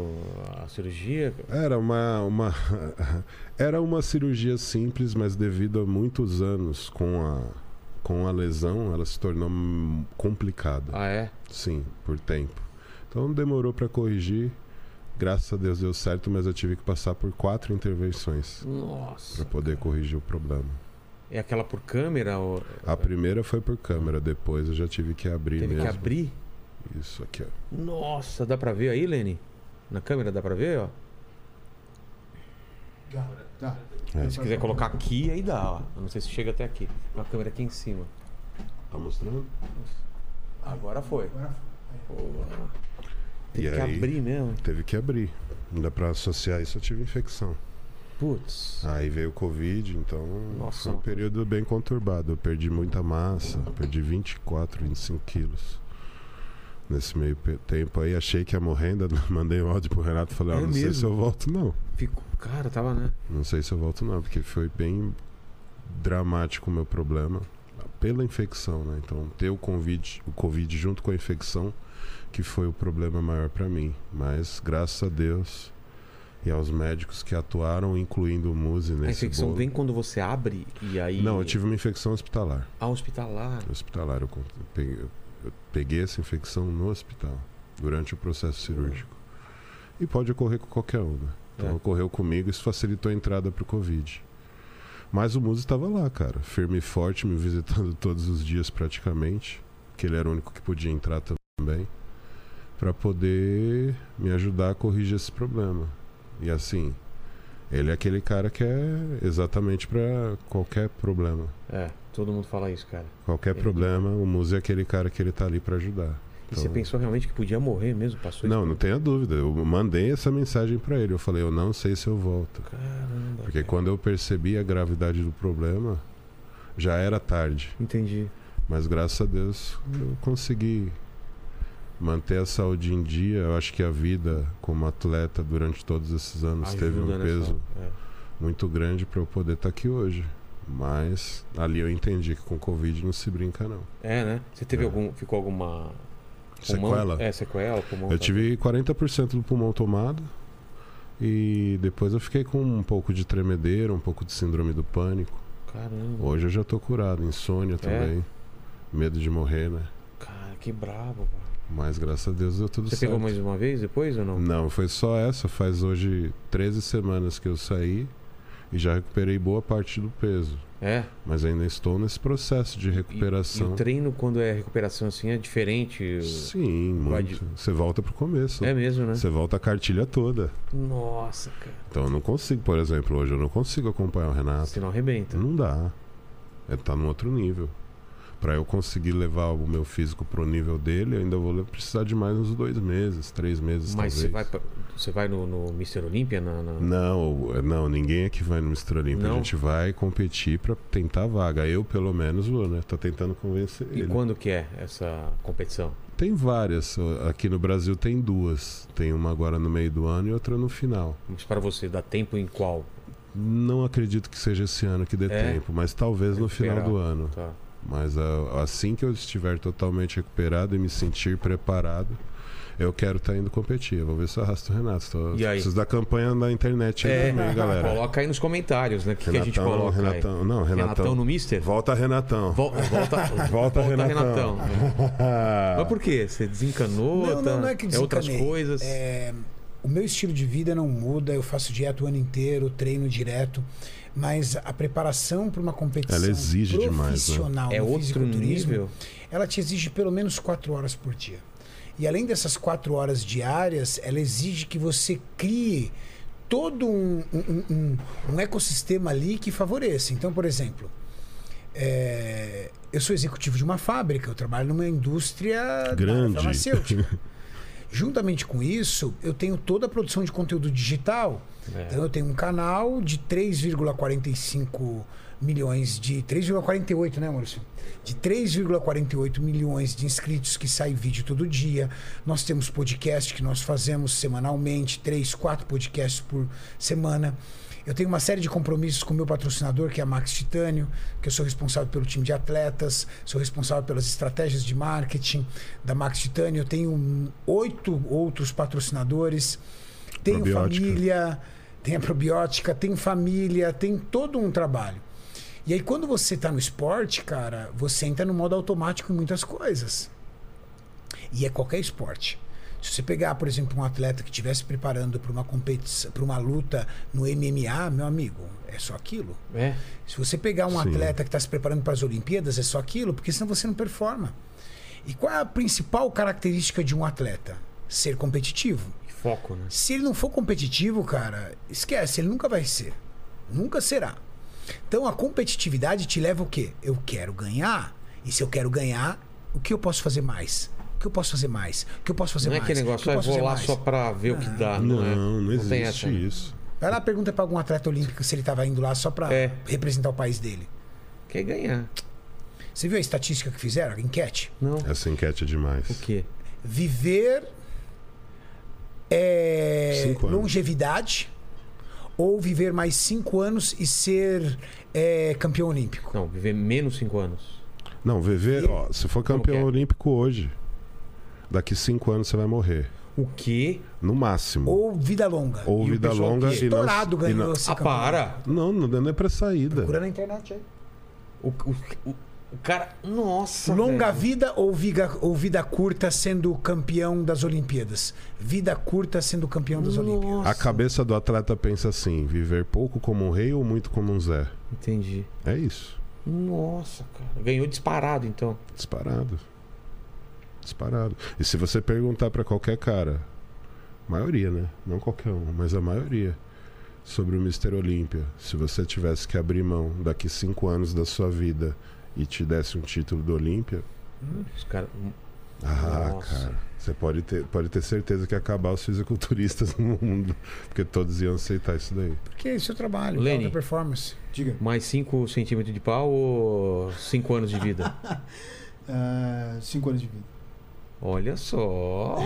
a cirurgia? Era uma, uma era uma cirurgia simples, mas devido a muitos anos com a com a lesão, ela se tornou hum, complicada. Ah, é? Sim, por tempo. Então demorou para corrigir. Graças a Deus deu certo, mas eu tive que passar por quatro intervenções para Nossa. poder corrigir o problema. É aquela por câmera? Ou... A primeira foi Ah, por câmera, depois eu já tive que abrir Teve que mesmo. abrir? Isso aqui, ó. Nossa, dá pra ver aí, Lene? Na câmera dá pra ver, ó? Tá. É. Se quiser colocar aqui, aí dá, ó. Eu não sei se chega até aqui. Com a câmera aqui em cima. Tá mostrando? Agora foi. Agora Boa. Tem E que aí? abrir mesmo. Teve que abrir. Não dá pra associar isso, eu tive infecção. Putz. Aí veio o Covid, então Nossa. foi um período bem conturbado. Eu perdi muita massa, perdi 24, 25 quilos. nesse meio pe- tempo aí. Achei que ia morrendo, mandei um áudio pro Renato e falei, ó, É não sei mesmo? se eu volto não. Fico, cara, tava, né? Não sei se eu volto não, porque foi bem dramático o meu problema pela infecção, né? Então, ter o COVID, o COVID junto com a infecção que foi o problema maior para mim, mas graças a Deus e aos médicos que atuaram, incluindo o Muzi A nesse infecção bolo. vem quando você abre e aí. Não, eu tive uma infecção hospitalar. A hospitalar. Hospitalar, eu con- eu peguei, eu peguei essa infecção no hospital, durante o processo cirúrgico. E pode ocorrer com qualquer um, né? Então É. ocorreu comigo, isso facilitou a entrada para o Covid. Mas o Muzi estava lá, cara, firme e forte, me visitando todos os dias praticamente, que ele era o único que podia entrar também, para poder me ajudar a corrigir esse problema. E assim, ele é aquele cara que é exatamente para qualquer problema. É, todo mundo fala isso, cara. Qualquer Ele- problema, o Muzi é aquele cara que ele tá ali pra ajudar. E você Então- pensou realmente que podia morrer mesmo? Passou Não, isso? não tenha dúvida. Eu mandei essa mensagem pra ele. Eu falei, eu não sei se eu volto. Caramba. Porque cara. quando eu percebi a gravidade do problema, já era tarde. Entendi. Mas graças a Deus eu consegui manter a saúde em dia. Eu acho que a vida como atleta durante todos esses anos teve Ajuda um né, nessa- peso é. muito grande pra eu poder estar aqui hoje. Mas ali eu entendi que com Covid não se brinca, não. É, né? Você teve É. algum. Ficou alguma. pulmão? Sequela? É, sequela, pulmão. Eu tá- tive 40% do pulmão tomado e depois eu fiquei com um pouco de tremedeira, um pouco de síndrome do pânico. Caramba. Hoje eu já tô curado, insônia É? também, medo de morrer, né? Cara, que brabo, cara. Mas graças a Deus deu tudo Você certo. pegou mais um uma vez depois ou não? Não, foi só essa. Faz hoje 13 semanas que eu saí e já recuperei boa parte do peso. É. Mas ainda estou nesse processo de E, e recuperação. o treino, quando é recuperação assim, é diferente. Sim, Vai de- muito. Você volta pro começo. É mesmo, né? Você volta a cartilha toda. Nossa, cara. Então eu não consigo, por exemplo, hoje eu não consigo acompanhar o Renato. Você não arrebenta. Ah, Não dá. É tá num outro nível. Pra eu conseguir levar o meu físico pro nível dele, eu ainda vou le- precisar de mais uns dois meses, três meses Mas você talvez. vai, pra- você vai no, no Mr. Olímpia? Na, na- Não, eu- não, ninguém aqui vai no Mr. Olímpia. A Não? gente vai competir pra tentar a vaga. Eu, pelo menos, vou, né? Tô tentando convencer E ele. quando que é essa competição? Tem várias. Aqui no Brasil tem duas. Tem uma agora no meio do ano e outra no final. Mas para você, dá tempo em qual? Não acredito que seja esse ano que dê É? tempo, mas talvez no final do ano. Tá. Mas a- assim que eu estiver totalmente recuperado e me sentir preparado, eu quero estar indo competir. Eu vou ver se eu arrasto o Renato. Tô, E aí? Preciso da campanha na internet aí É, também, galera. coloca aí nos comentários, né? O que, que a gente coloca aí? Renatão, não, Renatão. Renatão no Mister? Volta, Renatão. Vol- Volta, Volta, Renatão. Mas por quê? Você desencanou? Não, tá- não, não é que É outras desencanei. coisas. É, o meu estilo de vida não muda, eu faço dieta o ano inteiro, treino direto, mas a preparação para uma competição Ela exige demais, né? profissional É no outro fisiculturismo, nível. ela te exige pelo menos quatro horas por dia. E além dessas quatro horas diárias, ela exige que você crie todo um, um- um- um- um ecossistema ali que favoreça. Então, por exemplo, é, eu sou executivo de uma fábrica, eu trabalho numa indústria da área Grande. farmacêutica. Juntamente com isso, eu tenho toda a produção de conteúdo digital. Então, eu tenho um canal de 3,45 milhões de. 3,48, né, Maurício? De 3,48 milhões de inscritos que sai vídeo todo dia. Nós temos podcast que nós fazemos semanalmente, três, quatro podcasts por semana. Eu tenho uma série de compromissos com o meu patrocinador, que é a Max Titânio, que eu sou responsável pelo time de atletas, sou responsável pelas estratégias de marketing da Max Titânio. Eu tenho hum, oito outros patrocinadores. Tenho Probiótica. família, tem a probiótica, tem família, tem todo um trabalho. E aí, quando você está no esporte, cara, você entra no modo automático em muitas coisas. E é qualquer esporte. Se você pegar, por exemplo, um atleta que estivesse preparando para uma competição, para uma luta no MMA, meu amigo, é só aquilo. É. Se você pegar um Sim. atleta que está se preparando para as Olimpíadas, é só aquilo, porque senão você não performa. E qual é a principal característica de um atleta? Ser competitivo. E Foco, né? Se ele não for competitivo, cara, esquece, ele nunca vai ser. Nunca será. Então a competitividade te leva o quê? Eu quero ganhar. E se eu quero ganhar, o que eu posso fazer mais? O que eu posso fazer mais? O que eu posso fazer Não é mais? aquele O negócio, que eu ah, eu posso vou fazer lá mais? só pra ver o que dá. Não, Não, é? Ah, não, tem essa, existe né? isso. Vai lá pergunta pra algum atleta olímpico se ele tava indo lá só pra É. representar o país dele. Quer ganhar. Você viu a estatística que fizeram, a enquete? Não. Essa enquete é demais. O quê? viver é, Cinco anos. longevidade ou viver mais cinco anos e ser é, campeão olímpico? Não, viver menos 5 anos. Não, viver, ó, se for campeão que é? olímpico hoje, daqui cinco anos você vai morrer. O que? No máximo. Ou, Ou vida longa? e o vida pessoal longa que é e não. Estourado e não- ganhou esse Ah, campeonato. para! Não, não dá nem pra saída. Procura na internet aí. O, o, o, o cara. Nossa! Longa velho. vida ou, viga, ou vida curta sendo campeão das Olimpíadas? Vida curta sendo campeão das Olimpíadas. A Nossa. cabeça do atleta pensa assim: viver pouco como um rei ou muito como um Zé. Entendi. É isso. Nossa, cara. Ganhou disparado, então. Disparado. Disparado. E se você perguntar pra qualquer cara, maioria, né? Não qualquer um, mas a maioria, sobre o Mr. Olímpia, se você tivesse que abrir mão daqui cinco anos da sua vida e te desse um título do Olímpia, Os caras. ah, Nossa. cara. Você pode ter, pode ter certeza que ia acabar os fisiculturistas no mundo, porque todos iam aceitar isso daí. Porque isso é trabalho, Lenny. alta performance. Diga. Mais 5 centímetros de pau ou 5 anos de vida? Ah, cinco anos de vida. Olha só.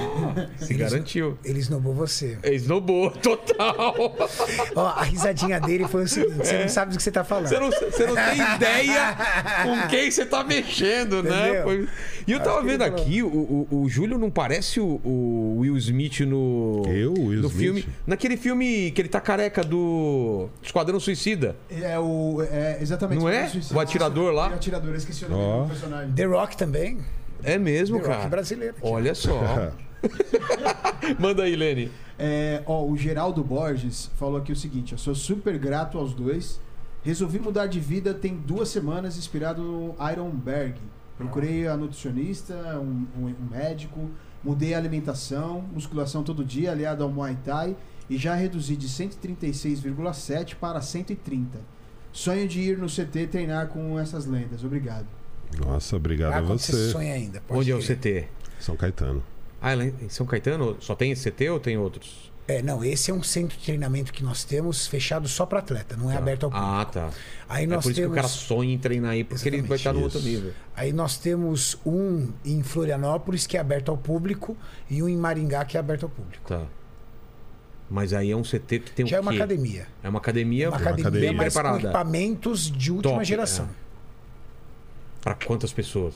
Se garantiu. Ele esnobou você. Esnobou, total. Ó, a risadinha dele foi o seguinte: você não sabe do que você tá falando. Você não, você não tem ideia com quem você tá mexendo, né? Entendeu? Foi- E eu tava que ele vendo falou. aqui, o, o, o Júlio não parece o, o Will Smith no. Eu, Will no Smith? filme. Naquele filme que ele tá careca do Esquadrão Suicida. É o. É exatamente Não é? isso. O atirador lá? O atirador, eu esqueci o nome Ó. do personagem. The Rock também. É mesmo, The Rock cara. brasileiro. Olha só. Manda aí, Lene. É, ó, o Geraldo Borges falou aqui o seguinte: eu sou super grato aos dois. Resolvi mudar de vida tem duas semanas, inspirado no Ironberg. Procurei a nutricionista, um, um- um médico, mudei a alimentação, musculação todo dia, aliado ao Muay Thai, e já reduzi de 136,7 para 130. Sonho de ir no CT treinar com essas lendas. Obrigado. Nossa, obrigado Ah, a quando você você. sonha ainda. pode Onde é o crer. CT? São Caetano. Ah, lá em São Caetano só tem esse CT ou tem outros? É, não, esse é um centro de treinamento que nós temos fechado só para atleta, não é aberto ao público. Ah, tá. Aí É nós por isso que o temos cara sonha em treinar aí, porque ele vai estar no outro nível. Aí nós temos um em Florianópolis que é aberto ao público e um em Maringá que é aberto ao público. Tá. Mas aí é um CT que tem o Já é uma quê? academia. É uma academia, Uma academia. academia, Bem mas com preparada. equipamentos de última Top, é. geração. pra quantas pessoas?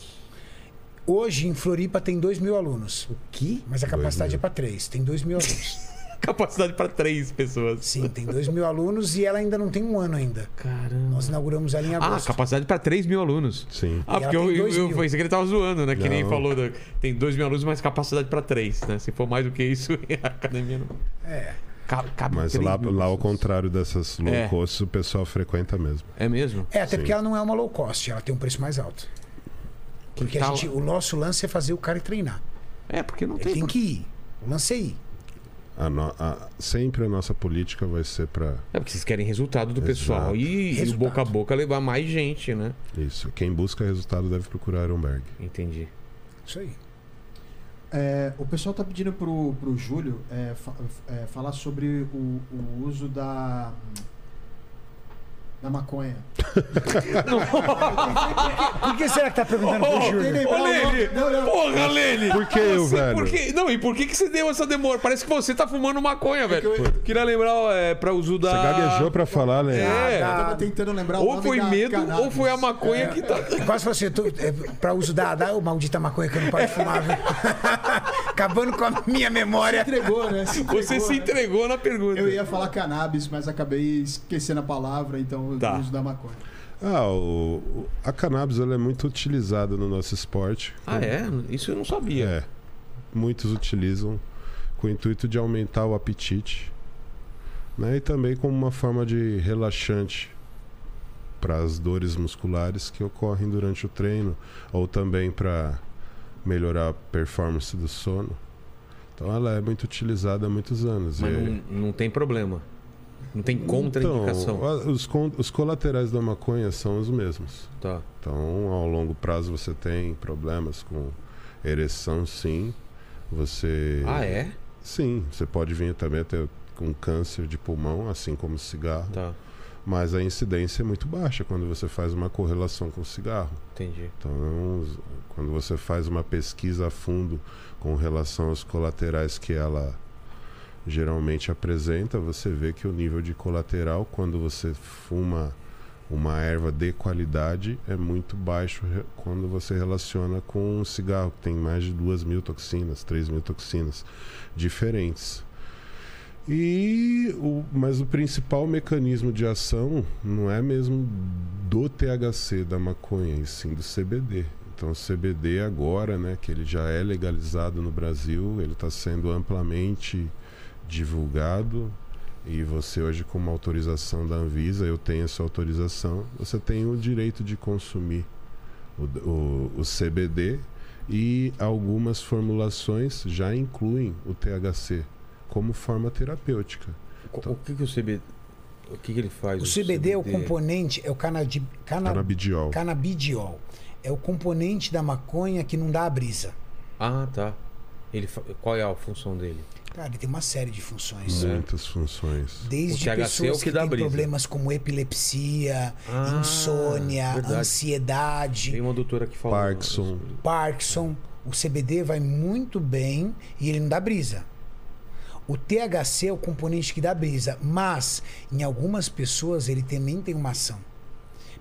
Hoje em Floripa tem 2 mil alunos. O quê? Mas a Dois capacidade mil. é para 3. Tem 2 mil alunos. Capacidade pra três pessoas. Sim, tem 2 mil alunos e ela ainda não tem um ano ainda. Caramba. Nós inauguramos ela em Ah, agosto. capacidade pra 3 mil alunos. Sim. Ah, E porque ela eu, tem eu, dois eu mil. pensei que ele tava zoando, né? Que nem Não. falou. da- Tem 2 mil alunos, mas capacidade pra 3, né? Se for mais do que isso, a academia não. É. Ca- Cabe Mas três lá, mil lá ao pessoas. contrário dessas low Ah, É. cost, o pessoal frequenta mesmo. É mesmo? É, até Sim. porque ela não é uma low cost, ela tem um preço mais alto. Porque a tal- gente, o nosso lance é fazer o cara ir treinar. É, porque não Ele tem. tem que ir. O lance é ir. A no- a- sempre a nossa política vai ser pra É porque vocês querem resultado do Exato. pessoal. E, e o Resultado. boca a boca levar mais gente, né? isso. Quem busca resultado deve procurar Ironberg. Entendi. Isso aí. É, o pessoal tá pedindo pro, pro Júlio é, fa- é, falar sobre o, o uso da. da maconha. Ah. Por que será que tá perguntando Oh, pro Júlio? Ô, Lene! Porra, Lene! Por que eu, Você- velho? por que- não, e por que, que você deu essa demora? Parece que você tá fumando É maconha, velho. Queria lembrar ó, é, pra uso da. Você gaguejou pra falar, né? É. Eu tava tentando lembrar o Ou nome foi da medo, cannabis. ou foi a maconha É. que tá. Quase falou assim, eu tô, é, pra uso da, da ô, maldita maconha que eu não pode fumar. viu? Acabando com a minha memória. Entregou, né? Se entregou, Você se né? entregou na pergunta. Eu ia falar cannabis, mas acabei esquecendo a palavra, então eu Tá. uso da maconha. Ah, o- o- a cannabis ela é muito utilizada no nosso esporte. Ah, é? Isso eu não sabia. É. Muitos utilizam com o intuito de aumentar o apetite, né? E também como uma forma de relaxante para as dores musculares que ocorrem durante o treino ou também para melhorar a performance do sono. Então ela é muito utilizada há muitos anos. Mas E- não, não tem problema. Não tem então, contraindicação. a- os, con- os colaterais da maconha são os mesmos. Tá. Então, ao longo prazo você tem problemas com ereção, sim. Você Ah, é? Sim, você pode vir também até com câncer de pulmão, assim como cigarro. Tá. Mas a incidência é muito baixa quando você faz uma correlação com o cigarro. Entendi. Então, os- quando você faz uma pesquisa a fundo com relação aos colaterais que ela geralmente apresenta, você vê que o nível de colateral, quando você fuma uma erva de qualidade, é muito baixo re- quando você relaciona com um cigarro, que tem mais de 2 mil toxinas, 3 mil toxinas diferentes. E o, mas o principal mecanismo de ação não é mesmo do THC da maconha, e sim do CBD. Então o CBD agora, né, que ele já é legalizado no Brasil, ele está sendo amplamente divulgado. E você hoje com uma autorização da Anvisa, eu tenho essa autorização, você tem o direito de consumir o, o- o CBD e algumas formulações já incluem o THC como forma terapêutica. Co- O que, que o CBD. O que, que ele faz? O CBD é o componente, é o canadi, cana- Canabidiol. canabidiol. É o componente da maconha que não dá a brisa. Ah, tá. Ele fa- Qual é a função dele? Cara, ele tem uma série de funções. Muitas funções. Desde O THC é o pessoas que que, dá têm brisa. problemas como epilepsia, Ah, insônia, verdade. ansiedade, Tem uma doutora que falou. Parkinson. Parkinson. O CBD vai muito bem e ele não dá brisa. O THC é o componente que dá brisa, mas em algumas pessoas ele também tem uma ação.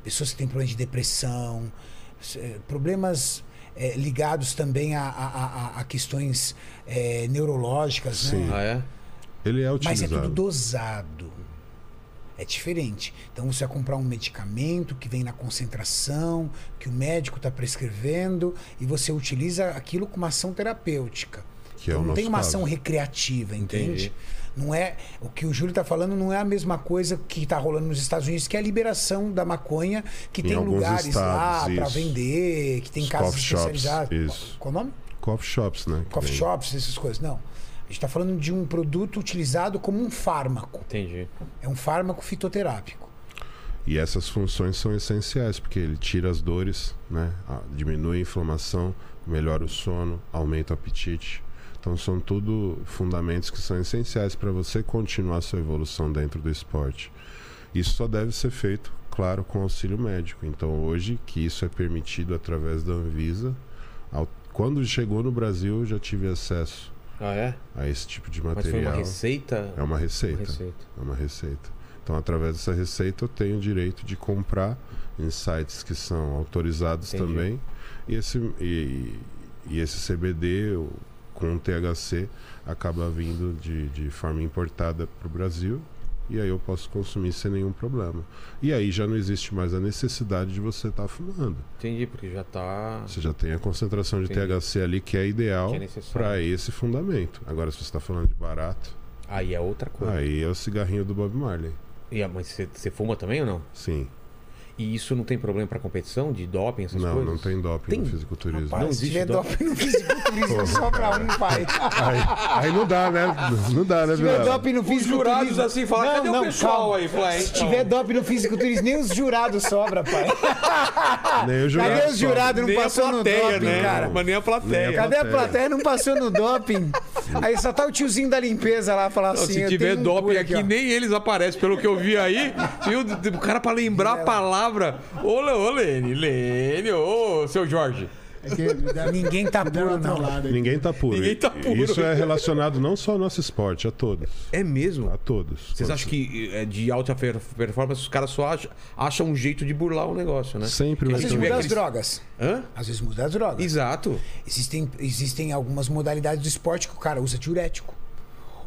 Pessoas que têm problemas de depressão, s- eh, problemas eh, ligados também a, a- a- a questões eh, neurológicas, né? Sim. Ah, é? Ele é Mas é tudo utilizado. dosado. É diferente. Então você vai comprar um medicamento que vem na concentração, que o médico está prescrevendo, e você utiliza aquilo com uma ação terapêutica. Que é então o não tem nosso uma caso. ação recreativa, entende? Entendi. Não é o que o Júlio está falando não é a mesma coisa que está rolando nos Estados Unidos, que é a liberação da maconha, que Em tem alguns lugares lá estados, para isso. vender, que tem Os casas coffee shops, especializadas. isso. Qual o nome? Coffee shops, né? que coffee tem. shops, essas coisas. Não. A gente está falando de um produto utilizado como um fármaco. Entendi. É um fármaco fitoterápico. E essas funções são essenciais, porque ele tira as dores, né? A- diminui a inflamação, melhora o sono, aumenta o apetite. Então são tudo fundamentos que são essenciais para você continuar sua evolução dentro do esporte. Isso só deve ser feito, claro, com auxílio médico. Então hoje que isso é permitido através da Anvisa, ao- quando chegou no Brasil eu já tive acesso Ah, é? a esse tipo de Mas foi uma material. receita? É uma Uma receita. receita. É uma receita. Então, através dessa receita, eu tenho o direito de comprar em sites que são autorizados Entendi. também. E esse, e, e esse CBD o- com o THC acaba vindo de, de forma importada para o Brasil. E aí eu posso consumir sem nenhum problema. E aí já não existe mais a necessidade de você estar fumando. Entendi, porque já tá. Você já tem a concentração de Entendi. THC ali que é ideal Que é necessário. para esse fundamento. Agora, se você está falando de barato, Aí é outra coisa. aí é o cigarrinho do Bob Marley. E, ah, mas você- você fuma também ou não? Sim. E isso não tem problema pra competição, de doping, essas não, coisas? não tem doping Tem? no fisiculturismo. Rapaz, Não se existe tiver doping. doping no fisiculturismo, só pra um, pai. Aí, aí não dá, né? Não dá, né, Se tiver Vilela? doping no Os fisiculturismo... jurados assim falam, cadê o pessoal calma. aí? "Então." Fala, Se tiver doping no fisiculturismo, nem os jurados sobra, pai. Nem o jurado. Cadê os sobe. jurados? Não passou no doping, cara. né? Mas nem a É, plateia. Nem Cadê a plateia? Não passou no doping. Aí só tá o tiozinho da limpeza lá falar assim... se eu tiver tenho um doping puro aqui, ó. nem eles aparecem. Pelo que eu vi aí, tinha o, o cara pra lembrar a palavra. Ô, Le- ô Lene, Lene, ô, seu Jorge. É que me deram- Ninguém tá me deram puro, uma não. trollada aí. Ninguém tá puro. Ninguém tá puro. Isso é relacionado não só ao nosso esporte, a todos. É mesmo? A todos. Vocês acham que é, de alta per- performance os caras só acham, acham um jeito de burlar o negócio, né? Sempre Às vai vezes ter um- tiver muda as aqueles- drogas. Hã? Às vezes muda as drogas. Exato. Existem, existem algumas modalidades do esporte que o cara usa diurético.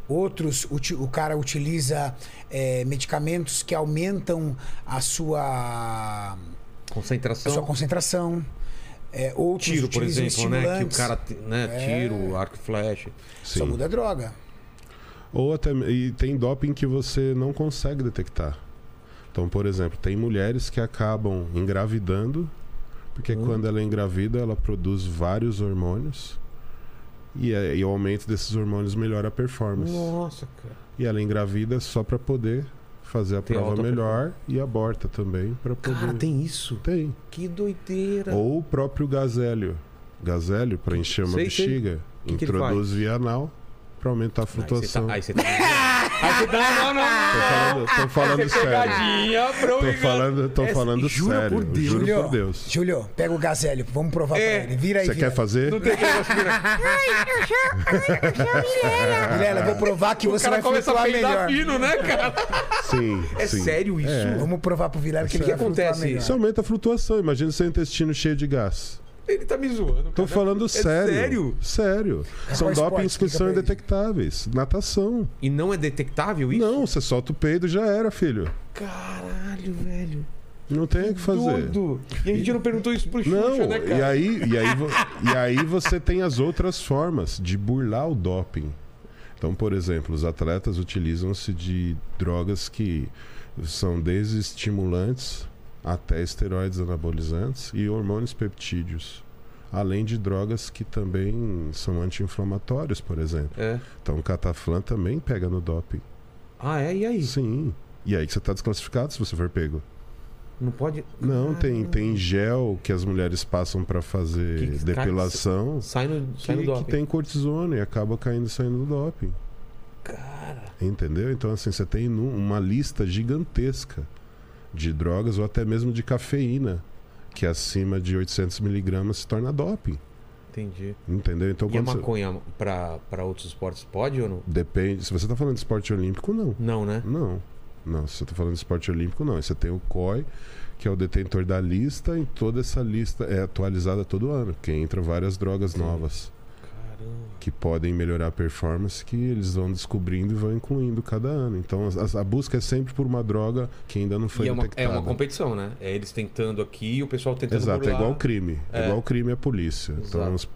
Outros, uti- o cara utiliza eh, medicamentos que aumentam a sua, a Então Concentração. sua concentração. É, outros Tiro, por utilizam exemplo, né? Que o estimulantes. cara, te- né? Tiro, arco e flecha. Só Sim. muda a droga. Ou até e tem doping que você não consegue detectar. Então, por exemplo, tem mulheres que acabam engravidando, porque Hum. quando ela é engravida, ela produz vários hormônios. E, é- e o aumento desses hormônios melhora a performance. Nossa, cara. E ela engravida só para poder fazer a Tem prova alta melhor e aborta também para poder. Cara, tem isso? Tem. Que doideira. Ou o próprio gazélio. Gazélio, para encher uma Sei, sei. bexiga, Que que ele introduz via anal para aumentar a flutuação. Aí você tá. Aí você tá... Aí você dá, não, não, não. Tô falando, tô falando sério. Pegadinha pra eu Tô ligar. falando, tô falando Juro sério. por Deus. Juro Julio, por Deus. Julio, pega o gazélio, vamos provar É. pra ele. Vira aí. Você Vilela. quer fazer? Não tem que respirar. Vilela, eu vou provar que O você cara vai começa a flutuar peidar melhor. fino, né, cara? Sim. É sim. sério isso? Vamos provar pro Vilela que ele que vai flutuar acontece? melhor. Isso aumenta a flutuação. Imagina seu intestino cheio de gás. Ele tá me zoando. Tô cara. falando É sério. sério? Sério. São esporte? dopings que Explica são pra ele. indetectáveis. Natação. E não é detectável isso? Não, você solta o peido já era, filho. Caralho, velho. Não tem o que fazer. Tudo. E a gente não perguntou isso pro Xuxa, Não, né, e, cara? aí, e, aí, vo- e aí você tem as outras formas de burlar o doping. Então, por exemplo, os atletas utilizam-se de drogas que são desde estimulantes até esteroides anabolizantes e hormônios peptídeos. Além de drogas que também são anti-inflamatórias, por exemplo. É. Então, o cataflã também pega no doping. Ah, é? E aí? Sim. E aí que você está desclassificado se você for pego. Não pode. Não, tem, Caralho. tem gel que as mulheres passam para fazer Que- que- depilação Sai no, que, sai no que doping. tem cortisona e acaba caindo e saindo do doping. Cara. Entendeu? Então, assim, você tem nu- uma lista gigantesca de drogas ou até mesmo de cafeína, que acima de 800 miligramas se torna doping. Entendi. Entendeu? Então, E é a quando você... maconha pra, pra outros esportes pode ou não? Depende. Se você está falando de esporte olímpico, não. Não, né? Não. Não, se você está falando de esporte olímpico, não. Aí Você tem o COI, que é o detentor da lista, e toda essa lista é atualizada todo ano, porque entra várias drogas novas Caramba. que podem melhorar a performance, que eles vão descobrindo e vão incluindo cada ano. Então as- a, busca é sempre por uma droga que ainda não foi E é uma, é detectada. uma competição, né? É eles tentando aqui e o pessoal tentando Exato, é burlar. igual o crime. É, É. igual o crime à polícia. Exato. Então os,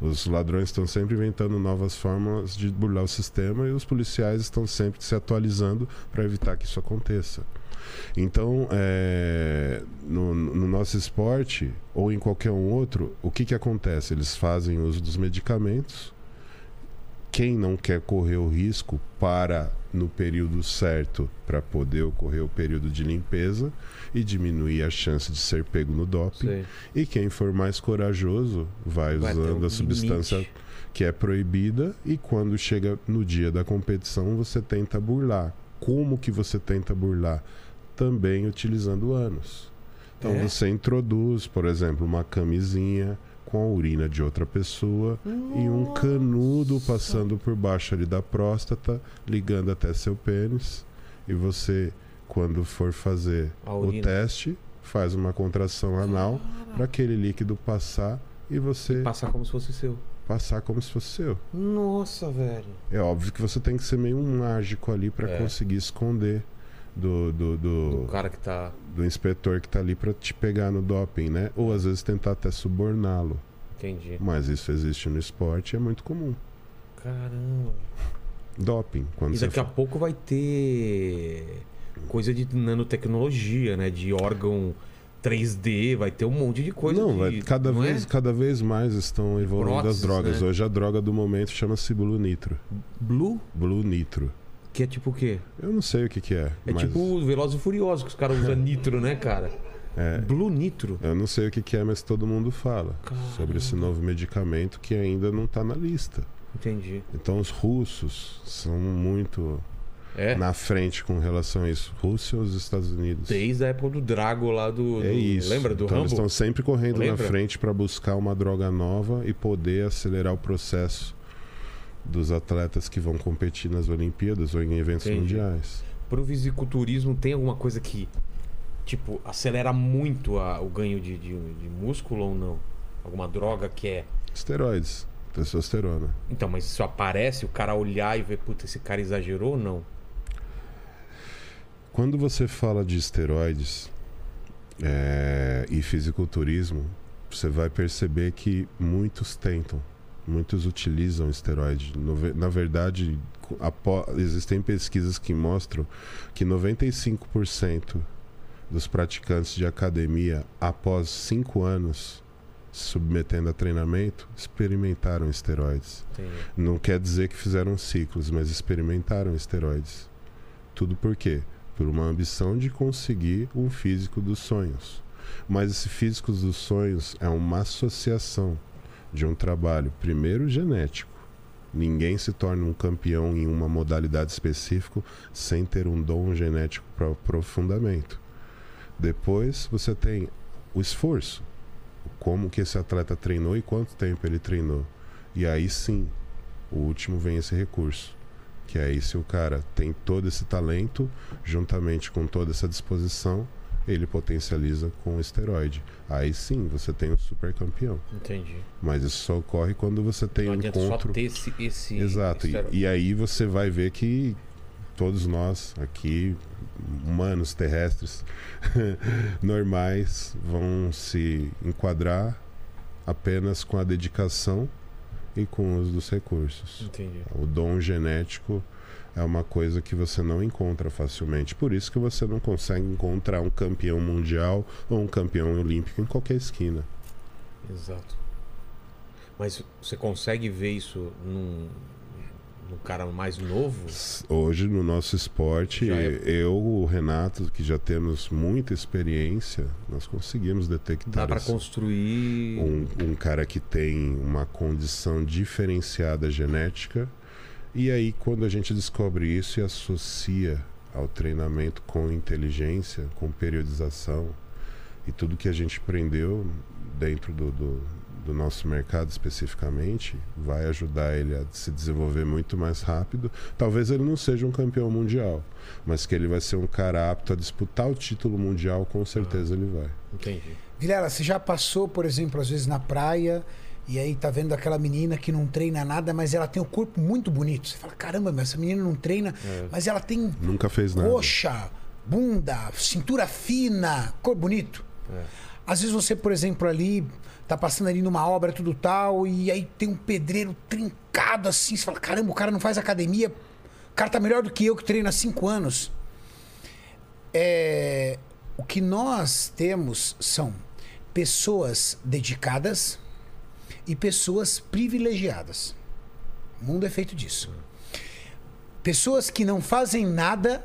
os ladrões estão sempre inventando novas formas de burlar o sistema e os policiais estão sempre se atualizando para evitar que isso aconteça. Então, é, no, no nosso esporte ou em qualquer um outro, o que, que acontece? Eles fazem uso dos medicamentos. Quem não quer correr o risco para no período certo para poder ocorrer o período de limpeza e diminuir a chance de ser pego no doping. Sei. E quem for mais corajoso vai Vai ter um usando a limite. substância que é proibida e quando chega no dia da competição você tenta burlar. Como que você tenta burlar? Também utilizando ânus. Então É? você introduz, por exemplo, uma camisinha com a urina de outra pessoa e um canudo passando por baixo ali da próstata, ligando até seu pênis. E você, quando for fazer A o urina. Ah! teste, faz uma contração anal para aquele líquido passar e você Passar como se fosse seu. passar como se fosse seu. Nossa, velho. É óbvio que você tem que ser meio um mágico ali para É. conseguir esconder do, do, do, O cara que tá. do inspetor que tá ali para te pegar no doping, né? Ou às vezes tentar até suborná-lo. Entendi. Mas isso existe no esporte e é muito comum. Caramba. Doping. Quando E você daqui a pouco vai ter coisa de nanotecnologia, né? De órgão 3D, vai ter um monte de coisa. Não, de- vai- cada, não é? vez, cada vez mais estão evoluindo Próteses, as drogas. né? Hoje a droga do momento chama-se Blue Nitro. Blue, Blue Nitro. que é tipo o quê? Eu não sei o que, que é. É mas tipo o Veloz e Furioso, que os caras usam nitro, né, cara? É. Blue Nitro. Eu não sei o que, que é, mas todo mundo fala sobre esse novo medicamento que ainda não está na lista. Entendi. Então os russos são muito É. na frente com relação a isso. Rússia e os Estados Unidos. Desde a época do Drago lá do. É do- isso. Lembra do então eles Rambo? estão sempre correndo Lembra? na frente para buscar uma droga nova e poder acelerar o processo dos atletas que vão competir nas Olimpíadas ou em eventos Entendi. mundiais. Pro fisiculturismo tem alguma coisa que, tipo, acelera muito a- o ganho de, de- de músculo ou não? Alguma droga que é. Esteroides, testosterona. Então, mas isso aparece, o cara olhar e ver, puta, esse cara exagerou ou não? Quando você fala de esteroides é, e fisiculturismo, você vai perceber que muitos tentam, muitos utilizam esteroide. Nove- Na verdade, co- apo- existem pesquisas que mostram que 95% dos praticantes de academia, após 5 anos se submetendo a treinamento, experimentaram esteroides. Entendi. Não quer dizer que fizeram ciclos, mas experimentaram esteroides. Tudo por quê? Por uma ambição de conseguir um físico dos sonhos. Mas esse físico dos sonhos é uma associação de um trabalho, primeiro genético, Ninguém se torna um campeão em uma modalidade específica sem ter um dom genético para aprofundamento. Depois você tem o esforço, como que esse atleta treinou e quanto tempo ele treinou. E aí sim, o último vem esse recurso. Que é aí se o cara tem todo esse talento, juntamente com toda essa disposição, ele potencializa com o esteroide. Aí sim, você tem o super campeão. Entendi. Mas isso só ocorre quando você tem Não um adianta encontro. só ter esse. esse Exato. esse- E, e aí você vai ver que todos nós aqui, humanos, terrestres, normais, vão se enquadrar apenas com a dedicação e com o uso dos recursos. Entendi. O dom genético é uma coisa que você não encontra facilmente. Por isso que você não consegue encontrar um campeão mundial ou um campeão olímpico em qualquer esquina. Exato. Mas você consegue ver isso num, num cara mais novo? Hoje no nosso esporte, Já é- eu, o Renato, que já temos muita experiência, nós conseguimos Dá detectar pra isso. construir. um, um cara que tem uma condição diferenciada genética. E aí, quando a gente descobre isso e associa ao treinamento com inteligência, com periodização e tudo que a gente aprendeu dentro do, do, do nosso mercado especificamente, vai ajudar ele a se desenvolver muito mais rápido. Talvez ele não seja um campeão mundial, mas que ele vai ser um cara apto a disputar o título mundial, com certeza ele vai. Entendi. Vilela, você já passou, por exemplo, às vezes na praia e aí tá vendo aquela menina que não treina nada, mas ela tem um corpo muito bonito. Você fala, caramba, mas essa menina não treina, mas ela tem Nunca fez nada. coxa, bunda, cintura fina, cor bonito. Às vezes você, por exemplo, ali tá passando ali numa obra tudo tal e aí tem um pedreiro trincado assim, você fala, caramba, o cara não faz academia, o cara tá melhor do que eu que treino há cinco anos. É, o que nós temos são pessoas dedicadas e pessoas privilegiadas. O mundo é feito disso. Pessoas que não fazem nada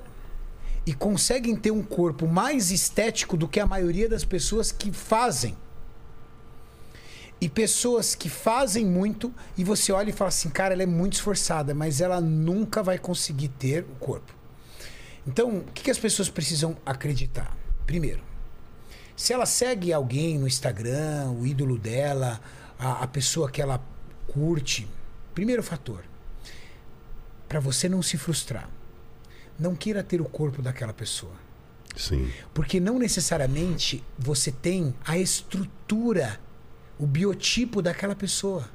e conseguem ter um corpo mais estético do que a maioria das pessoas que fazem. E pessoas que fazem muito e você olha e fala assim, cara, ela é muito esforçada, mas ela nunca vai conseguir ter o corpo. Então, o que que as pessoas precisam acreditar? Primeiro, se ela segue alguém no Instagram, o ídolo dela, a, a pessoa que ela curte, primeiro fator, para você não se frustrar, não queira ter o corpo daquela pessoa. Sim. Porque não necessariamente você tem a estrutura, o biotipo daquela pessoa.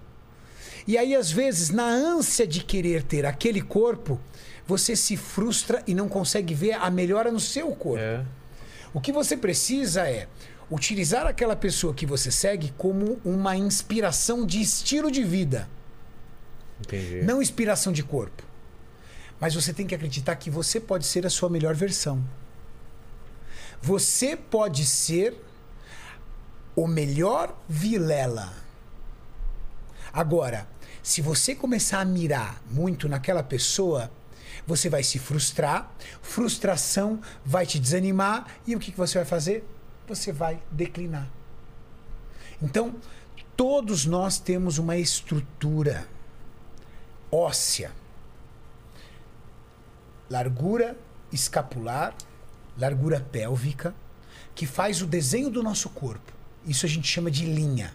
E aí, às vezes, na ânsia de querer ter aquele corpo, você se frustra e não consegue ver a melhora no seu corpo. É. O que você precisa é utilizar aquela pessoa que você segue como uma inspiração de estilo de vida, Entendi. não inspiração de corpo. Mas você tem que acreditar que você pode ser a sua melhor versão. Você pode ser o melhor Vilela. Agora, se você começar a mirar muito naquela pessoa, você vai se frustrar, frustração vai te desanimar e o que, que você vai fazer? Você vai declinar. Então, todos nós temos uma estrutura óssea, largura escapular, largura pélvica, que faz o desenho do nosso corpo. Isso a gente chama de linha.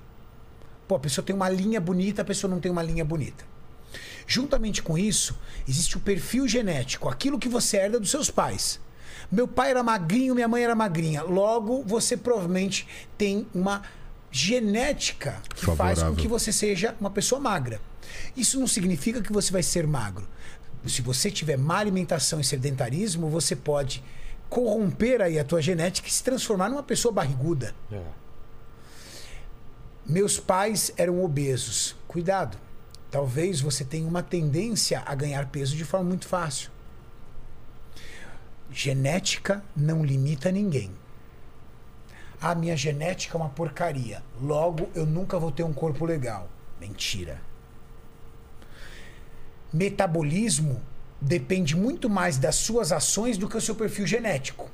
Pô, a pessoa tem uma linha bonita, a pessoa não tem uma linha bonita. Juntamente com isso, existe o perfil genético, aquilo que você herda dos seus pais. Meu pai era magrinho, minha mãe era magrinha. Logo, você provavelmente tem uma genética que faz com Favorável. que você seja uma pessoa magra. Isso não significa que você vai ser magro. Se você tiver má alimentação e sedentarismo, você pode corromper aí a tua genética e se transformar numa pessoa barriguda. É. Meus pais eram obesos. Cuidado. Talvez você tenha uma tendência a ganhar peso de forma muito fácil. Genética não limita ninguém. A minha genética é uma porcaria. Logo, eu nunca vou ter um corpo legal. Mentira. Metabolismo depende muito mais das suas ações do que o seu perfil genético.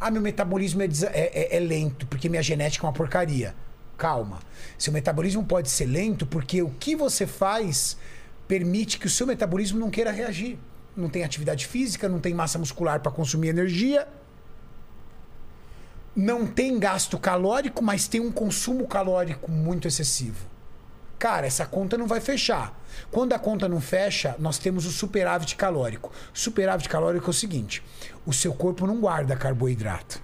Ah, meu metabolismo é, desa- é- é- é lento, porque minha genética é uma porcaria. Calma. Seu metabolismo pode ser lento porque o que você faz permite que o seu metabolismo não queira reagir. Não tem atividade física, não tem massa muscular para consumir energia, não tem gasto calórico, mas tem um consumo calórico muito excessivo. Cara, essa conta não vai fechar. Quando a conta não fecha, nós temos o superávit calórico. Superávit calórico é o seguinte: o seu corpo não guarda carboidrato.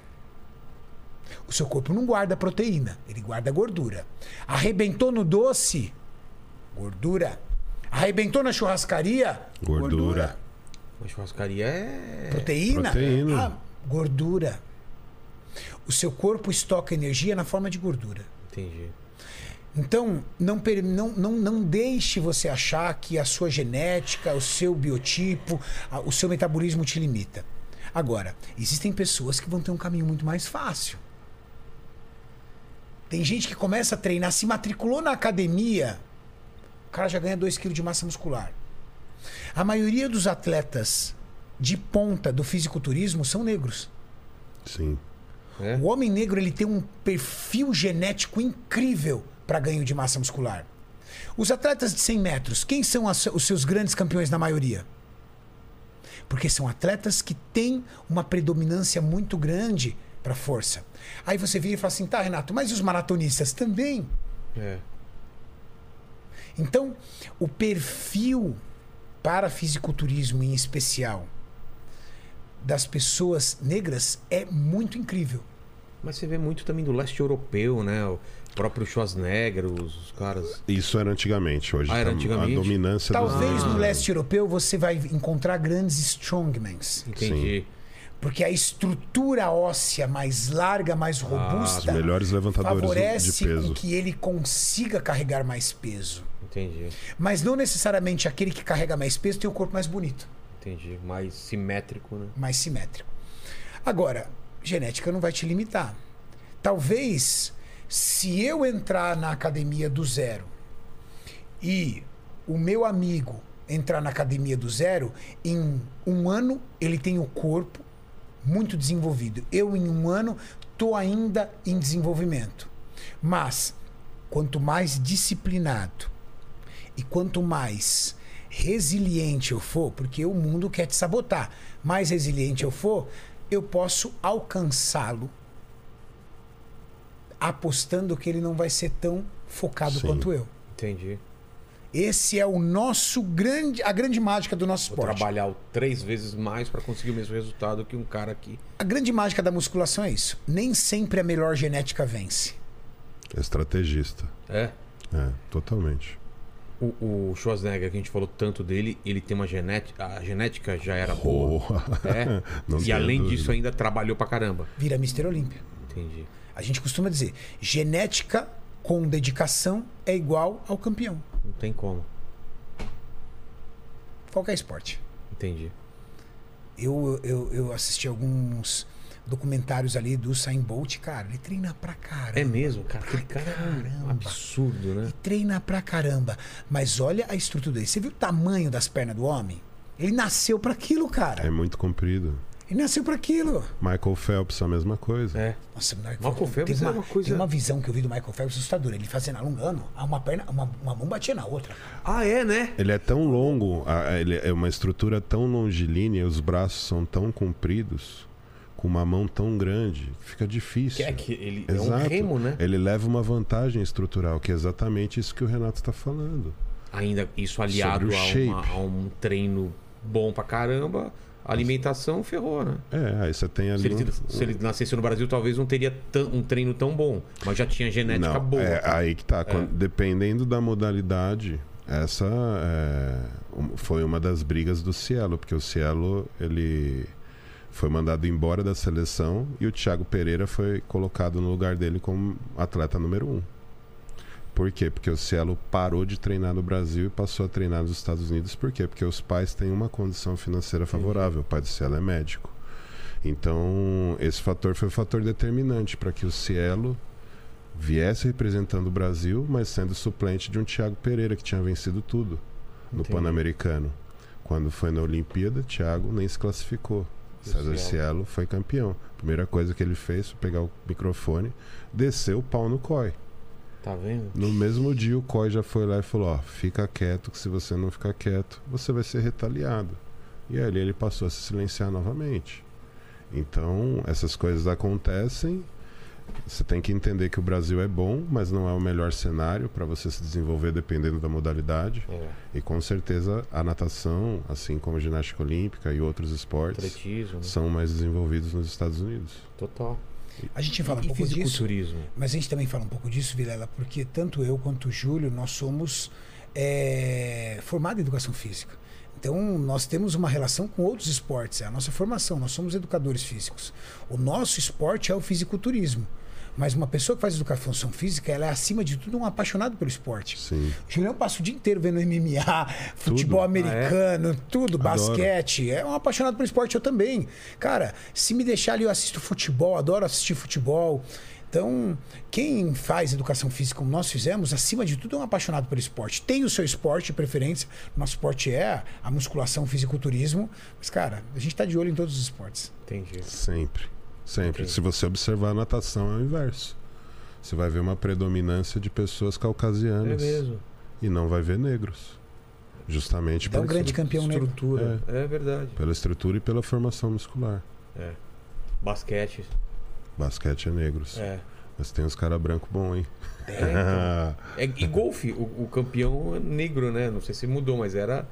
O seu corpo não guarda proteína, ele guarda gordura. Arrebentou no doce, gordura. Arrebentou na churrascaria, Gordura. Uma churrascaria é. proteína. Proteína. Ah, gordura. O seu corpo estoca energia na forma de gordura. Entendi. Então, não, per- não, não, não deixe você achar que a sua genética, o seu biotipo, a- o seu metabolismo te limita. Agora, existem pessoas que vão ter um caminho muito mais fácil. Tem gente que começa a treinar, se matriculou na academia, o cara já ganha 2 kg de massa muscular. A maioria dos atletas de ponta do fisiculturismo são negros. Sim. O homem negro ele tem um perfil genético incrível para ganho de massa muscular. Os atletas de 100 metros, quem são as- os seus grandes campeões na maioria? Porque são atletas que têm uma predominância muito grande para força. Aí você vira e fala assim, tá, Renato, mas e os maratonistas também? É. Então, o perfil para fisiculturismo em especial das pessoas negras é muito incrível. Mas você vê muito também do leste europeu, né? O próprio Schwarzenegger, os, os caras. Isso era antigamente, hoje Ah, era tá- antigamente? a dominância Talvez dos no leste europeu você vai encontrar grandes strongmans, Entendi. porque a estrutura óssea mais larga, mais os robusta, Ah, melhores levantadores do- de favorece peso. com que ele consiga carregar mais peso. Entendi. Mas não necessariamente aquele que carrega mais peso tem o corpo mais bonito, Entendi. Mais simétrico, né? mais simétrico. Agora, genética não vai te limitar. Talvez se eu entrar na academia do zero e o meu amigo entrar na academia do zero, em um ano ele tem o corpo muito desenvolvido. Eu, em um ano, estou ainda em desenvolvimento. Mas quanto mais disciplinado e quanto mais resiliente eu for, porque o mundo quer te sabotar, mais resiliente eu for, eu posso alcançá-lo apostando que ele não vai ser tão focado Sim. quanto eu. Entendi. Esse é o nosso grande, a grande mágica do nosso Vou esporte. trabalhar o três vezes mais pra conseguir o mesmo resultado que um cara que. A grande mágica da musculação é isso. Nem sempre a melhor genética vence. É estrategista. É. É, totalmente. O, o Schwarzenegger, que a gente falou tanto dele, ele tem uma genética. A genética já era boa. Boa. É. Não e tenho além dúvida. disso, ainda trabalhou pra caramba. Vira Mr. Olímpia. Entendi. A gente costuma dizer, genética com dedicação é igual ao campeão. Não tem como. Qualquer esporte. Entendi. Eu, eu, eu assisti alguns documentários ali do Usain Bolt, cara, ele treina pra caramba. É mesmo, cara. Aquele cara é um Caramba. absurdo, né? E treina pra caramba. Mas olha a estrutura dele. Você viu o tamanho das pernas do homem? Ele nasceu pra aquilo, cara. É muito comprido. Ele nasceu pra aquilo. Michael Phelps, a mesma coisa. É. Nossa, na hora que Michael foi- Phelps tem é uma coisa- Tem uma visão que eu vi do Michael Phelps assustadora. Ele fazendo alongando, ah, uma perna, uma, uma mão batia na outra. Ah, é, né? Ele é tão longo, a- a- ele é uma estrutura tão longilínea, os braços são tão compridos, com uma mão tão grande, fica Que difícil. é que ele Exato. é um remo, né? Ele leva uma vantagem estrutural, que é exatamente isso que o Renato está falando. Ainda isso aliado Sobre o a, uma- shape. a um treino bom pra caramba, a alimentação ferrou, né? É, aí você tem ali. Se ele, um- tido- se ele nascesse no Brasil, talvez não teria tan- um treino tão bom, mas já tinha genética Não, boa. É, aí que tá. Quando- dependendo da modalidade, essa é, um- foi uma das brigas do Cielo, porque o Cielo ele foi mandado embora da seleção e o Thiago Pereira foi colocado no lugar dele como atleta número um. Por quê? Porque o Cielo parou de treinar no Brasil e passou a treinar nos Estados Unidos. Por quê? Porque os pais têm uma condição financeira favorável. O pai do Cielo é médico. Então, esse fator foi o fator determinante para que o Cielo viesse representando o Brasil, mas sendo suplente de um Thiago Pereira, que tinha vencido tudo no Entendi. Pan-Americano. Quando foi na Olimpíada, Thiago nem se classificou. César Cielo. Cielo foi campeão. Primeira coisa que ele fez foi pegar o microfone, descer o pau no COI. Tá vendo? No mesmo dia, o COI já foi lá e falou: ó, fica quieto, que se você não ficar quieto, você vai ser retaliado. E ali ele passou a se silenciar novamente. Então, essas coisas acontecem. Você tem que entender que o Brasil é bom, mas não é o melhor cenário para você se desenvolver dependendo da modalidade. É, E com certeza a natação, assim como a ginástica olímpica e outros esportes, atletismo, né? são mais desenvolvidos nos Estados Unidos. total. A gente fala um E pouco disso. fisiculturismo? Mas a gente também fala um pouco disso, Vilela, porque tanto eu quanto o Júlio, nós somos é, formados em educação física. Então, nós temos uma relação com outros esportes, é a nossa formação, nós somos educadores físicos. O nosso esporte é o fisiculturismo. Mas uma pessoa que faz educação física, ela é, acima de tudo, um apaixonado pelo esporte. Tipo, Sim. O Julião passa o dia inteiro vendo MMA, futebol americano, tudo, basquete. É um apaixonado pelo esporte, eu também. Cara, se me deixar ali, eu assisto futebol, adoro assistir futebol. Então, quem faz educação física como nós fizemos, acima de tudo é um apaixonado pelo esporte. Tem o seu esporte de preferência. Nosso esporte é a musculação, o fisiculturismo. Mas, cara, a gente tá de olho em todos os esportes. Entendi. É Sempre. Sempre. Se você observar a natação, é o inverso. Você vai ver uma predominância de pessoas É caucasianas mesmo. e não vai ver negros. Justamente Dá um por- grande campeão negro. Estrutura. É. verdade. pela estrutura e pela formação muscular. Basquete. Basquete é negros. É. Mas tem uns cara branco bom, hein? É, então. É, e golfe, o, o campeão é negro, né? Não sei se mudou, mas era.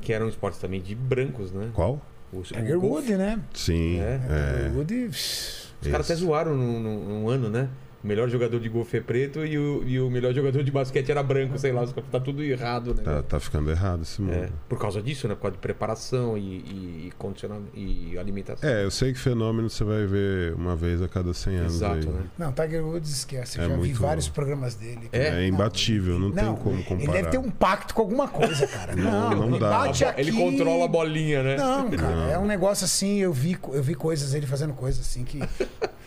Que era um esporte também de brancos, né? Qual? O, o Tiger golfe. Wood, né? Sim. É. Tiger É. Wood. Os caras até Esse. zoaram num, num- num ano, né? O melhor jogador de golfe é preto e o, e o melhor jogador de basquete era branco, sei lá. os caras- Tá tudo errado, né? Tá, tá ficando errado esse Uhum. mundo. É, por causa disso, né? Por causa de preparação e, e, e condicionamento e alimentação. É, eu sei que fenômeno você vai ver uma vez a cada 100 anos. Exato, aí. né? Não, Tiger Woods esquece. Eu É já vi muito- vários programas dele. É? É imbatível, não, Não, tem como Ele comparar. deve ter um pacto com alguma coisa, cara. Não, Não, não ele dá. bate A bo- aqui. Ele controla a bolinha, né? Não, cara, é um negócio assim, eu vi, co- eu vi coisas, ele fazendo coisas assim que.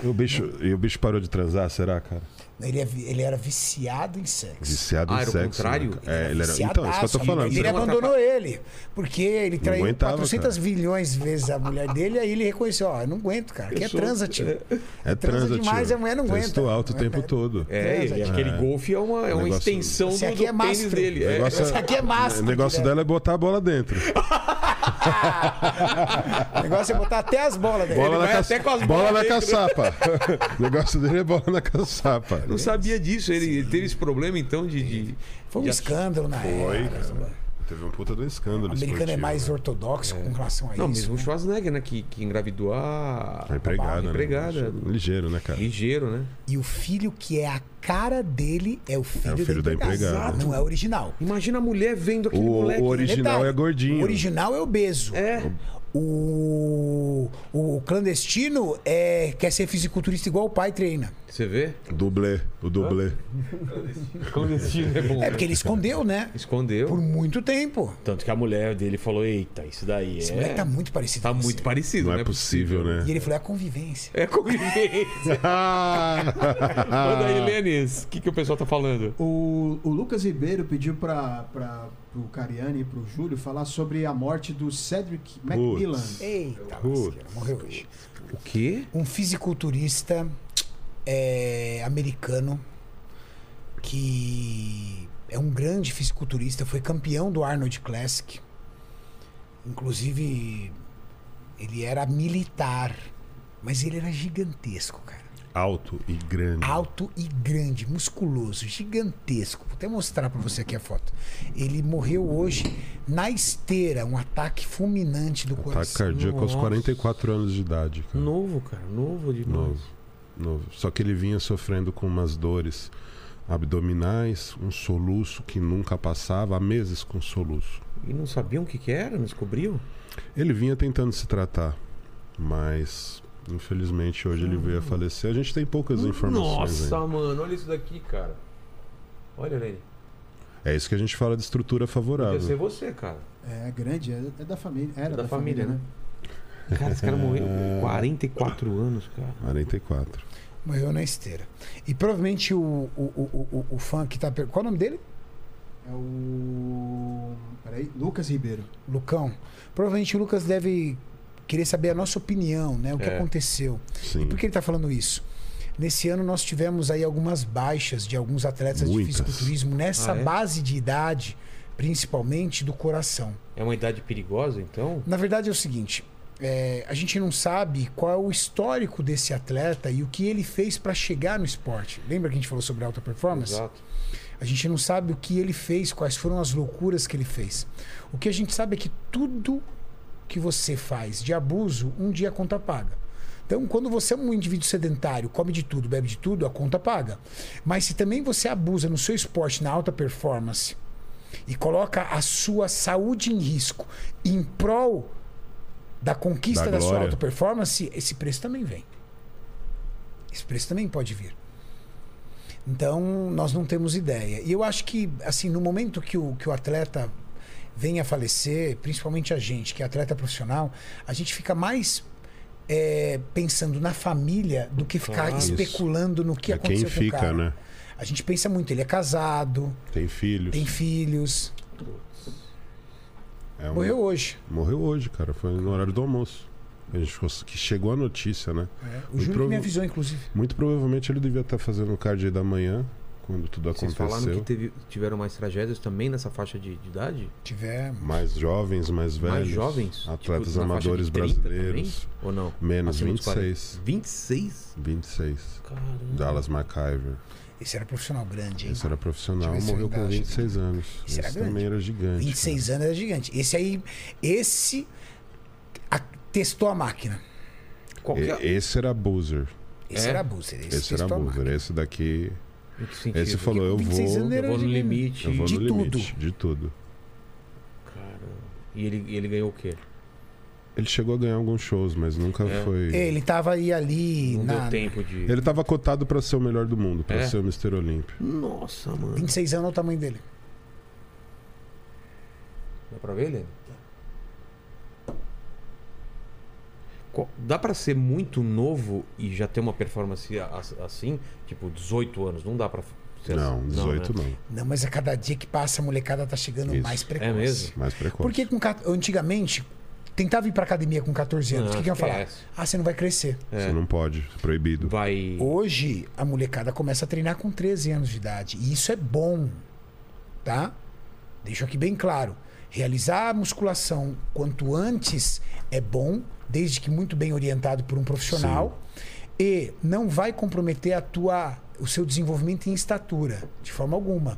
o bicho, e o bicho parou de transar, será, cara? Ele, é vi- ele era viciado em sexo. Viciado Ah, em era o sexo. contrário? tá né? É, ele era... Então, é isso que eu Viciadaço, tô falando. Ele Você- abandonou ele. Porque ele traiu aguentava, 400 bilhões de vezes a mulher dele, aí ele reconheceu, ó, eu não aguento, cara, que é transa, tio. É transa transa, demais, tio. a mulher não Texto aguenta. alto o tempo todo. É, Transa, e tio. aquele golfe é uma, é uma Negócio- extensão do, Esse do aqui é pênis mastro. dele. O É, negócio, Essa aqui é máscara, o negócio né? dela é botar a bola dentro. O negócio é botar até as bolas dele. Bola na, vai caç- até com as bola bolas na dentro. né? caçapa. o negócio dele é bola na caçapa. Não sabia disso. Ele ele teve esse problema, então, de. É de- Foi um de- escândalo na Foi, época. cara. Teve um puta do escândalo. O americano é esportivo, mais né? ortodoxo com relação a Não, isso. mesmo o né? Schwarzenegger, né? Que, que engravidou a. A empregada, né? empregada. Ligeiro, né, cara? Ligeiro, né? E o filho que é a cara dele é o filho, filho da empregada. Não é original. Imagina a mulher vendo O, aquele moleque. né? o original Detalhe, é gordinho. O original é obeso. É. O, o clandestino é, quer ser fisiculturista igual o pai treina. Você vê? Dublê. O dublê. Clandestino é bom. É porque ele escondeu, né? Por Escondeu. muito tempo. Tanto que a mulher dele falou: Eita, isso daí Esse é. moleque tá muito parecido tá com você. muito parecido, Não né? é possível, né? E ele falou, é a convivência. É convivência. Manda aí, Lênis. O que, que o pessoal tá falando? O, o Lucas Ribeiro pediu para pro Cariani e pro Júlio falar sobre a morte do Cedric McMillan. Eita, Putz. lasqueira, morreu hoje. O quê? um fisiculturista é, americano que é um grande fisiculturista, foi campeão do Arnold Classic. Inclusive, ele era militar, mas ele era gigantesco, cara. Alto e grande. Alto e grande, musculoso, gigantesco. Vou até mostrar pra você aqui a foto. Ele morreu hoje na esteira, um ataque fulminante do Ataque coração. cardíaco aos Nossa. 44 anos de idade, cara. Novo, cara. Novo demais. Novo. Novo. Só que ele vinha sofrendo com umas dores abdominais, um soluço que nunca passava, há meses com soluço. E não sabiam o que, que era? Não descobriu? Ele vinha tentando se tratar, mas infelizmente hoje ele veio a falecer. A gente tem poucas informações Nossa, ainda. mano. Olha isso daqui, cara. Olha, Lênis. É isso que a gente fala de estrutura Podia ser favorável. você, cara. É grande, é, é da família. Era É da, da família, família, né? Cara, esse cara morreu com 44 anos, cara. 44. Morreu na esteira. E provavelmente o, o, o, o, o fã que tá. per- Qual é o nome dele? né? É o. Peraí, Lucas Ribeiro. Lucão. Provavelmente o Lucas deve querer saber a nossa opinião, né? O que É. aconteceu. Sim. Por que ele tá falando isso? Nesse ano nós tivemos aí algumas baixas de alguns atletas Muitas. de fisiculturismo nessa Ah, é? base de idade, principalmente do coração. É uma idade perigosa, então? Na verdade é o seguinte: é, a gente não sabe qual é o histórico desse atleta e o que ele fez para chegar no esporte. Lembra que a gente falou sobre alta performance? Exato. A gente não sabe o que ele fez, quais foram as loucuras que ele fez. O que a gente sabe é que tudo que você faz de abuso, um dia a conta paga. Então, quando você é um indivíduo sedentário, come de tudo, bebe de tudo, a conta paga. Mas se também você abusa no seu esporte, na alta performance, e coloca a sua saúde em risco em prol da conquista Da da, sua glória. alta performance, esse preço também vem. Esse preço também pode vir. Então, nós não temos ideia. E eu acho que, assim, no momento que o, que o atleta vem a falecer, principalmente a gente, que é atleta profissional, a gente fica mais eh, pensando na família do que ficar Claro. especulando no que é quem aconteceu com o fica, cara. né? A gente pensa muito, ele é casado, Tem filhos. tem filhos, É um- morreu hoje. Morreu hoje, cara. Foi no horário do almoço. A gente ficou- que chegou a notícia, né? O Júlio prova- que me avisou, inclusive. Muito provavelmente ele devia estar fazendo o cardio da manhã, quando tudo Vocês falaram que aconteceu. teve- tiveram mais tragédias também nessa faixa de, de idade? Tivemos. Mais jovens, mais velhos. mais jovens? Atletas Tipo, na faixa de amadores 30 brasileiros. Também? Ou não? Menos Acima dos 26. 40. 26? 26. Caramba. Dallas McIver. Esse era profissional grande, hein? Esse era profissional, Deixa eu ver se eu é morreu com engajo. 26 anos. Esse Esse, era grande. também era gigante. 26 anos era gigante. Esse aí, esse a- testou a máquina. Qual cara. que é? E- Esse era Boozer. Esse É? era Boozer. Esse, Esse era testou a máquina. Boozer. Esse daqui. Em que sentido? Esse falou: eu 26 vou. anos é Eu era vou né? no gigante. limite. Eu vou de no limite, de tudo. E ele, ele ganhou o quê? Ele chegou a ganhar alguns shows, mas nunca É. foi. Ele tava aí ali Não na deu tempo de. Ele tava cotado pra ser o melhor do mundo, pra É? ser o Mr. Olímpio. Nossa, mano. 26 anos é o tamanho dele. Dá pra ver, Leandro? Qual- Dá pra ser muito novo e já ter uma performance a- a- assim? Tipo, 18 anos. Não dá pra ser Não, assim. 18 né? não. Não, mas a cada dia que passa, a molecada tá chegando Isso. mais precoce. É mesmo? Mais precoce. Porque com, ca- antigamente, tentava ir pra academia com 14 anos. O Não, que, que eu ia falar? esquece. Ah, você não vai crescer. Você não pode, é proibido. Vai. Hoje, a molecada começa a treinar com 13 anos de idade. E isso é bom, tá? Deixo aqui bem claro. Realizar a musculação quanto antes é bom, desde que muito bem orientado por um profissional. E não vai comprometer a tua, o seu desenvolvimento em estatura, de forma alguma.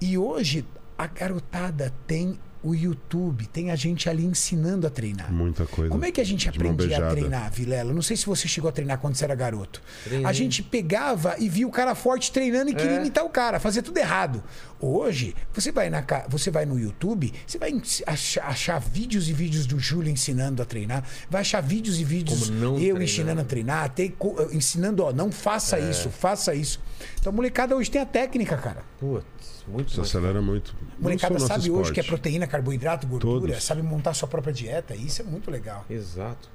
E hoje, a garotada tem o YouTube, tem a gente ali ensinando a treinar. Muita coisa. Como é que a gente de mão aprendia a beijada. treinar, Vilela? Não sei se você chegou a treinar quando você era garoto. Treinei. É. A gente pegava e via o cara forte treinando e queria imitar o cara, fazia tudo errado. Hoje, você vai, na, ca- você vai no YouTube, você vai ens- acha- achar, vídeos e vídeos do Júlio ensinando a treinar, vai achar vídeos e vídeos Como não eu treinar. É. ensinando a treinar, tem co- eh, ensinando, ó, não faça isso, faça isso. Então, a molecada hoje tem a técnica, cara. Putz, muito Isso mais. acelera muito. A molecada Não só o nosso sabe hoje que é esporte. proteína, carboidrato, gordura, Todos. sabe montar sua própria dieta, e isso é muito legal. Exato.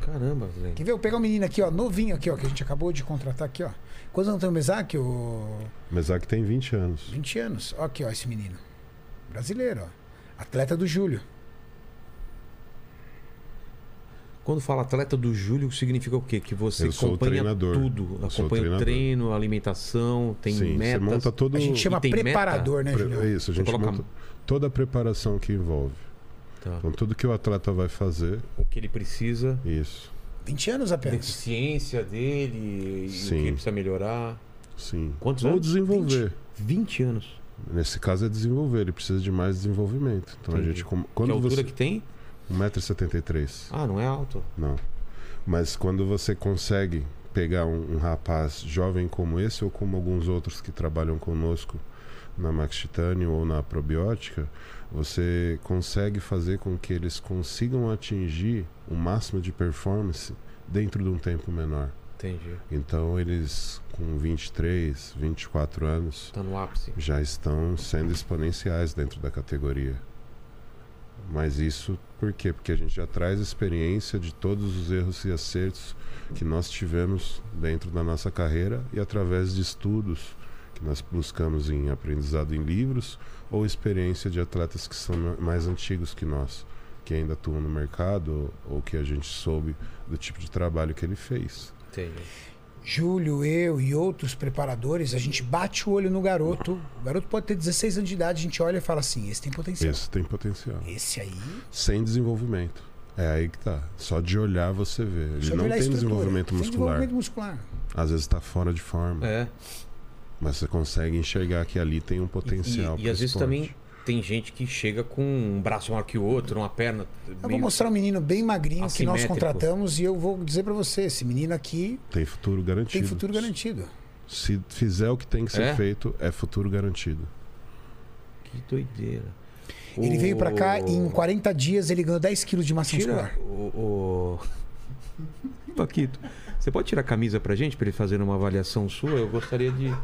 Caramba, Leandro. Quer ver? Eu pegar um menino aqui, ó, novinho aqui, ó, que a gente acabou de contratar aqui, ó. Quantos anos tem o Mesac? O... Mas é que tem 20 anos. 20 anos. Ó aqui, ó, esse menino. Brasileiro, ó. Atleta do Júlio. Quando fala atleta do Júlio, significa o quê? Que você Eu sou o acompanha treinador. tudo. Eu sou Acompanha o o treinador. treino, alimentação, tem Sim, você metas. monta todo A gente chama E tem preparador, né, Pre- Julião? é isso, a Você gente coloca- monta toda a preparação que envolve. Tá. Então tudo que o atleta vai fazer, O que ele precisa, isso. 20 anos a apenas. deficiência dele, e o que Sim. ele precisa melhorar. Sim. Quantos Ou anos? desenvolver. 20 anos. Nesse caso é desenvolver, ele precisa de mais desenvolvimento. Então a Entendi. gente como- que é quando altura você que tem? 1,73m. Ah, não é alto. Não. Mas quando você consegue pegar um, um rapaz jovem como esse ou como alguns outros que trabalham conosco na Max Titanium ou na probiótica, você consegue fazer com que eles consigam atingir o máximo de performance dentro de um tempo menor. Entendi. Então eles com 23, 24 anos, Tá no ápice. já estão sendo exponenciais dentro da categoria. Mas isso por quê? Porque a gente já traz experiência de todos os erros e acertos que nós tivemos dentro da nossa carreira e através de estudos que nós buscamos em aprendizado em livros ou experiência de atletas que são ma- mais antigos que nós, que ainda atuam no mercado ou, ou que a gente soube do tipo de trabalho que ele fez. Entendi. Júlio, eu e outros preparadores, a gente bate o olho no garoto. O garoto pode ter 16 anos de idade, a gente olha e fala assim: esse tem potencial. Esse tem potencial. Esse aí. Sem desenvolvimento. É aí que tá. Só de olhar você vê. Ele só de não olhar tem a estrutura, desenvolvimento tem muscular. desenvolvimento muscular. Às vezes tá fora de forma. É. Mas você consegue enxergar que ali tem um potencial. E, e pro às vezes esporte. também tem gente que chega com um braço maior que o outro, uma perna. Eu vou meio- mostrar um menino bem magrinho que nós Assimétrico. contratamos e eu vou dizer pra você: esse menino aqui Tem futuro garantido. tem futuro garantido. Se fizer o que tem que ser É? feito, é futuro garantido. Que doideira. Ele O- veio pra cá e em 40 dias ele ganhou 10 quilos de massa Tira muscular. o. o... Paquito, você pode tirar a camisa pra gente, pra ele fazer uma avaliação sua? Eu gostaria de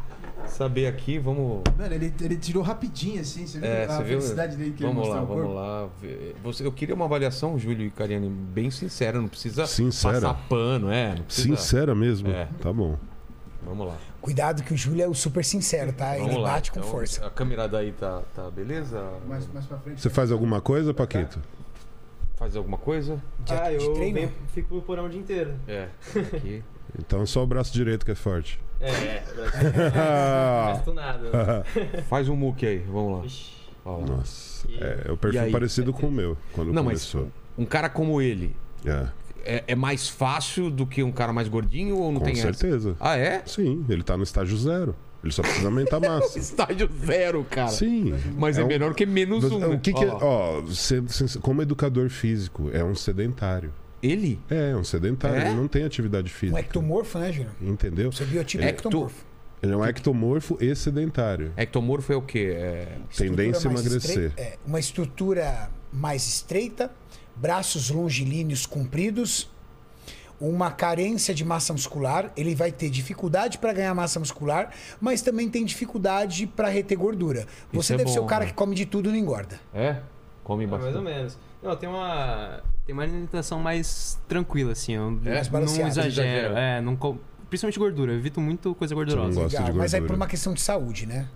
saber aqui, vamos. Mano, ele, ele tirou rapidinho assim, você viu É, a você viu? felicidade dele que vamos ele lá, mostrou o vamos corpo? lá. Vê- Você, eu queria uma avaliação, Júlio e Cariane, bem sincera, não precisa Sincera? passar pano, é. Não precisa. Sincera mesmo? É. Tá bom. Vamos lá. Cuidado que o Júlio é o super sincero, tá? Ele vamos lá. bate com Então, força. A câmera daí tá, tá beleza? Mais, mais pra frente. Você faz alguma coisa, Paquito? É. Faz alguma coisa? De- Ah, de eu treino? venho, fico no um porão o dia inteiro. É. Aqui. Então é só o braço direito que é forte. É, é. Não gasto nada. Faz um muque aí, vamos lá. Ixi, Ó lá. Nossa. E- É, o E perfil aí? parecido com o meu, quando Não, mas- começou. Um cara como ele, É, é, é mais fácil do que um cara mais gordinho ou não com tem certeza. essa? Ah, é? Sim, ele tá no estágio zero. Ele só precisa aumentar a massa. Estágio zero, cara. Sim. Mas é, um- melhor que menos Você- um. O que que é- Ó lá. ó, você- você- como educador físico, é um sedentário. Ele? É, é um sedentário, É? ele não tem atividade Um física. ectomorfo, né, Júlio? Entendeu? Seu biotipo é Ecto- ectomorfo. Ele é um ectomorfo e sedentário. Ectomorfo é o quê? É... Tendência a Estrutura mais emagrecer. estre- é, uma estrutura mais estreita, braços longilíneos compridos, uma carência de massa muscular. Ele vai ter dificuldade para ganhar massa muscular, mas também tem dificuldade para reter gordura. Você é deve ser o bom, cara né? que come de tudo e não engorda. É? Come é, mais ou bastante. menos. Não, tem uma. Tem uma alimentação mais tranquila, assim. Eu Mais não balanceada. exagero. Exagero. É, não co- Principalmente gordura, eu evito muito coisa gordurosa. Você Gosto de Legal, mas é por gordura. uma questão de saúde, né?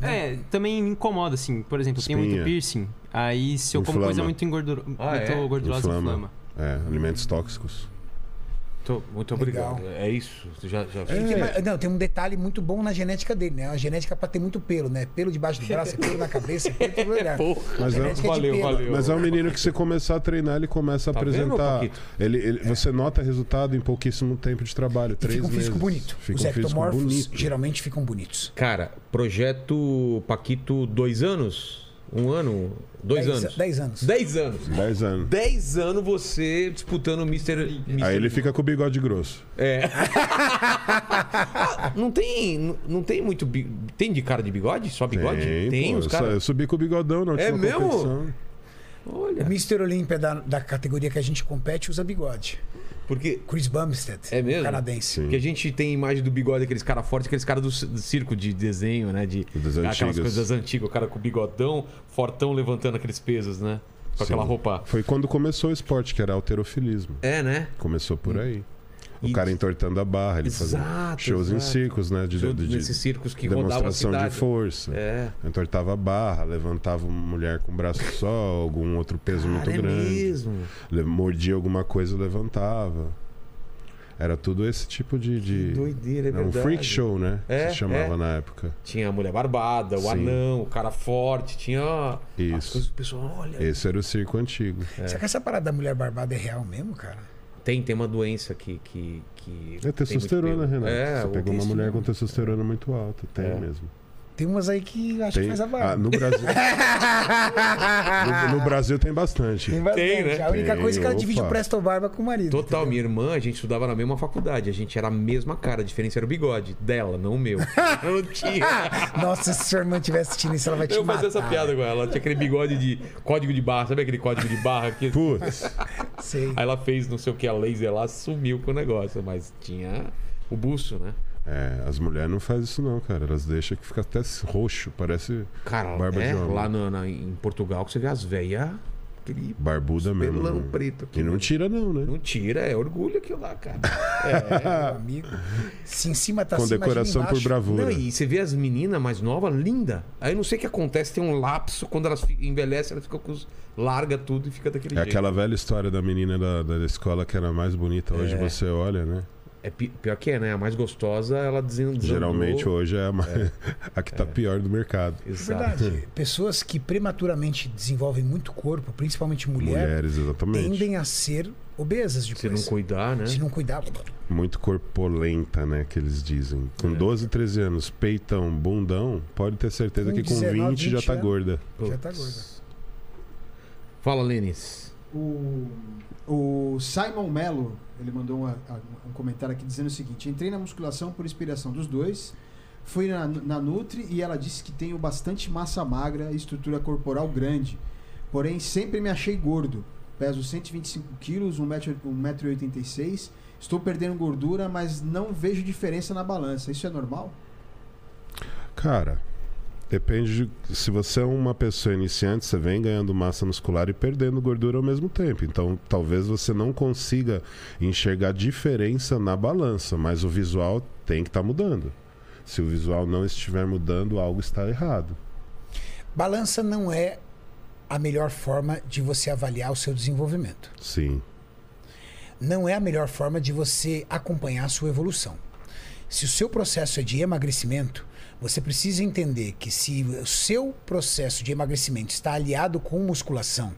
É, também me incomoda, assim. Por exemplo, eu tenho muito Espinha. piercing. Aí se eu como Inflama. coisa muito, engorduro... Ah, muito é? gordurosa, inflama. É, alimentos tóxicos. Tô- muito Legal. obrigado. É isso. Você Já, já... É. Porque, mas- Não, tem um detalhe muito bom na genética dele, né? A genética é pra ter muito pelo, né? Pelo debaixo do braço, é pelo na cabeça, é pelo em todo lugar. Mas é, Genética de Valeu, pelo. valeu. mas é um menino que você começar a treinar, ele começa a Tá vendo, apresentar. Paquito? ele, ele- Você nota resultado em pouquíssimo tempo de trabalho, E três fica um meses. físico bonito. Fica Os um físico ectomorfos bonito. geralmente ficam bonitos. Cara, projeto Paquito, dois anos? Um ano? Dois Dez- anos? dez anos. Dez anos. Dez anos. Dez anos você disputando o Mr. Mr. Aí ele fica com o bigode grosso. Ah, Não tem, não- não tem muito. bi- Tem de cara de bigode? Só bigode? Tem, pô, os eu, sa- eu caras. subi com o bigodão na última É mesmo? competição. O Olha. Mr. Olímpia da, da categoria que a gente compete usa bigode. Porque, Chris Bumstead, É mesmo? canadense. porque a gente tem imagem do bigode, aqueles caras fortes, aqueles caras do, c- do circo de desenho, né? De, Das aquelas antigas. coisas antigas, o cara com bigodão, fortão levantando aqueles pesos, né? Com aquela Sim. roupa. Foi quando começou o esporte, que era alterofilismo. É, né? Começou por aí. O E- cara entortando a barra, ele fazia Exato, shows em exato. circos, né? De, de, de Nesses circos que rodavam a demonstração de né? cidade. força. É. Entortava a barra, levantava uma mulher com um braço só, algum outro peso muito Cara, é um grande. mesmo. Le- Mordia alguma coisa, levantava. Era tudo esse tipo de. de... Doideira, é Era um verdade. freak show, né? É, se chamava é. na época. Tinha a mulher barbada, o Sim. anão, o cara forte, tinha. As Isso. coisas É, que o pessoal, olha. Esse era o circo antigo. É Será que essa parada da mulher barbada é real mesmo, cara? Tem, tem uma doença que. que, que É testosterona, Renato. Você É, o- pegou uma isso mulher mesmo. com testosterona muito alta. Tem É. mesmo. Tem umas aí que eu acho Tem. que faz a Ah, barba. no Brasil. no, no Brasil tem bastante. bastante. Tem, né? A única Tem, coisa é que ela divide opa. o Presto Barba com o marido. Total, minha irmã, a gente estudava na mesma faculdade, a gente era a mesma cara, a diferença era o bigode dela, não o meu. Eu não tinha. Nossa, se sua irmã estiver assistindo isso, ela vai te Eu matar. fazia essa piada com ela, ela tinha aquele bigode de código de barra, sabe aquele código de barra que Putz. Sei. Aí ela fez não sei o que, a laser lá, sumiu com o negócio, mas tinha o buço, né? É, as mulheres não fazem isso não, cara. Elas deixam que fica até roxo, parece Cara, Barba é, de homem. lá no- na- em Portugal que você vê as velhas, aquele barbuda mesmo. pelão não. preto aqui. E não tira não, né? Não tira, é orgulho aquilo lá, cara. Meu amigo. Se em cima tá Com acima, imagina decoração por embaixo. bravura. Não, e você vê as meninas mais novas, linda. Aí eu não sei o que acontece, tem um lapso, quando elas fi- envelhecem, elas ficam com os. larga tudo e fica daquele É jeito. É. aquela velha história da menina da, da escola que era mais bonita. Hoje você olha, né? É pi- pior que é, né? A mais gostosa, ela desen- desandou. Geralmente hoje é a, mais- a É. que tá pior do mercado. Exato. Verdade. Pessoas que prematuramente desenvolvem muito corpo, principalmente mulher, Mulheres, exatamente. é. tendem a ser obesas Se depois. não cuidar, né? Se não cuidar, Muito corpolenta, né? Que eles dizem. É. Com 12, 13 anos, peitão, bundão, pode ter certeza Com que com 19, 20 já 20 tá anos. gorda. já tá gorda. Putz. Fala, Lênis. O, o Simon Mello, ele mandou uma- a- um comentário aqui dizendo o seguinte: entrei na musculação por inspiração dos dois. Fui na, na Nutri e ela disse que tenho bastante massa magra e estrutura corporal grande. Porém, sempre me achei gordo. Peso 125 quilos, 1,86m. Estou perdendo gordura, mas não vejo diferença na balança. Isso é normal? Cara, depende de, se você é uma pessoa iniciante, você vem ganhando massa muscular e perdendo gordura ao mesmo tempo. Então, talvez você não consiga enxergar diferença na balança, mas o visual tem que estar mudando. Se o visual não estiver mudando, algo está errado. Balança não é a melhor forma de você avaliar o seu desenvolvimento. Sim. Não é a melhor forma de você acompanhar a sua evolução. Se o seu processo é de emagrecimento, você precisa entender que se o seu processo de emagrecimento está aliado com musculação,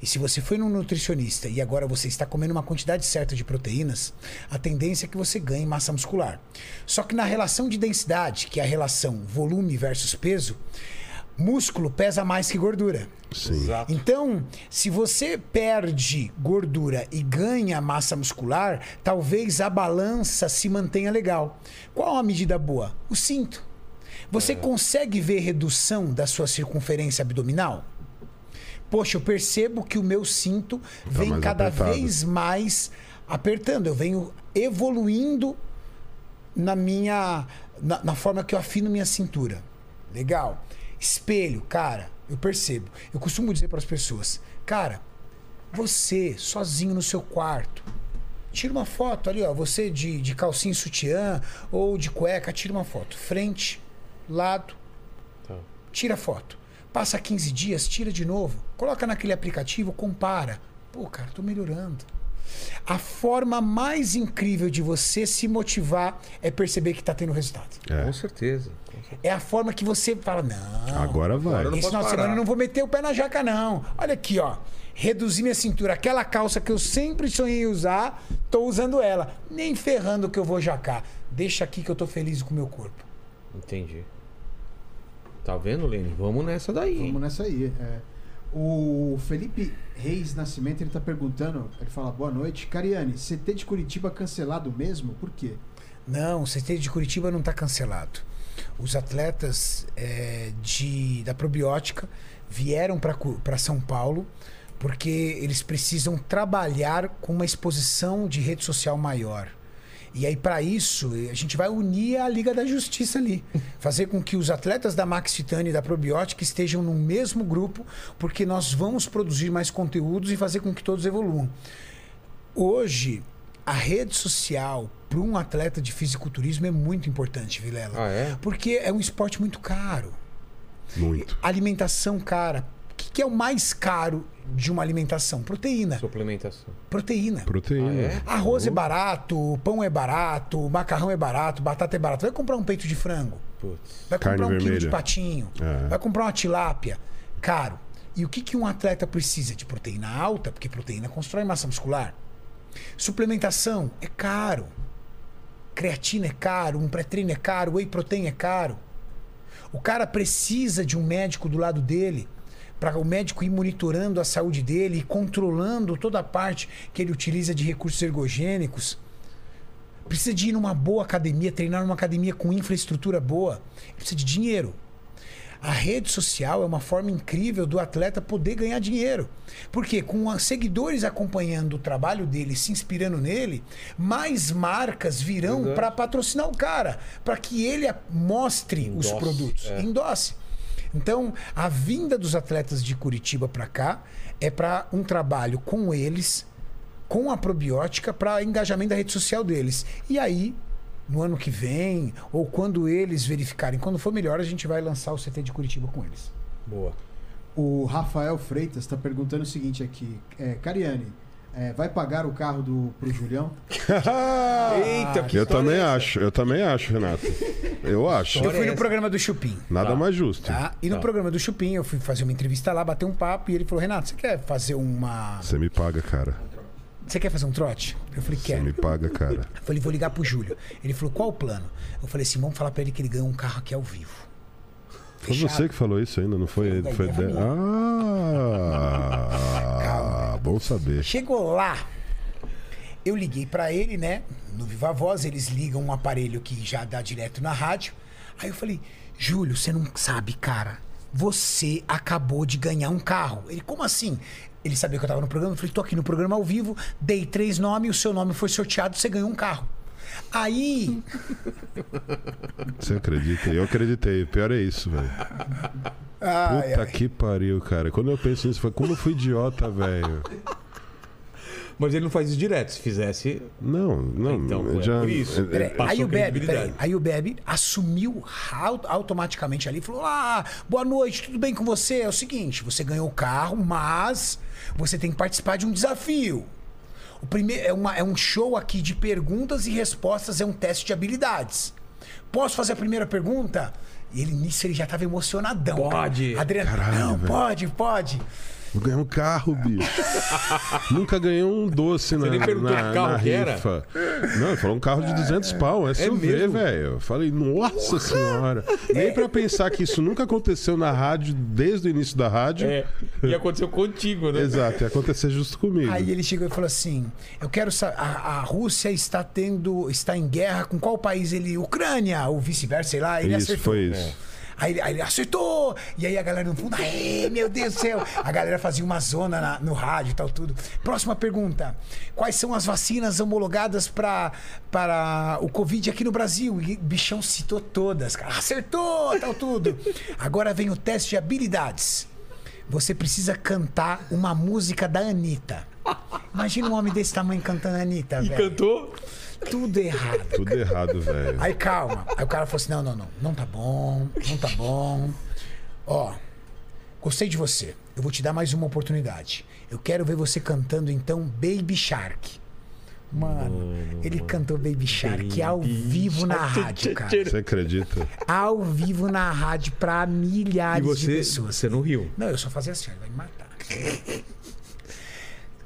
e se você foi num nutricionista e agora você está comendo uma quantidade certa de proteínas, a tendência é que você ganhe massa muscular. Só que na relação de densidade, que é a relação volume versus peso, músculo pesa mais que gordura. Sim. Então, se você perde gordura e ganha massa muscular, talvez a balança se mantenha legal. Qual a medida boa? O cinto. É. Você consegue ver redução da sua circunferência abdominal? Poxa, eu percebo que o meu cinto vem Tá mais cada apertado. vez mais apertando. Eu venho evoluindo na minha na, na forma que eu afino minha cintura. Legal. Espelho, cara, eu percebo. Eu costumo dizer para as pessoas, cara, você sozinho no seu quarto, tira uma foto ali, ó, você de, de calcinha e sutiã ou de cueca, tira uma foto, frente, lado, tira a foto. Passa 15 dias, tira de novo, coloca naquele aplicativo, compara. Pô, cara, tô melhorando. A forma mais incrível de você se motivar é perceber que tá tendo resultado. É. Com certeza. É a forma que você fala, não. Agora vai. Agora não- Esse posso final de parar. semana eu não vou meter o pé na jaca, não. Olha aqui, ó. Reduzi minha cintura. Aquela calça que eu sempre sonhei em usar, tô usando ela. Nem ferrando que eu vou jacar. Deixa aqui que eu tô feliz com o meu corpo. Entendi. Tá vendo, Lênis? Vamos nessa daí. hein? Vamos nessa aí. é. O Felipe Reis Nascimento, ele tá perguntando, ele fala, boa noite. Cariane, CT de Curitiba cancelado mesmo? Por quê? Não, o CT de Curitiba não está cancelado. Os atletas eh, de, da probiótica vieram para São Paulo porque eles precisam trabalhar com uma exposição de rede social maior. E aí, para isso, eh, a gente vai unir a Liga da Justiça ali. Fazer com que os atletas da Max Titani e da Probiótica estejam no mesmo grupo, porque nós vamos produzir mais conteúdos e fazer com que todos evoluam. Hoje, a rede social para um atleta de fisiculturismo é muito importante, Vilela. Ah, é? Porque é um esporte muito caro. Muito. Alimentação cara. O que, que é o mais caro de uma alimentação? Proteína. Suplementação. Proteína. Proteína. Arroz Uhum. é barato, pão é barato, macarrão é barato, batata é barato. Vai comprar um peito de frango. Putz. Vai comprar Carne um quilo de vermelha. patinho. É. Vai comprar uma tilápia. Caro. E o que, que um atleta precisa? De proteína alta, porque proteína constrói massa muscular. Suplementação é caro. Creatina é caro, um pré-treino é caro, whey protein é caro. O cara precisa de um médico do lado dele para o médico ir monitorando a saúde dele e controlando toda a parte que ele utiliza de recursos ergogênicos. Precisa de ir numa boa academia, treinar numa academia com infraestrutura boa. Precisa de dinheiro. A rede social é uma forma incrível do atleta poder ganhar dinheiro. Porque com a- seguidores acompanhando o trabalho dele, se inspirando nele, mais marcas virão para patrocinar o cara, para que ele a- mostre os Endosse, é. produtos, endosse. Então, a vinda dos atletas de Curitiba para cá é para um trabalho com eles, com a probiótica, para engajamento da rede social deles. E aí, no ano que vem, ou quando eles verificarem, quando for melhor, a gente vai lançar o CT de Curitiba com eles. Boa. tá O Rafael Freitas está perguntando o seguinte aqui. É, Cariane, é, vai pagar o carro do, pro Julião? Eita, Ah, é? que eu história também é essa? acho, eu também acho, Renato. Eu acho. Eu fui no Então, essa. programa do Chupim. é Nada mais justo. Ah. Tá? E no programa do Chupim, eu fui fazer uma entrevista lá, bater um papo, e ele falou: Renato, você quer fazer uma. Você me paga, cara. Você quer fazer um trote? Eu falei, Você me quero. paga, cara. Eu falei, vou ligar pro Júlio. Ele falou, qual o plano? Eu falei assim, vamos falar pra ele que ele ganhou um carro aqui ao vivo. Foi você que falou isso ainda, não foi ele? é Foi de... Ah, bom saber. Chegou lá, eu liguei pra ele, né? No Viva Voz, eles ligam um aparelho que já dá direto na rádio. Aí eu falei, Júlio, você não sabe, cara. Você acabou de ganhar um carro. Ele, como assim? Ele sabia que eu tava no programa. Eu falei, tô aqui no programa ao vivo, dei três nomes, o seu nome foi sorteado, você ganhou um carro. Aí, Você acredita? Eu acreditei. Pior é isso, velho. Ai, Puta que pariu, cara. Quando eu penso nisso, eu falo, como eu fui idiota, velho. Mas ele não faz isso direto. Se fizesse, Não, não. Então, é já, por isso. é- é- Passou aí o Bebe, credibilidade. peraí, aí o Bebe assumiu au- automaticamente ali, e falou: "Ah, boa noite, tudo bem com você? É o seguinte, você ganhou o carro, mas você tem que participar de um desafio. O primeiro é, uma- é um show aqui de perguntas e respostas, é um teste de habilidades. Posso fazer a primeira pergunta?" E ele nisso ele já tava emocionadão. Pode. cara. Adriano, Caralho, não, velho. pode, pode. Vou ganhar um carro, bicho. Nunca ganhei um doce na, nem perguntou na, que carro na que era? É, rifa. Não, ele falou um carro de 200 pau, SUV, mesmo? velho. Eu Falei, nossa senhora. Nem pra pensar que isso nunca aconteceu na rádio, desde o início da rádio. é. E aconteceu contigo, né? Exato, ia acontecer justo comigo. Aí ele chegou e falou assim: Eu quero saber. A, a Rússia está tendo. está em guerra com qual país ele? Ucrânia, ou vice-versa, sei lá, ele isso, acertou. foi isso. Aí, ele- aí ele acertou! E aí a galera no fundo, aê, meu Deus do céu! A galera fazia uma zona na- no rádio e tal, tudo. Próxima pergunta: Quais são as vacinas homologadas pra, para o Covid aqui no Brasil? E o bichão citou todas, cara. Acertou, tal, tudo. Agora vem o teste de habilidades. Você precisa cantar uma música da Anitta. Imagina um homem desse tamanho cantando a Anitta, E velho. cantou. Tudo errado. É. Tudo errado, velho. Aí calma. Aí o cara falou assim: não, não, não. Não tá bom, não tá bom. Ó, gostei de você. Eu vou te dar mais uma oportunidade. Eu quero ver você cantando então Baby Shark. Mano, ele cantou Baby Shark ao vivo na rádio, cara. Você acredita? Ao vivo na rádio pra E milhares de você, pessoas. você não riu. Não, eu só fazia assim, ó, ele vai me matar.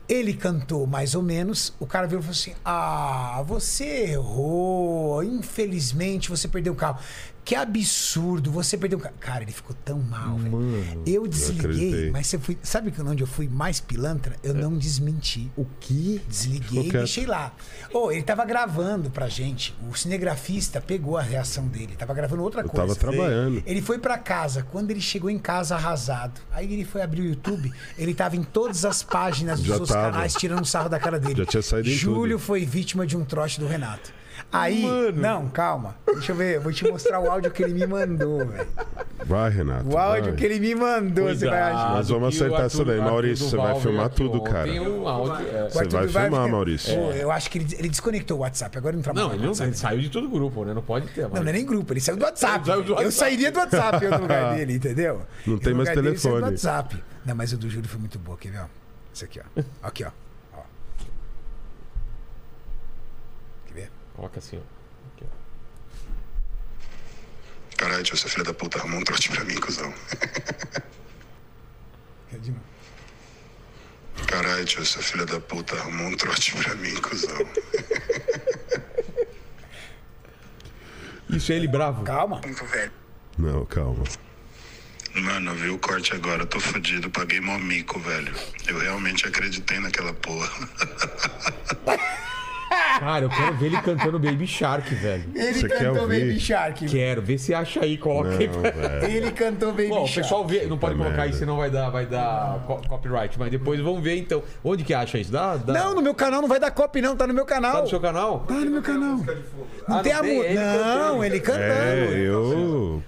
Ele cantou mais ou menos, o cara veio e falou assim: Ah, você errou, infelizmente você perdeu o carro. Que absurdo, você perdeu o carro. Cara, ele ficou tão mal, velho. Eu desliguei, acreditei. mas você fui. Sabe que onde eu fui mais pilantra? Eu não desmenti. O que? Desliguei Ficou e quieto. deixei lá. Ô, ele tava gravando pra gente. O cinegrafista pegou a reação dele, tava gravando outra Eu coisa. tava trabalhando. Ele foi pra casa. Quando ele chegou em casa arrasado, aí ele foi abrir o YouTube, ele tava em todas as páginas dos Já seus tava. canais tirando um sarro da cara dele. Já tinha saído em Júlio tudo. foi vítima de um trote do Renato. Aí, não, calma. Deixa eu ver, eu vou te mostrar o áudio que ele me mandou, velho. Vai, Renato. O áudio vai. que ele me mandou, você vai achar. Nós vamos que acertar o isso daí. Arthur- Maurício, Arthur você vai Duval filmar veio aqui tudo, cara. ontem, o áudio é- O Arthur vai Duval filmar, fica- Maurício. Pô, Eu acho que ele, ele desconectou o WhatsApp, agora ele não trabalha. Não, ele no não WhatsApp. ele saiu de todo o grupo, né? Não pode ter, Não, mano. não é nem grupo, ele saiu do WhatsApp. Ele saiu do Eu WhatsApp. sairia do WhatsApp eu no lugar dele, entendeu? Não Eu tem no mais lugar dele, ele saiu do telefone. WhatsApp. Não, mas o do Júlio foi muito boa, quer ver? ó? Isso aqui, ó. Aqui, ó. Ó. Quer ver? Coloca assim, ó. Caralho, tio, seu filho da puta arrumou um trote pra mim, cuzão. Quer de novo? Caralho, tio, seu filho da puta arrumou um trote pra mim, cuzão. Isso é ele bravo. Calma. Não, calma. Mano, eu vi o corte agora, eu tô fudido, paguei mó mico, velho. Eu realmente acreditei naquela porra. Cara, eu quero ver ele cantando Baby Shark, velho. Ele Você quer cantou ouvir? Baby Shark. Quero, vê se acha aí, é coloca Não, aí. pra- velho. Ele cantou Baby Bom, o Shark. pessoal vê, não pode Puta colocar aí, merda. senão vai dar, vai dar co- copyright. Mas depois vamos ver, então. Onde que acha isso? Dá, dá- Não, no meu canal não vai dar copy, não. Tá no meu Tá canal. no seu canal? Tá no meu canal. Não Ah, tem não a tem? mu- Ele Não, cantando. ele cantando. É, eu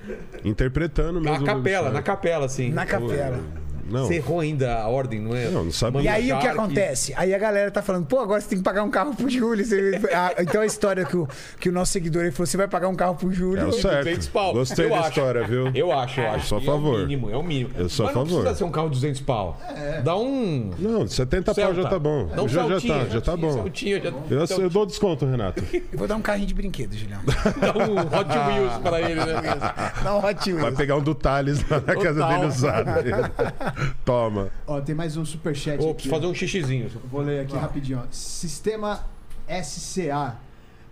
interpretando mesmo. Na o Tá capela, na Baby Shark. É. capela, assim. Na capela. Não, Não. Você errou ainda a ordem, não é? Não, não sabia. Mano E aí o que Shark, acontece? Aí a galera tá falando, pô, agora você tem que pagar um carro pro Júlio. Você- Ah, então a história que o, que o nosso seguidor ele falou: você vai pagar um carro pro Júlio. É o certo. 200 pau. Gostei Eu da acho. história, viu? Eu acho, eu acho. sou a que É favor. o mínimo, é o mínimo. Eu sou a Mas não favor. precisa ser um carro de 200 pau. É. Dá um... Não, 70 pau já Celta. tá bom. Dá um já, já Celtinha, tá, já tá bom. Celtinha, já... um Eu, eu dou desconto, Renato. Eu vou dar um carrinho de brinquedo, Julião. Dá um Hot Wheels pra ele, né? Dá um hot wheels. Vai pegar um do Thales lá na casa dele usado. Toma. Ó, tem mais um superchat Ô, aqui. preciso fazer um xixizinho. Eu Vou ler aqui rapidinho. ó. Sistema SCA.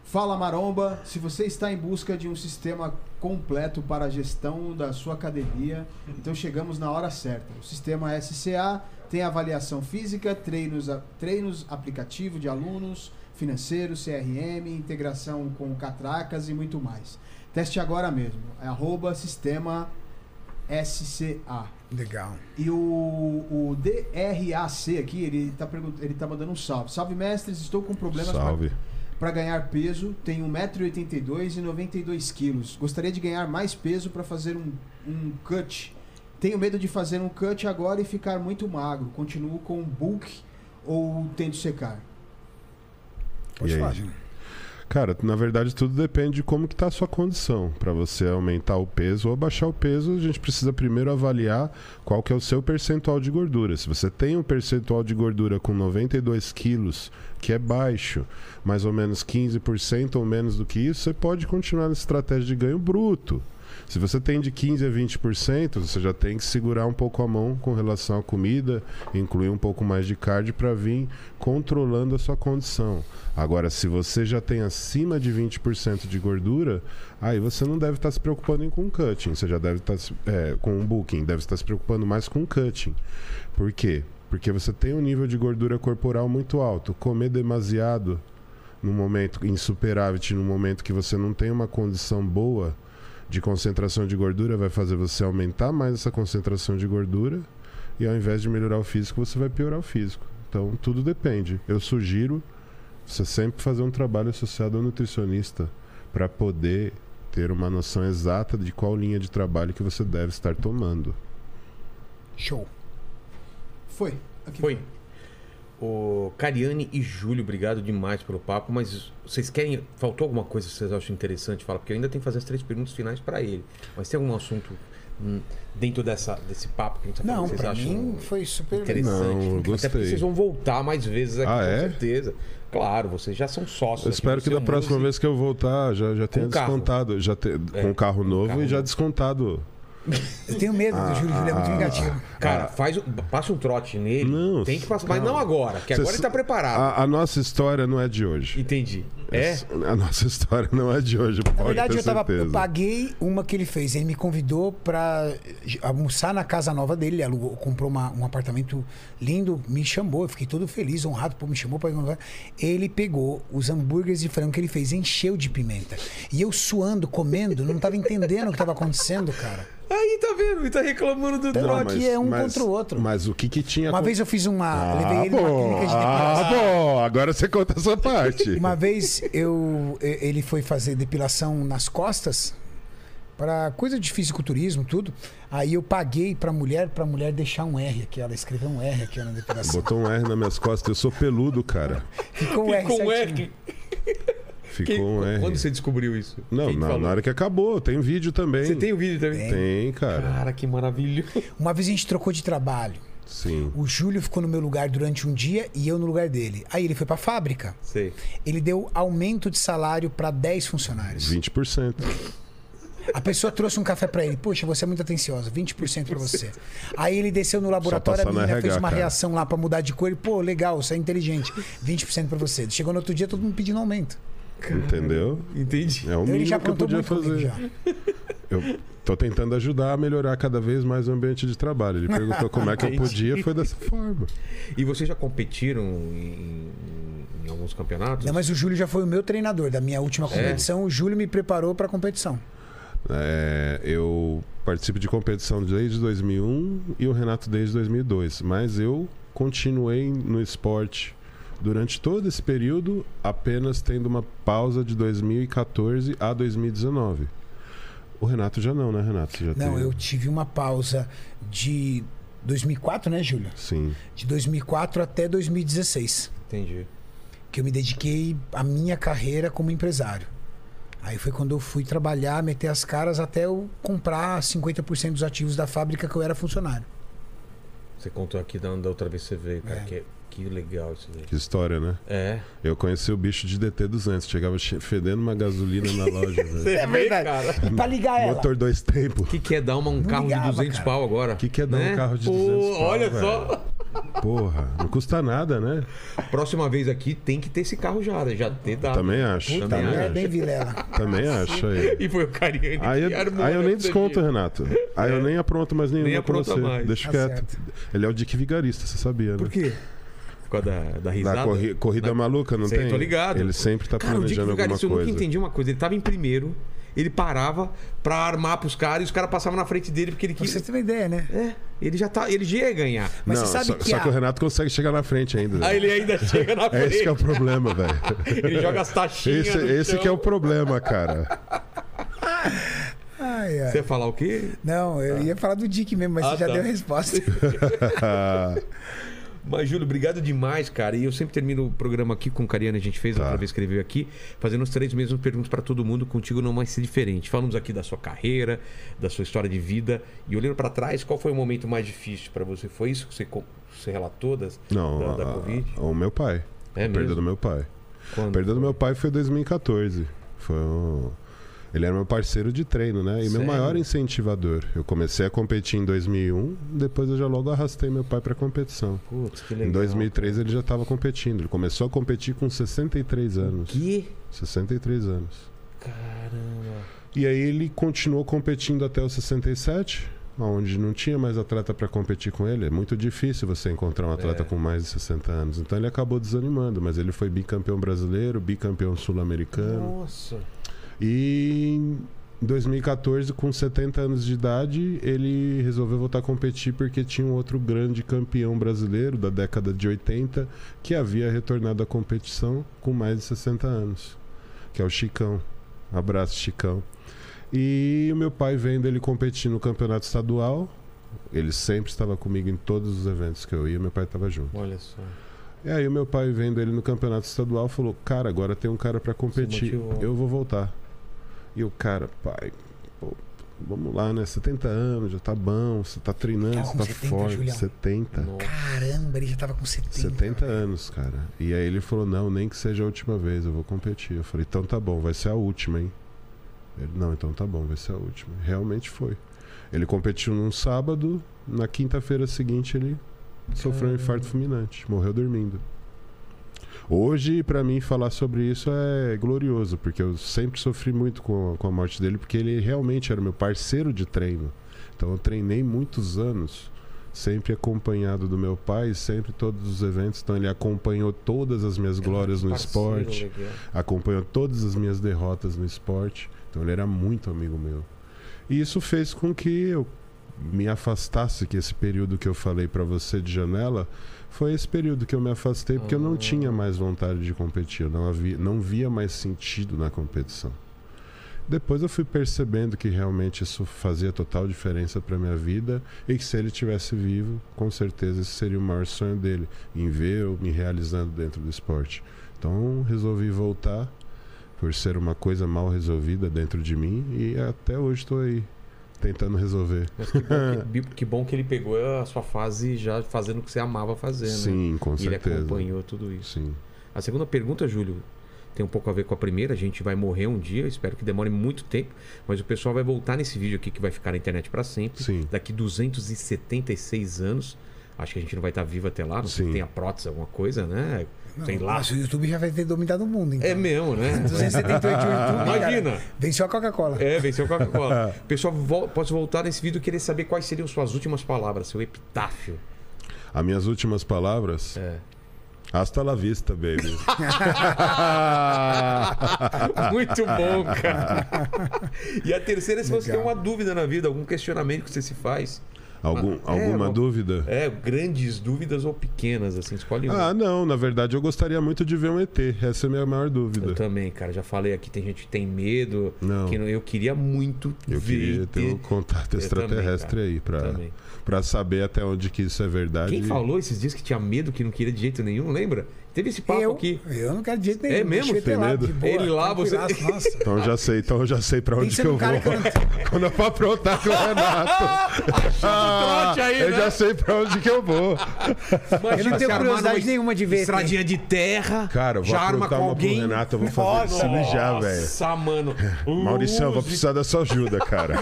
Fala Maromba, se você está em busca de um sistema completo para a gestão da sua academia, então chegamos na hora certa. O sistema SCA tem avaliação física, treinos, a- treinos aplicativo de alunos, financeiro, CRM, integração com catracas e muito mais. Teste agora mesmo. É arroba sistema SCA. Legal. E o, o DRAC aqui, ele tá, pergun- ele tá mandando um salve. Salve, mestres, estou com problemas Salve. para ganhar peso. Tenho 1,82m e 92kg. Gostaria de ganhar mais peso para fazer um, um cut. Tenho medo de fazer um cut agora e ficar muito magro. Continuo com um bulk ou tento secar. Pode E aí? falar, Julião. Cara, na verdade tudo depende de como que tá a sua condição. Para você aumentar o peso ou abaixar o peso, a gente precisa primeiro avaliar qual que é o seu percentual de gordura. Se você tem um percentual de gordura com 92 quilos, que é baixo, mais ou menos 15% ou menos do que isso, você pode continuar nessa estratégia de ganho bruto. Se você tem de 15% a 20%, você já tem que segurar um pouco a mão com relação à comida, incluir um pouco mais de cardio para vir controlando a sua condição. Agora, se você já tem acima de 20% de gordura, aí você não deve estar se preocupando em com cutting, você já deve estar se- é, com um booking, deve estar se preocupando mais com cutting. Por quê? Porque você tem um nível de gordura corporal muito alto. Comer demasiado num momento insuperávit, num momento que você não tem uma condição boa de concentração de gordura, vai fazer você aumentar mais essa concentração de gordura e ao invés de melhorar o físico, você vai piorar o físico. Então, tudo depende. Eu sugiro você sempre fazer um trabalho associado ao nutricionista para poder ter uma noção exata de qual linha de trabalho que você deve estar tomando. Show. Foi. Aqui. Foi. O Cariane e Júlio, obrigado demais pelo papo, mas vocês querem. Faltou alguma coisa que vocês acham interessante falar? Porque eu ainda tenho que fazer as três perguntas finais para ele. Mas tem algum assunto hum, dentro dessa, desse papo que a gente tá falando Não, que vocês pra acham mim foi super. interessante? Não, eu Até porque gostei. vocês vão voltar mais vezes aqui, Ah, com é? certeza. Claro, vocês já são sócios. Eu espero aqui, é um vocês que da são próxima músicos. vez que eu voltar já, já tenha Com carro. É. descontado, já te- com um carro novo carro e já novo. descontado. Eu tenho medo do Júlio, Júlio é muito vingativo. ah. Cara, faz, um- passa um trote nele. Ah. Não, Ah. tem que passar. Mas não agora, que agora Vocês- ele tá preparado. A, a nossa história não é de hoje. Entendi. É? A nossa história não é de hoje. Na pode verdade, ter eu, tava, eu certeza. paguei uma que ele fez. Ele me convidou pra eh, almoçar na casa nova dele. Ele alugou, comprou uma- um apartamento lindo, me chamou. Eu fiquei todo feliz, honrado. Pô, me chamou pra Ele pegou os hambúrgueres de frango que ele fez, encheu de pimenta. E eu suando, comendo, não tava entendendo o que tava acontecendo, cara. Aí tá vendo? E tá reclamando do Então, Não, aqui é um contra o outro. Mas o que que tinha... Uma acon- vez eu fiz uma. levei Ah, ele numa clínica bom. de depilação. Ah, bom. Agora você conta essa parte. Uma vez eu, e- ele foi fazer depilação nas costas para coisa de fisiculturismo, tudo. Aí eu paguei pra mulher, pra mulher deixar um R aqui, ela escreveu um R aqui na depilação. Botou um R nas minhas costas. Eu sou peludo, cara. Ficou um R Com o certinho. Eric. Ficou Quem- um R. Quando você descobriu isso? Não, Quem te na, falou? na hora que acabou. Tem vídeo também. Você tem o vídeo um também? Tem, cara. Cara, que maravilhoso. Uma vez a gente trocou de trabalho. Sim. O Júlio ficou no meu lugar durante um dia e eu no lugar dele. Aí ele foi pra fábrica. Sei. Ele deu aumento de salário pra 10 funcionários. 20%. A pessoa trouxe um café pra ele. Poxa, você é muito atenciosa, 20% pra você. Aí ele desceu no laboratório, a passar no menina fez RH, uma cara. reação lá pra mudar de cor. Ele, pô, legal, você é inteligente, 20% pra você. Chegou no outro dia, todo mundo pedindo aumento. Entendeu? Entendi. É o Então ele já mínimo que eu aprontou podia muito comigo fazer. já. Eu tô tentando ajudar a melhorar cada vez mais o ambiente de trabalho. Ele perguntou como é que eu podia, foi dessa forma. E vocês já competiram em, em- em alguns campeonatos? Não, mas o Júlio já foi o meu treinador da minha última competição. O Júlio me preparou pra competição. É, eu participo de competição desde 2001 e o Renato desde 2002, mas eu continuei no esporte durante todo esse período, apenas tendo uma pausa de 2014 a 2019. O Renato já não, né, Renato? Você já Não, tem- eu tive uma pausa de 2004, né, Júlio? Sim. De 2004 até 2016, Entendi. que eu me dediquei à minha carreira como empresário. Aí foi quando eu fui trabalhar, meter as caras até eu comprar 50% dos ativos da fábrica que eu era funcionário. Você contou aqui da, da outra vez que você veio, cara. É. Que, que legal isso daí. Que história, né? É. Eu conheci o bicho de DT 200. Chegava che- fedendo uma gasolina na loja, velho. É verdade. E pra ligar é ela. Motor dois tempos. O que, que é dar uma, um carro ligava, de 200 cara. pau agora? Né? O que, que é dar um carro de 200 pau, Olha velho? só. Porra, não custa nada, né? Próxima vez aqui tem que ter esse carro já. né? Já ter dado. Também acho. Puta Também merda. É acho. bem vilela. Também acho aí. E foi o Cariani Aí eu, que armou aí eu nem essa desconto, aqui. Renato. Aí eu nem apronto mais nenhuma É. Nem com apronta você. mais. Deixa Tá quieto. Ele é o Dick Vigarista, você sabia, né? Por quê? Por causa da, da risada. Na corri- corrida maluca, não Sei, tem? tô ligado. Ele sempre tá Cara, o Dick planejando alguma Vigarista, eu nunca coisa. entendi uma coisa. Ele tava em primeiro, ele parava pra armar pros caras e os caras passavam na frente dele porque ele Pra quis. você ter uma ideia, né? É, ele já tá. Ele já ia ganhar. Mas não, você sabe só, que só a- que o Renato consegue chegar na frente ainda. né? Aí Ah, ele ainda chega na É frente. esse que é o problema, velho. Ele joga as taxinhas. Esse, no esse chão. que é o problema, cara. Ai, ai. Você ia falar o quê? Não, eu ia falar do Dick mesmo, mas Ah, você já tá. deu a resposta. Mas, Júlio, obrigado demais, cara. E eu sempre termino o programa aqui com o Cariano, a gente fez Tá. a outra vez que ele veio aqui, fazendo os três mesmos perguntas pra todo mundo, contigo não vai ser diferente. Falamos aqui da sua carreira, da sua história de vida. E olhando pra trás, qual foi o momento mais difícil pra você? Foi isso que você, co- você relatou das, Não, da, da a- Covid? o meu pai. É a perda mesmo? do meu pai. Quando? A perda do meu pai foi em 2014. Foi um... Ele era meu parceiro de treino, né? E meu Sério? maior incentivador. Eu comecei a competir em 2001, depois eu já logo arrastei meu pai pra competição. Putz, que legal. Em 2003 ele já estava competindo. Ele começou a competir com 63 anos. Que? 63 anos. Caramba. E aí ele continuou competindo até os 67, onde não tinha mais atleta para competir com ele. É muito difícil você encontrar um atleta É. com mais de 60 anos. Então ele acabou desanimando, mas ele foi bicampeão brasileiro, bicampeão sul-americano. Nossa. E em 2014, com 70 anos de idade, ele resolveu voltar a competir porque tinha um outro grande campeão brasileiro da década de 80 que havia retornado à competição com mais de 60 anos, que é o Chicão. Abraço, Chicão. E o meu pai vendo ele competir no campeonato estadual, ele sempre estava comigo em todos os eventos que eu ia, meu pai estava junto. Olha só. E aí o meu pai vendo ele no campeonato estadual falou: "Cara, agora tem um cara pra competir. motivou. Eu vou voltar". E o cara, pai, pô, vamos lá, né? 70 anos, já tá bom, você tá treinando, Tava você com tá 70, forte, Julião? 70. Caramba, ele já tava com 70. 70 anos, cara. E aí ele falou: "Não, nem que seja a última vez, eu vou competir". Eu falei: "Então tá bom, vai ser a última, hein?". Ele: "Não, então tá bom, vai ser a última". Realmente foi. Ele competiu num sábado, na quinta-feira seguinte ele sofreu um infarto fulminante, morreu dormindo. Hoje, pra mim, falar sobre isso é glorioso, porque eu sempre sofri muito com a, com a morte dele, porque ele realmente era meu parceiro de treino. Então eu treinei muitos anos, sempre acompanhado do meu pai, sempre todos os eventos. Então ele acompanhou todas as minhas glórias no esporte, acompanhou todas as minhas derrotas no esporte. Então ele era muito amigo meu. E isso fez com que eu me afastasse, que esse período que eu falei pra você de janela foi esse período que eu me afastei porque eu não tinha mais vontade de competir, eu não havia, não via mais sentido na competição. Depois eu fui percebendo que realmente isso fazia total diferença pra minha vida e que se ele tivesse vivo, com certeza esse seria o maior sonho dele, em ver eu me realizando dentro do esporte. Então resolvi voltar por ser uma coisa mal resolvida dentro de mim e até hoje estou aí tentando resolver. Mas que É. bom que, que bom que ele pegou a sua fase já fazendo o que você amava fazer, né? Sim, com E ele certeza. acompanhou tudo isso. Sim. A segunda pergunta, Júlio, tem um pouco a ver com a primeira. A gente vai morrer um dia, espero que demore muito tempo, mas o pessoal vai voltar nesse vídeo aqui que vai ficar na internet para sempre. Sim. Daqui 276 anos. Acho que a gente não vai estar vivo até lá, não sei Sim. se tem a prótese, alguma coisa, né? tem lá. Mas o YouTube já vai ter dominado o mundo, então. É mesmo, né? 278 YouTube. cara. Imagina. Venceu a Coca-Cola. É, venceu a Coca-Cola. Pessoal, vo- posso voltar nesse vídeo e querer saber quais seriam suas últimas palavras, seu epitáfio. As minhas últimas palavras. É. Hasta la vista, baby. Muito bom, cara. E a terceira é se você tem uma dúvida na vida, algum questionamento que você se faz. Algum- Ah, é, alguma uma- dúvida? É, grandes dúvidas ou pequenas, assim, escolhe uma. Ah, não, na verdade eu gostaria muito de ver um ET. Essa é a minha maior Eu dúvida. também, cara, já falei aqui, tem gente que tem medo. Não. Que não eu queria muito Eu ver. queria ter um contato Eu extraterrestre aí pra, também. pra saber até onde que isso é verdade. Quem falou esses dias que tinha medo, que não queria de jeito nenhum, lembra? Teve esse papo Eu, aqui. eu não quero de jeito nenhum. É mesmo? deixa ele Tem lá, medo? de boa, Ele lá, você- tranquilaço, Nossa. Então eu já sei, então eu já sei pra Tem onde que, que ser eu um vou. cara que Quando eu for aprontar com o Renato. trote aí, eu né? já sei pra onde que eu vou. Eu não se tenho armar curiosidade numa nenhuma de ver. ET. Estradinha de terra. Cara, eu vou já arma com aprontar uma pro alguém. Renato, eu vou fazer ele se mijar, velho. Nossa, mano. Mauricião, eu vou Luz, precisar da sua ajuda, cara.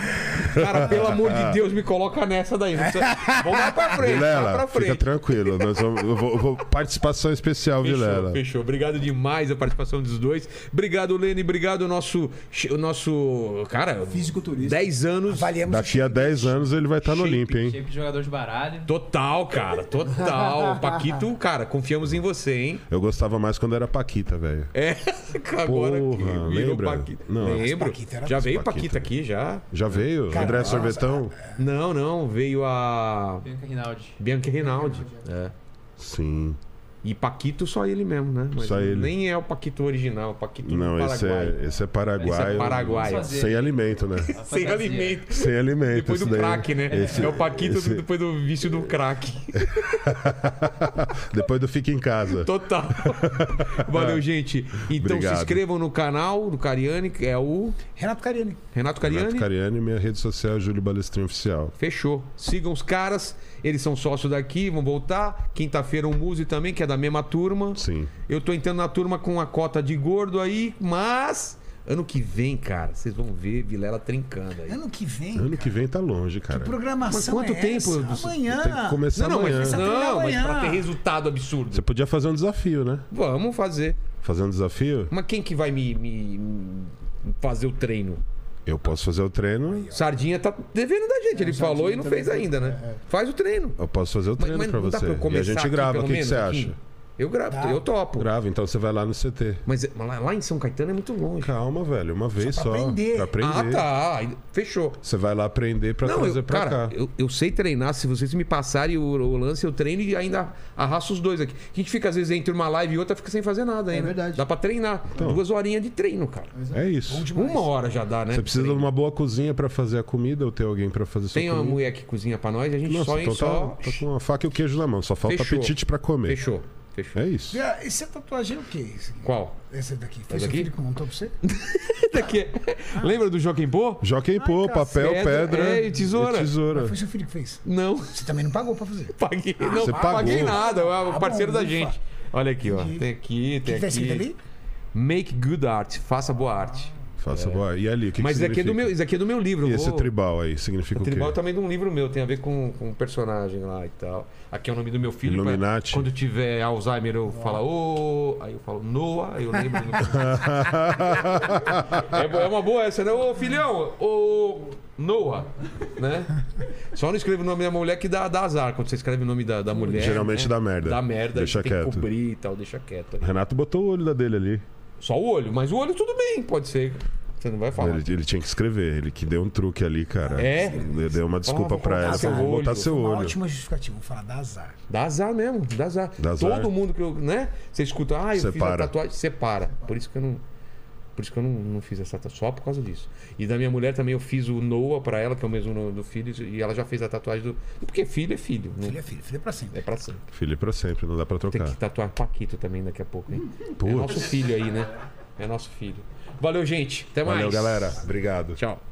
Cara, pelo amor de Deus, me coloca nessa daí. não precisa- Vamos lá pra frente, vai Vilela, pra fica frente. tranquilo. Nós vamos, eu vou, eu vou- participação especial, Vilela. Fechou, fechou. Obrigado demais a participação dos dois. Obrigado, Lene. Obrigado, o nosso. O nosso. Cara, Fisiculturista. 10 anos. Avaliamos o Daqui a 10 anos ele vai estar no Shape, Olímpio, hein? Shape de jogador de baralho. Total, cara. Total. Paquito, cara, confiamos em você, hein? Eu gostava mais quando era Paquita, velho. É, agora que Porra, virou lembra? Paquito. Não, Lembro. mas Paquita era- já veio Paquita. Paquita, aqui, já. Já veio? Cara, André nossa, Sorvetão? Não, não. Veio a Bianca Rinaldi. Bianca Rinaldi. É. Sim. E Paquito só ele mesmo, né? Só ele. Nem é o Paquito original, o Paquito Não, do esse Paraguai. é, esse é Esse paraguaio. é paraguaio. Vamos fazer. Sem alimento, né? A Sem fantasia. alimento. Sem alimento. Depois esse do daí. crack, né? Esse- é o Paquito esse- depois do vício do crack. Depois do Fica em Casa. Total. Valeu, gente. Então Obrigado. se inscrevam no canal do Cariani, que é o Renato Cariani. Renato Cariani. Renato Cariani, minha rede social é Júlio Balestrinho Oficial. Fechou. Sigam os caras, eles são sócios daqui, vão voltar. Quinta-feira o Muse também, que é da mesma turma. Sim. Eu tô entrando na turma com a cota de gordo aí, mas ano que vem, cara, vocês vão ver Vilela trincando aí. Ano que vem. Ano que vem tá longe, cara. Que programação Mas quanto é tempo essa? você- Amanhã. Tem que começar Não, não, amanhã. mas, Essa não, mas amanhã. pra ter resultado absurdo. Você podia fazer um desafio, né? Vamos fazer. Fazer um desafio? Mas quem que vai me, me- me fazer o treino? Eu posso fazer o treino. Sardinha tá devendo da É, gente, ele falou e não fez ainda, né? Faz o treino. Eu posso fazer o treino é. pra não dá você. pra eu e a começar gente aqui, grava. pelo o que, que menos, você aqui? acha? Eu gravo, Dá. eu topo. Grava, então você vai lá no CT. Mas mas lá, lá em São Caetano é muito longe. Calma, velho. Uma vez pra só. aprender. Pra aprender. Ah, tá. Fechou. Você vai lá aprender pra Não, trazer eu, pra cara, cá. eu, eu sei treinar. Se vocês me passarem o, o lance, eu treino e ainda arrasto os dois aqui. A gente fica, às vezes, entre uma live e outra, fica sem fazer nada ainda. verdade. Dá pra treinar. Duas horinhas de treino, cara. Então. É isso. Uma hora já dá, né? Você precisa de um uma boa cozinha pra fazer a comida ou ter alguém pra fazer sua Tem uma comida. mulher que cozinha pra nós, a gente Nossa, só, então só... tá, tá com uma faca e o queijo na mão. Só falta Fechou. apetite pra comer. Fechou. Fechou. É isso. Ah, Esse é tatuagem é o quê? Esse- Qual? Essa daqui. Foi Essa seu daqui? filho que montou pra você? Daqui. Lembra do Joaquim Pô? Jockey pô, papel, caceta. pedra. É, e tesoura. tesoura. Foi seu filho que fez. Não, Você também não pagou pra fazer. paguei. não, Ah, você pagou. paguei nada. É Ah, bom, o parceiro da ufa. gente. Olha aqui, ó. Tem aqui, O tem que tá escrito aqui. ali? Make good art. Faça boa arte. Faça boa. E ali, o que Mas que isso aqui, é do meu, significa? isso aqui é do meu livro. E eu esse vou- tribal aí, significa o quê? Tribal também de um livro meu, tem a ver com, com um personagem lá e tal. Aqui é o nome do meu filho. Illuminati. pra- Quando tiver Alzheimer, eu falo, ô. Aí eu falo, Noah, aí eu lembro. do- é, bo- é uma boa essa, né? Ô filhão, ô. Noah, né? Só não escreva o nome da mulher que dá, dá azar. Quando você escreve o nome da, da mulher. Geralmente né? dá merda. Dá merda, Deixa aí tem quieto. que cobrir e tal, deixa quieto. aí. Renato botou o olho da dele ali. Só o olho, mas o olho tudo bem, pode ser. Você não vai falar. Ele, ele tinha que escrever, ele que deu um truque ali, cara. É? Ele deu uma desculpa vou pra colocar ela. seu Vou botar olho. seu Uma olho. ótima justificativa. Vou falar da azar. Dá azar mesmo, dá azar. Dá azar. Todo mundo que eu, né? Você escuta, ah, eu fiz a Separa. tatuagem, separa. Por isso que eu não. Por isso que eu não, não fiz essa tatuagem, só por causa disso. E da minha mulher também eu fiz o Noah pra ela, que é o mesmo nome do filho, e ela já fez a tatuagem do. Porque filho é filho, não Filho é filho. Filho é pra sempre. é pra sempre. Filho pra sempre, não dá pra Tem que trocar. tatuar Paquito também daqui a pouco, hein? É Tá. Putz. nosso filho aí, né? É nosso filho. Valeu, gente. Até mais. Valeu, galera. Obrigado. Tchau.